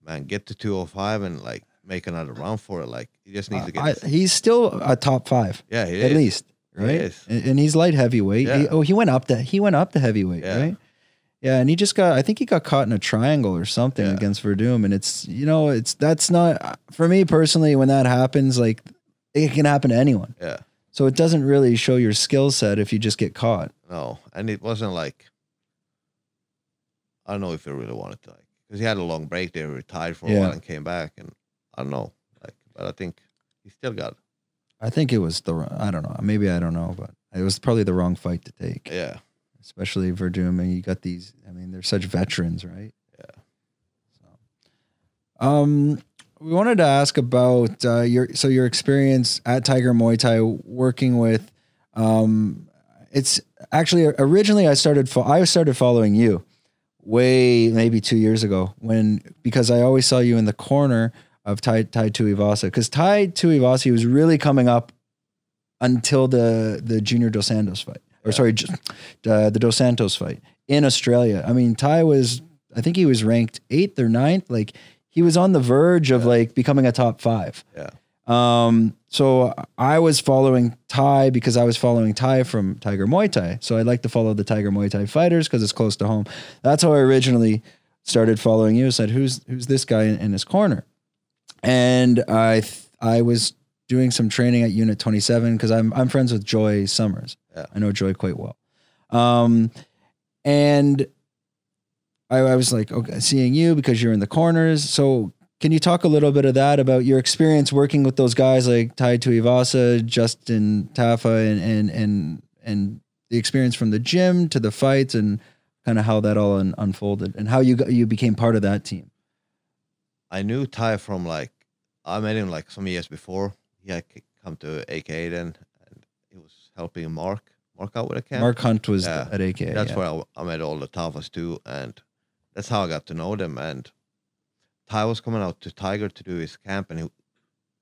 [SPEAKER 2] man, get to two hundred five and like make another round for it. Like, he just needs to get.
[SPEAKER 1] I-
[SPEAKER 2] his-
[SPEAKER 1] he's still a top five
[SPEAKER 2] yeah, he
[SPEAKER 1] at
[SPEAKER 2] is.
[SPEAKER 1] least,
[SPEAKER 2] He
[SPEAKER 1] right?
[SPEAKER 2] is.
[SPEAKER 1] And, and he's light heavyweight. He-
[SPEAKER 2] Yeah.
[SPEAKER 1] oh, he went up to he went up to heavyweight,
[SPEAKER 2] Yeah.
[SPEAKER 1] right? Yeah, and he just got I think he got caught in a triangle or something
[SPEAKER 2] Yeah.
[SPEAKER 1] against Verdum, and it's you know it's that's not for me personally when that happens like it can happen to anyone.
[SPEAKER 2] Yeah.
[SPEAKER 1] So it doesn't really show your skill set if you just get caught.
[SPEAKER 2] No, and it wasn't like I don't know if he really wanted to, like, because he had a long break there, retired for a
[SPEAKER 1] Yeah.
[SPEAKER 2] while, and came back, and I don't know, like, but I think he still got,
[SPEAKER 1] I think it was the wrong- I don't know maybe I don't know, but it was probably the wrong fight to take,
[SPEAKER 2] yeah,
[SPEAKER 1] especially Verdum. And you got these. I mean, they're such veterans, right?
[SPEAKER 2] Yeah.
[SPEAKER 1] So, um, we wanted to ask about uh, your so your experience at Tiger Muay Thai working with. Um, it's actually originally I started fo- I started following you way maybe two years ago when because I always saw you in the corner of Tai Tai Tuivasa because Tai Tuivasa was really coming up until the the Junior Dos Santos fight or
[SPEAKER 2] Yeah.
[SPEAKER 1] sorry ju- uh, the Dos Santos fight in Australia. I mean Tai was I think he was ranked eighth or ninth. Like he was on the verge of
[SPEAKER 2] Yeah.
[SPEAKER 1] like becoming a top five.
[SPEAKER 2] yeah,
[SPEAKER 1] Um, so I was following Thai because I was following Thai from Tiger Muay Thai. So I like to follow the Tiger Muay Thai fighters because it's close to home. That's how I originally started following you. Said who's who's this guy in, in his corner, and I th- I was doing some training at Unit 27 because I'm I'm friends with Joy Summers.
[SPEAKER 2] Yeah.
[SPEAKER 1] I know Joy quite well, um, and I, I was like okay, seeing you because you're in the corners. So can you talk a little bit of that about your experience working with those guys like Tai Tuivasa, Justin Tafa, and and and and the experience from the gym to the fights and kind of how that all un- unfolded and how you got, you became part of that team.
[SPEAKER 2] I knew Ty from like I met him like some years before he had c- come to AK then, and he was helping Mark Mark out with a camp.
[SPEAKER 1] Mark Hunt was
[SPEAKER 2] Yeah.
[SPEAKER 1] at AK.
[SPEAKER 2] that's
[SPEAKER 1] yeah.
[SPEAKER 2] where I, I met all the Tavas too, and that's how I got to know them. And Ty was coming out to Tiger to do his camp, and he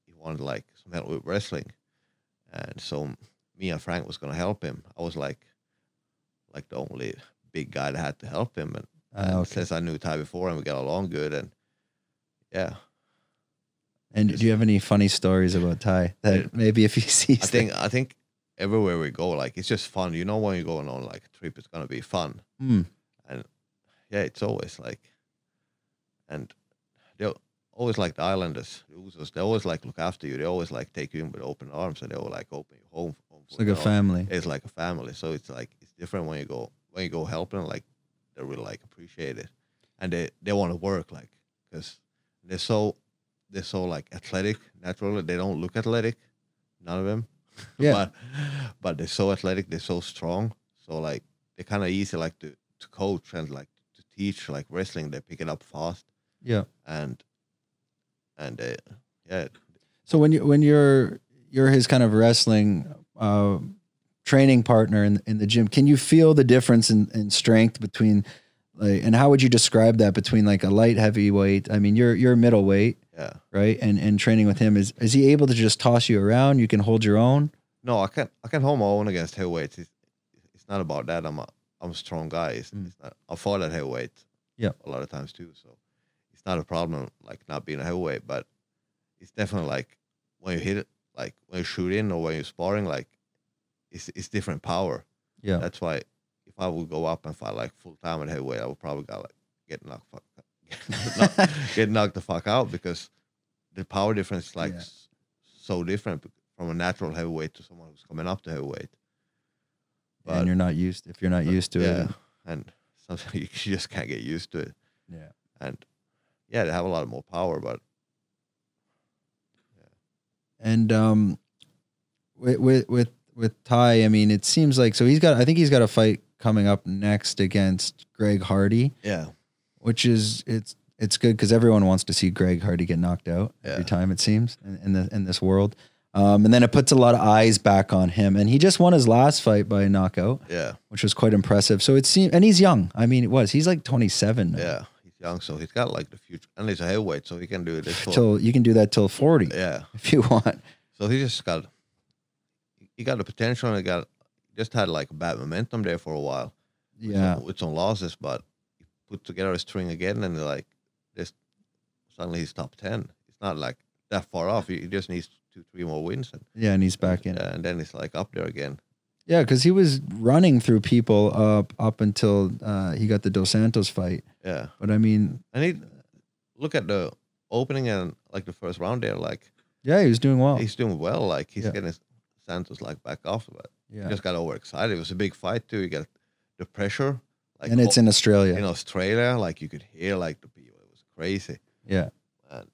[SPEAKER 2] he wanted like some help with wrestling, and so me and Frank was gonna help him. I was like, like the only big guy that had to help him, and,
[SPEAKER 1] Ah,
[SPEAKER 2] and
[SPEAKER 1] okay.
[SPEAKER 2] since I knew Ty before and we got along good, and yeah,
[SPEAKER 1] And do you have any funny stories about Ty that maybe if he sees?
[SPEAKER 2] I think I think everywhere we go, like it's just fun. You know, when you're going on like a trip, it's gonna be fun.
[SPEAKER 1] that- Hmm.
[SPEAKER 2] yeah, it's always like, and they're always like the Islanders, the Usos. They always like look after you. They always like take you in with open arms, and they will like open you home. home
[SPEAKER 1] it's
[SPEAKER 2] for
[SPEAKER 1] like a
[SPEAKER 2] now.
[SPEAKER 1] family.
[SPEAKER 2] It's like a family. So it's like it's different when you go when you go helping. Like they really like appreciate it, and they they want to work like because they're so they're so like athletic naturally. They don't look athletic, none of them.
[SPEAKER 1] Yeah.
[SPEAKER 2] but but they're so athletic. They're so strong. So like they're kind of easy like to to coach and like to teach like wrestling. They pick it up fast
[SPEAKER 1] Yeah.
[SPEAKER 2] and and they yeah
[SPEAKER 1] So when you when you're you're his kind of wrestling uh, training partner in in the gym, can you feel the difference in, in strength between like and how would you describe that between like a light heavyweight? I mean, you're you're middleweight,
[SPEAKER 2] yeah.
[SPEAKER 1] right? And and training with him is is he able to just toss you around? You can hold your own.
[SPEAKER 2] No, I can't. I can't hold my own against heavyweights. It's, it's not about that. I'm a I'm a strong guy. It's,
[SPEAKER 1] Mm.
[SPEAKER 2] it's not. I fought at heavyweight.
[SPEAKER 1] Yeah.
[SPEAKER 2] a lot of times too. So it's not a problem like not being a heavyweight, but it's definitely like when you hit it, like when you shoot in or when you're sparring, like it's it's different power.
[SPEAKER 1] Yeah.
[SPEAKER 2] That's why if I would go up and fight like full time at heavyweight, I would probably got like get knocked fuck, get, knocked, get knocked the fuck out because the power difference is like
[SPEAKER 1] Yeah.
[SPEAKER 2] s- so different bec- from a natural heavyweight to someone who's coming up to heavyweight.
[SPEAKER 1] and you're not used if you're not used to
[SPEAKER 2] yeah,
[SPEAKER 1] it.
[SPEAKER 2] and sometimes you just can't get used to it.
[SPEAKER 1] Yeah.
[SPEAKER 2] And yeah, they have a lot more power, but
[SPEAKER 1] And um, with with with with Ty, I mean, it seems like so he's got. I think he's got a fight coming up next against Greg Hardy,
[SPEAKER 2] Yeah.
[SPEAKER 1] which is it's it's good because everyone wants to see Greg Hardy get knocked out every
[SPEAKER 2] Yeah.
[SPEAKER 1] time it seems in, in the in this world. Um, and then it puts a lot of eyes back on him, and he just won his last fight by knockout,
[SPEAKER 2] Yeah.
[SPEAKER 1] which was quite impressive. So it seemed, and he's young. I mean, it was he's like twenty seven.
[SPEAKER 2] Yeah. He's young, so he's got like the future, and he's a heavyweight, so he can do this. For,
[SPEAKER 1] till you can do that till forty
[SPEAKER 2] yeah.
[SPEAKER 1] if you want.
[SPEAKER 2] So he just got, he got the potential, and he got just had like bad momentum there for a while. with
[SPEAKER 1] Yeah,
[SPEAKER 2] some- with some losses, but he put together a string again, and like this, suddenly he's top ten. It's not like that far off. He he just needs two, three more wins, and
[SPEAKER 1] yeah, and he's back in.
[SPEAKER 2] yeah, and then he's like up there again.
[SPEAKER 1] Yeah, because he was running through people up up until uh, he got the Dos Santos fight.
[SPEAKER 2] Yeah,
[SPEAKER 1] But I mean,
[SPEAKER 2] and he look at the opening and like the first round there. Like
[SPEAKER 1] yeah, he was doing well.
[SPEAKER 2] he's doing well. Like he's
[SPEAKER 1] Oh. Yeah.
[SPEAKER 2] getting Santos like back off, but he
[SPEAKER 1] Yeah,
[SPEAKER 2] just got overexcited. It was a big fight too. You got the pressure, like
[SPEAKER 1] and it's
[SPEAKER 2] o-
[SPEAKER 1] in Australia.
[SPEAKER 2] in Australia. Like you could hear like the people. It was crazy,
[SPEAKER 1] yeah.
[SPEAKER 2] and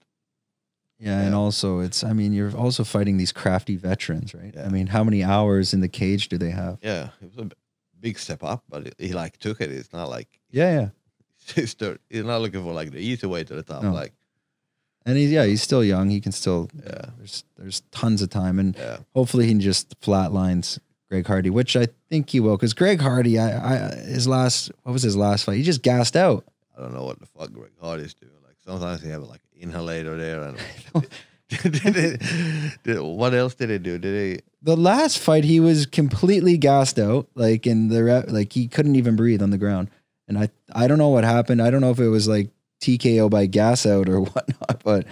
[SPEAKER 1] yeah, and
[SPEAKER 2] Yeah.
[SPEAKER 1] also it's. I mean, you're also fighting these crafty veterans, right? I
[SPEAKER 2] Yeah.
[SPEAKER 1] mean, how many hours in the cage do they have?
[SPEAKER 2] Yeah, it was a b- big step up, but he, he like took it. It's not like
[SPEAKER 1] Yeah, yeah.
[SPEAKER 2] he's, thir- he's not looking for like the easy way to the top.
[SPEAKER 1] No.
[SPEAKER 2] Like,
[SPEAKER 1] And he's yeah, he's still young. He can still.
[SPEAKER 2] Yeah.
[SPEAKER 1] There's there's tons of time, and
[SPEAKER 2] yeah,
[SPEAKER 1] hopefully he just flatlines Greg Hardy, which I think he will, because Greg Hardy, I, I his last what was his last fight? He just gassed out.
[SPEAKER 2] I don't know what the fuck Greg Hardy's doing. Like sometimes he have like inhalator there, and did, they- did- what else did he do? Did he?
[SPEAKER 1] the last fight he was completely gassed out like in the re- like he couldn't even breathe on the ground and i i don't know what happened i don't know if it was like tko by gas out or whatnot but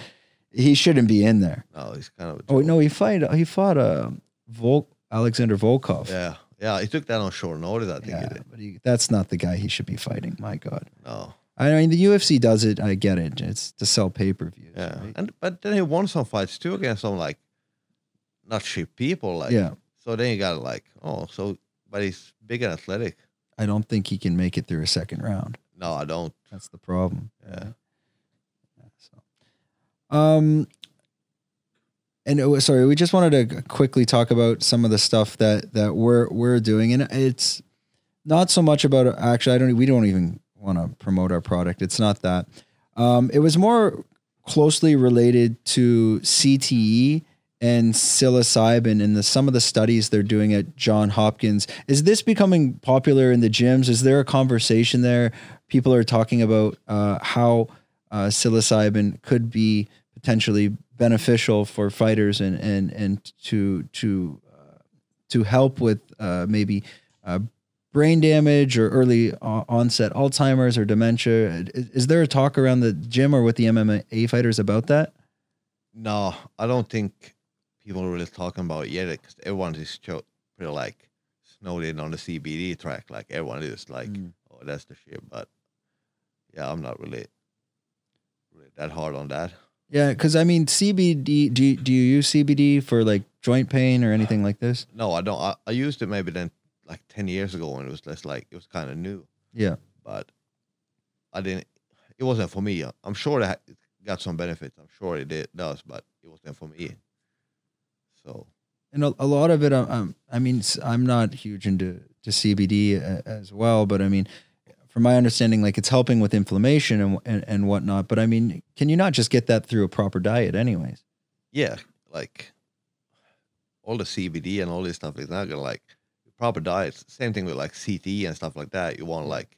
[SPEAKER 1] he shouldn't be in there
[SPEAKER 2] No, he's kind of. a
[SPEAKER 1] oh wait,
[SPEAKER 2] joke.
[SPEAKER 1] no he fight he fought uh Vol- alexander volkov
[SPEAKER 2] Yeah, yeah, he took that on short notice. I think
[SPEAKER 1] Yeah,
[SPEAKER 2] he did.
[SPEAKER 1] but he, that's not the guy he should be fighting my god
[SPEAKER 2] No,
[SPEAKER 1] i mean the ufc does it i get it it's to sell pay-per-views
[SPEAKER 2] yeah,
[SPEAKER 1] right?
[SPEAKER 2] and but then he won some fights too against some like not cheap people. Like,
[SPEAKER 1] yeah
[SPEAKER 2] So then you got like, oh, so but he's big and athletic.
[SPEAKER 1] i don't think he can make it through a second round
[SPEAKER 2] No, I don't.
[SPEAKER 1] That's the problem.
[SPEAKER 2] Yeah.
[SPEAKER 1] right? Yeah, So, um, and it was- sorry, we just wanted to g- quickly talk about some of the stuff that that we're we're doing, and it's not so much about actually. I don't. We don't even want to promote our product. It's not that. Um, it was more closely related to CTE and psilocybin and the, some of the studies they're doing at John Hopkins. Is this becoming popular in the gyms? Is there a conversation there? People are talking about uh, how uh, psilocybin could be potentially beneficial for fighters and and and to to uh, to help with uh, maybe uh, brain damage or early o- onset Alzheimer's or dementia. Is, is there a talk around the gym or with the MMA fighters about that?
[SPEAKER 2] No, I don't think people are really talking about it yet because everyone is cho- pretty like snowed in on the CBD track. Like everyone is like,
[SPEAKER 1] Mm.
[SPEAKER 2] oh, that's the shit. But yeah, I'm not really, really that hard on that.
[SPEAKER 1] Yeah, because I mean CBD. Do you, do you use CBD for like joint pain or anything like this?
[SPEAKER 2] No, I don't. I, I used it maybe then like 10 years ago when it was less like, it was kind of new,
[SPEAKER 1] Yeah,
[SPEAKER 2] but I didn't, it wasn't for me. I'm sure that it got some benefits. I'm sure it did, does, but it wasn't for me. So
[SPEAKER 1] and a, a lot of it. Um, um, I mean, s- I'm not huge into to CBD a, uh, as well, but I mean, from my understanding, like it's helping with inflammation and, and and whatnot. But I mean, can you not just get that through a proper diet, anyways?
[SPEAKER 2] yeah, like all the CBD and all this stuff is not gonna like proper diets. Same thing with like CTE and stuff like that. You want like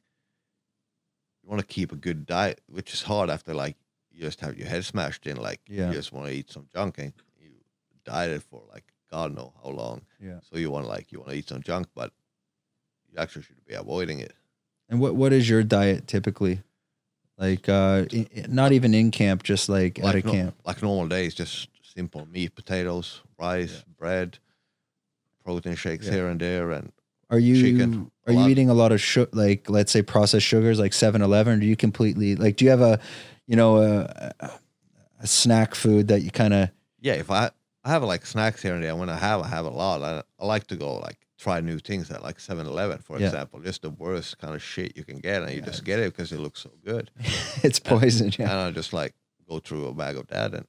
[SPEAKER 2] you want to keep a good diet, which is hard after like you just have your head smashed in. Like
[SPEAKER 1] Yeah.
[SPEAKER 2] you just want to eat some junk and you dieted for like God know how long.
[SPEAKER 1] Yeah.
[SPEAKER 2] So you want like you want to eat some junk, but you actually should be avoiding it.
[SPEAKER 1] And what what is your diet typically? Like, uh, i- i- not even in camp, just like, at a
[SPEAKER 2] no-
[SPEAKER 1] camp.
[SPEAKER 2] like normal days, just simple meat, potatoes, rice, bread, protein shakes
[SPEAKER 1] Yeah.
[SPEAKER 2] here and there, and
[SPEAKER 1] Are you
[SPEAKER 2] Chicken,
[SPEAKER 1] are
[SPEAKER 2] a
[SPEAKER 1] you
[SPEAKER 2] lot.
[SPEAKER 1] eating a lot of su- like let's say processed sugars like 7-Eleven? Do you completely like do you have a you know a, a- a snack food that you kind of
[SPEAKER 2] yeah, if I I have like snacks here and there, when I have, I have a lot. I, I like to go like try new things at like 7 Eleven, for
[SPEAKER 1] Yeah.
[SPEAKER 2] example, just the worst kind of shit you can get, and you
[SPEAKER 1] Yeah,
[SPEAKER 2] just get it because it looks so good.
[SPEAKER 1] it's poison? Yeah,
[SPEAKER 2] And I just like go through a bag of that, and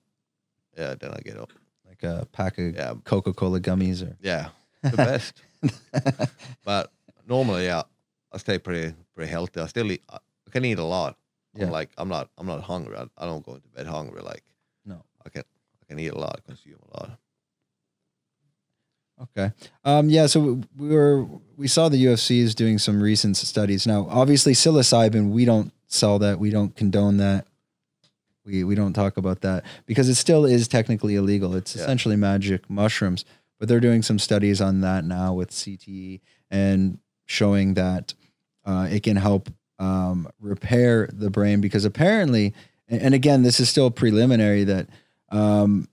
[SPEAKER 2] yeah, then I get up.
[SPEAKER 1] like a pack of
[SPEAKER 2] Yeah,
[SPEAKER 1] Coca Cola gummies or
[SPEAKER 2] yeah, the best. but normally, yeah, I stay pretty pretty healthy. I still eat, I can eat a lot.
[SPEAKER 1] Yeah.
[SPEAKER 2] I'm like I'm not I'm not hungry. I, I don't go into bed hungry. Like
[SPEAKER 1] No.
[SPEAKER 2] I can I can eat a lot, consume a lot.
[SPEAKER 1] Okay. Um, yeah. So we were we saw the UFC is doing some recent studies. Now, obviously, psilocybin we don't sell that. We don't condone that. We we don't talk about that because it still is technically illegal. It's
[SPEAKER 2] Yeah.
[SPEAKER 1] essentially magic mushrooms, but they're doing some studies on that now with CTE and showing that uh, it can help um, repair the brain because apparently, and, and again, this is still preliminary that. Um,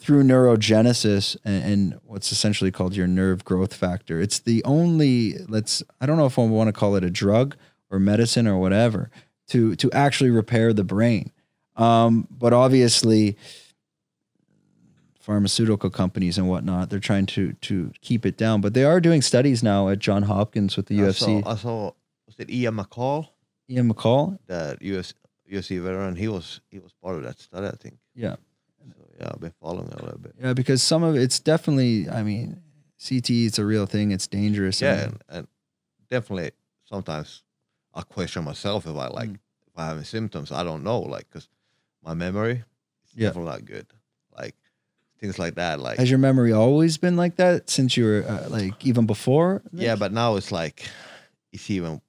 [SPEAKER 1] through neurogenesis and, and what's essentially called your nerve growth factor. It's the only let's I don't know if I want to call it a drug or medicine or whatever to to actually repair the brain. Um, but obviously, pharmaceutical companies and whatnot they're trying to to keep it down. But they are doing studies now at John Hopkins with the
[SPEAKER 2] I
[SPEAKER 1] UFC.
[SPEAKER 2] Saw, I saw was it Ian McCall,
[SPEAKER 1] Ian McCall,
[SPEAKER 2] the US, UFC veteran. He was he was part of that study, I think.
[SPEAKER 1] Yeah.
[SPEAKER 2] So yeah, I've been following it a little bit.
[SPEAKER 1] yeah, because some of it's definitely I mean. CTE, it's a real thing. It's dangerous.
[SPEAKER 2] Yeah,
[SPEAKER 1] and-
[SPEAKER 2] and, and definitely sometimes I question myself if I like
[SPEAKER 1] Mm.
[SPEAKER 2] if I have symptoms. I don't know, like because my memory is
[SPEAKER 1] Yeah.
[SPEAKER 2] definitely not good. Like things like that. Like
[SPEAKER 1] Has your memory always been like that since you were uh, like even before? this?
[SPEAKER 2] yeah, but now it's like it's even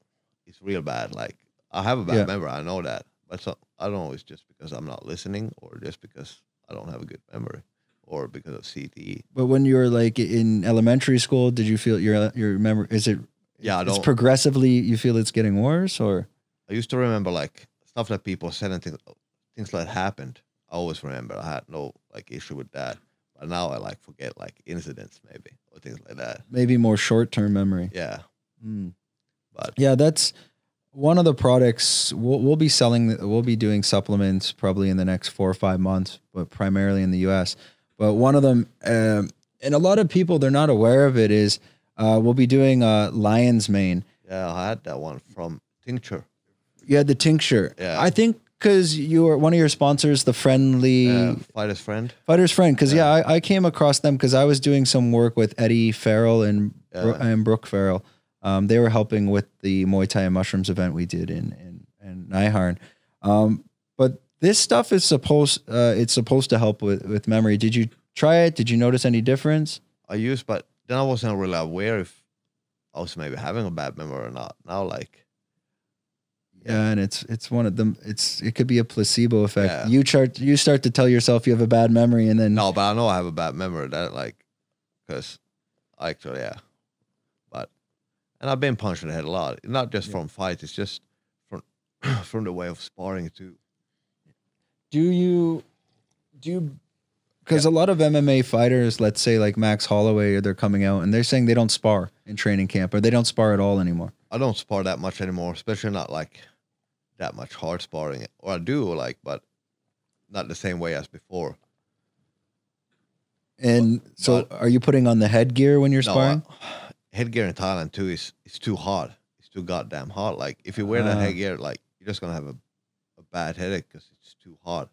[SPEAKER 2] it's real bad. Like I have a bad
[SPEAKER 1] Yeah.
[SPEAKER 2] memory, I know that, but so I don't know. It's just because I'm not listening, or just because I don't have a good memory, or because of E. CTE.
[SPEAKER 1] but when you were like in elementary school, did you feel your your memory? Is it
[SPEAKER 2] Yeah, I
[SPEAKER 1] It's
[SPEAKER 2] don't-
[SPEAKER 1] progressively you feel it's getting worse, or
[SPEAKER 2] I used to remember like stuff that people said and things, things like happened. I always remember. I had no like issue with that. But now I like forget like incidents maybe or things like that.
[SPEAKER 1] maybe more short term memory.
[SPEAKER 2] Yeah,
[SPEAKER 1] Mm.
[SPEAKER 2] but
[SPEAKER 1] Yeah, that's one of the products we'll, we'll be selling. We'll be doing supplements probably in the next four or five months, but primarily in the U.S. But one of them, um, and a lot of people they're not aware of it, is uh, we'll be doing uh, lion's mane.
[SPEAKER 2] yeah, I had that one from tincture.
[SPEAKER 1] You had the tincture.
[SPEAKER 2] Yeah.
[SPEAKER 1] I think because you were one of your sponsors, the friendly
[SPEAKER 2] Uh, fighter's friend.
[SPEAKER 1] fighter's friend. Because yeah, I, I came across them because I was doing some work with Eddie Farrell and Bro-
[SPEAKER 2] Yeah.
[SPEAKER 1] and Brooke Farrell. Um, they were helping with the Muay Thai and mushrooms event we did in in in Nyharn. Um, but this stuff is supposed uh, it's supposed to help with with memory. Did you try it? Did you notice any difference?
[SPEAKER 2] I used, but then I wasn't really aware if I was maybe having a bad memory or not. Now, like,
[SPEAKER 1] Yeah, and it's it's one of them. It's it could be a placebo effect.
[SPEAKER 2] Yeah.
[SPEAKER 1] You chart you start to tell yourself you have a bad memory, and then
[SPEAKER 2] no, but I know I have a bad memory. That like, because actually, yeah, but and I've been punched in the head a lot. Not just
[SPEAKER 1] Yeah.
[SPEAKER 2] from fights. It's just from from the way of sparring too.
[SPEAKER 1] do you do you because a lot of MMA fighters, let's say like Max Holloway, or they're coming out and they're saying they don't spar in training camp or they don't spar at all anymore.
[SPEAKER 2] I don't spar that much anymore, especially not like that much hard sparring. Or I do like, but not the same way as before.
[SPEAKER 1] And so, are you putting on the headgear when you're sparring?
[SPEAKER 2] No, uh, headgear in Thailand too is it's too hot. It's too goddamn hot. Like if you wear that
[SPEAKER 1] Ah.
[SPEAKER 2] headgear, like you're just gonna have a, a bad headache because it's too hot.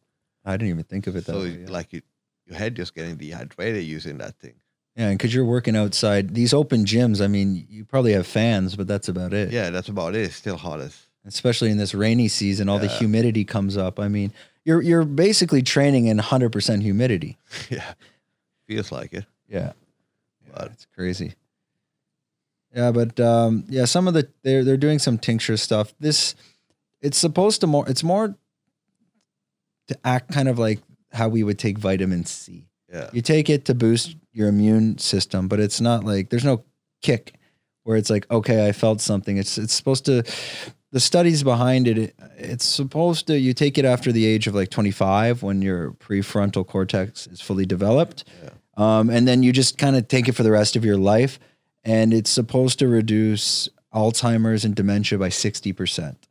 [SPEAKER 1] I didn't even think of it that
[SPEAKER 2] So
[SPEAKER 1] way.
[SPEAKER 2] it-
[SPEAKER 1] Yeah.
[SPEAKER 2] like you, your head just getting dehydrated using that thing.
[SPEAKER 1] yeah, because you're working outside these open gyms. I mean, you probably have fans, but that's about it.
[SPEAKER 2] Yeah, that's about it. It's still hot as
[SPEAKER 1] Especially in this rainy season, all the
[SPEAKER 2] Yeah.
[SPEAKER 1] humidity comes up. I mean, you're you're basically training in 100% humidity.
[SPEAKER 2] yeah, feels like it.
[SPEAKER 1] Yeah. Yeah,
[SPEAKER 2] But-
[SPEAKER 1] it's crazy. Yeah, but um, yeah, some of the they're they're doing some tincture stuff. This it's supposed to more it's more to act kind of like how we would take vitamin C.
[SPEAKER 2] Yeah,
[SPEAKER 1] You take it to boost your immune system, but it's not like there's no kick where it's like okay, I felt something. It's it's supposed to the studies behind it, it it's supposed to you take it after the age of like 25 when your prefrontal cortex is fully developed
[SPEAKER 2] yeah.
[SPEAKER 1] um, and then you just kind of take it for the rest of your life. And it's supposed to reduce Alzheimer's and dementia by sixty percent.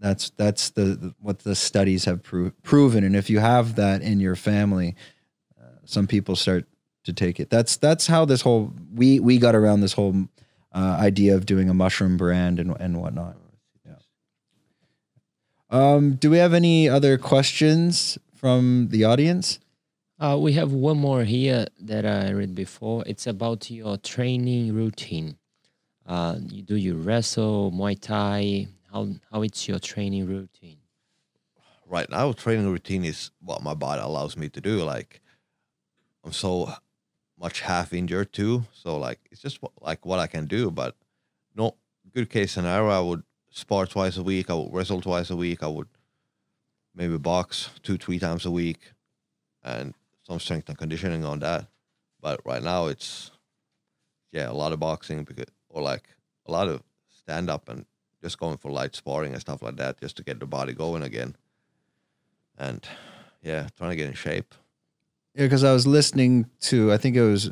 [SPEAKER 1] That's that's the, the- what the studies have pro- proven. And if you have that in your family, uh, some people start to take it. That's that's how this whole we we got around this whole uh, idea of doing a mushroom brand and and whatnot. Yeah. Um, do we have any other questions from the audience?
[SPEAKER 3] Uh, we have one more here that I read before. It's about your training routine. Uh, you- do you wrestle, Muay Thai? How how it's your training routine?
[SPEAKER 2] right now training routine is what my body allows me to do like i'm so much half injured too so like it's just what, like what i can do but no good case scenario i would spar twice a week i would wrestle twice a week i would maybe box two three times a week and some strength and conditioning on that but right now it's yeah a lot of boxing because or like a lot of stand up and just going for light sparring and stuff like that just to get the body going again and yeah, trying to get in shape.
[SPEAKER 1] Yeah, because I was listening to, I think it was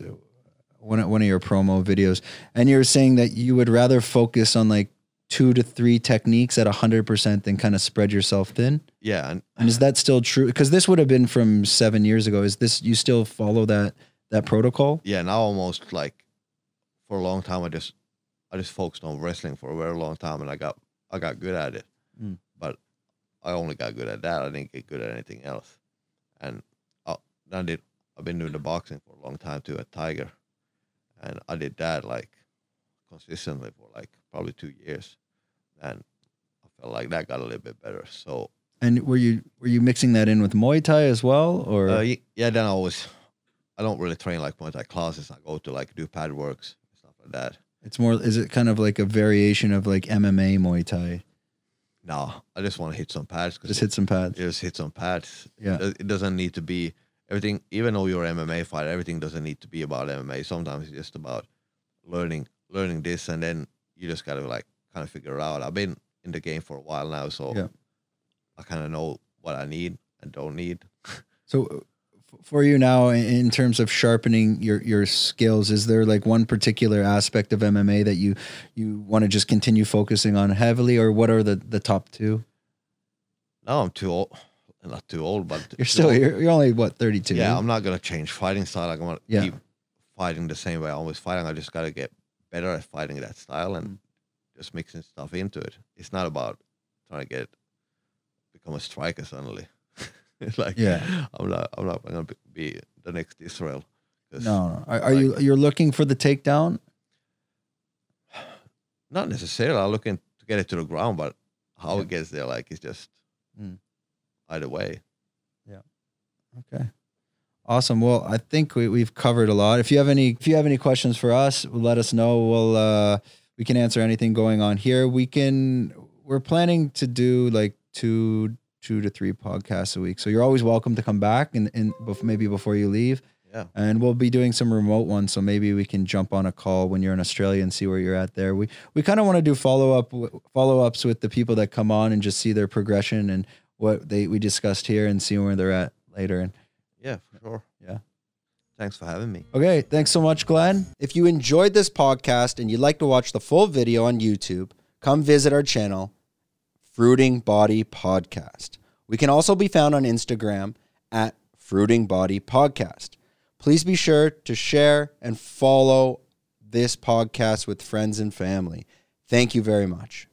[SPEAKER 1] one of, one of your promo videos, and you were saying that you would rather focus on like two to three techniques at 100% than kind of spread yourself thin.
[SPEAKER 2] Yeah, and
[SPEAKER 1] And is that still true? Because this would have been from seven years ago. Is this, you still follow that, that protocol?
[SPEAKER 2] yeah, now almost like for a long time, I just I just focused on wrestling for a very long time, and I got I got good at it,
[SPEAKER 1] Mm.
[SPEAKER 2] but I only got good at that. I didn't get good at anything else, and I, I did. I've been doing the boxing for a long time too at Tiger, and I did that like consistently for like probably two years, and I felt like that got a little bit better. So
[SPEAKER 1] And were you, were you mixing that in with Muay Thai as well? Or
[SPEAKER 2] Uh, y- yeah, then I always, I don't really train like Muay Thai classes. I go to like do pad works and stuff like that.
[SPEAKER 1] it's more, is it kind of like a variation of like MMA Muay Thai?
[SPEAKER 2] No, I just want to hit some pads because
[SPEAKER 1] Just hit some pads.
[SPEAKER 2] just hit some pads.
[SPEAKER 1] Yeah.
[SPEAKER 2] It- It doesn't need to be everything. Even though you're an MMA fighter, everything doesn't need to be about MMA. Sometimes it's just about learning, learning this, and then you just gotta like kind of figure it out. I've been in the game for a while now, so
[SPEAKER 1] Yeah.
[SPEAKER 2] I kind of know what I need and don't need.
[SPEAKER 1] So uh, f- for you now in- in terms of sharpening your your skills is there like one particular aspect of MMA that you you want to just continue focusing on heavily or what are the the top 2?
[SPEAKER 2] Now I'm too old, not too old, but
[SPEAKER 1] You're
[SPEAKER 2] too
[SPEAKER 1] still
[SPEAKER 2] old.
[SPEAKER 1] you're, you're only what 32.
[SPEAKER 2] Yeah, I'm not gonna change fighting style. I'm gonna
[SPEAKER 1] Yeah.
[SPEAKER 2] keep fighting the same way I always fighting. I just gotta get better at fighting that style
[SPEAKER 1] Mm.
[SPEAKER 2] and just mixing stuff into it. It's not about trying to get become a striker suddenly. it's like
[SPEAKER 1] Yeah.
[SPEAKER 2] I'm not I'm not gonna be, be the next Israel. 'Cause
[SPEAKER 1] no, no. Are, are you you're looking for the takedown?
[SPEAKER 2] Not necessarily. I'm looking to get it to the ground, but how it gets there, like it's just
[SPEAKER 1] Mm.
[SPEAKER 2] either way.
[SPEAKER 1] Okay. Awesome. Well, I think we, we've covered a lot. If you have any, if you have any questions for us, let us know. We'll, uh, we can answer anything going on here. We can, we're planning to do like two, two to three podcasts a week. So you're always welcome to come back and, and bef- maybe before you leave
[SPEAKER 2] Yeah.
[SPEAKER 1] and we'll be doing some remote ones. So maybe we can jump on a call when you're in Australia and see where you're at there. We, we kind of want to do follow up, follow ups with the people that come on and just see their progression and what they, we discussed here and see where they're at later. And,
[SPEAKER 2] Yeah, for sure.
[SPEAKER 1] Yeah.
[SPEAKER 2] Thanks for having me.
[SPEAKER 1] Okay, thanks so much, Glenn. If you enjoyed this podcast and you'd like to watch the full video on YouTube, come visit our channel, Fruiting Body Podcast. We can also be found on Instagram at Fruiting Body Podcast. Please be sure to share and follow this podcast with friends and family. Thank you very much.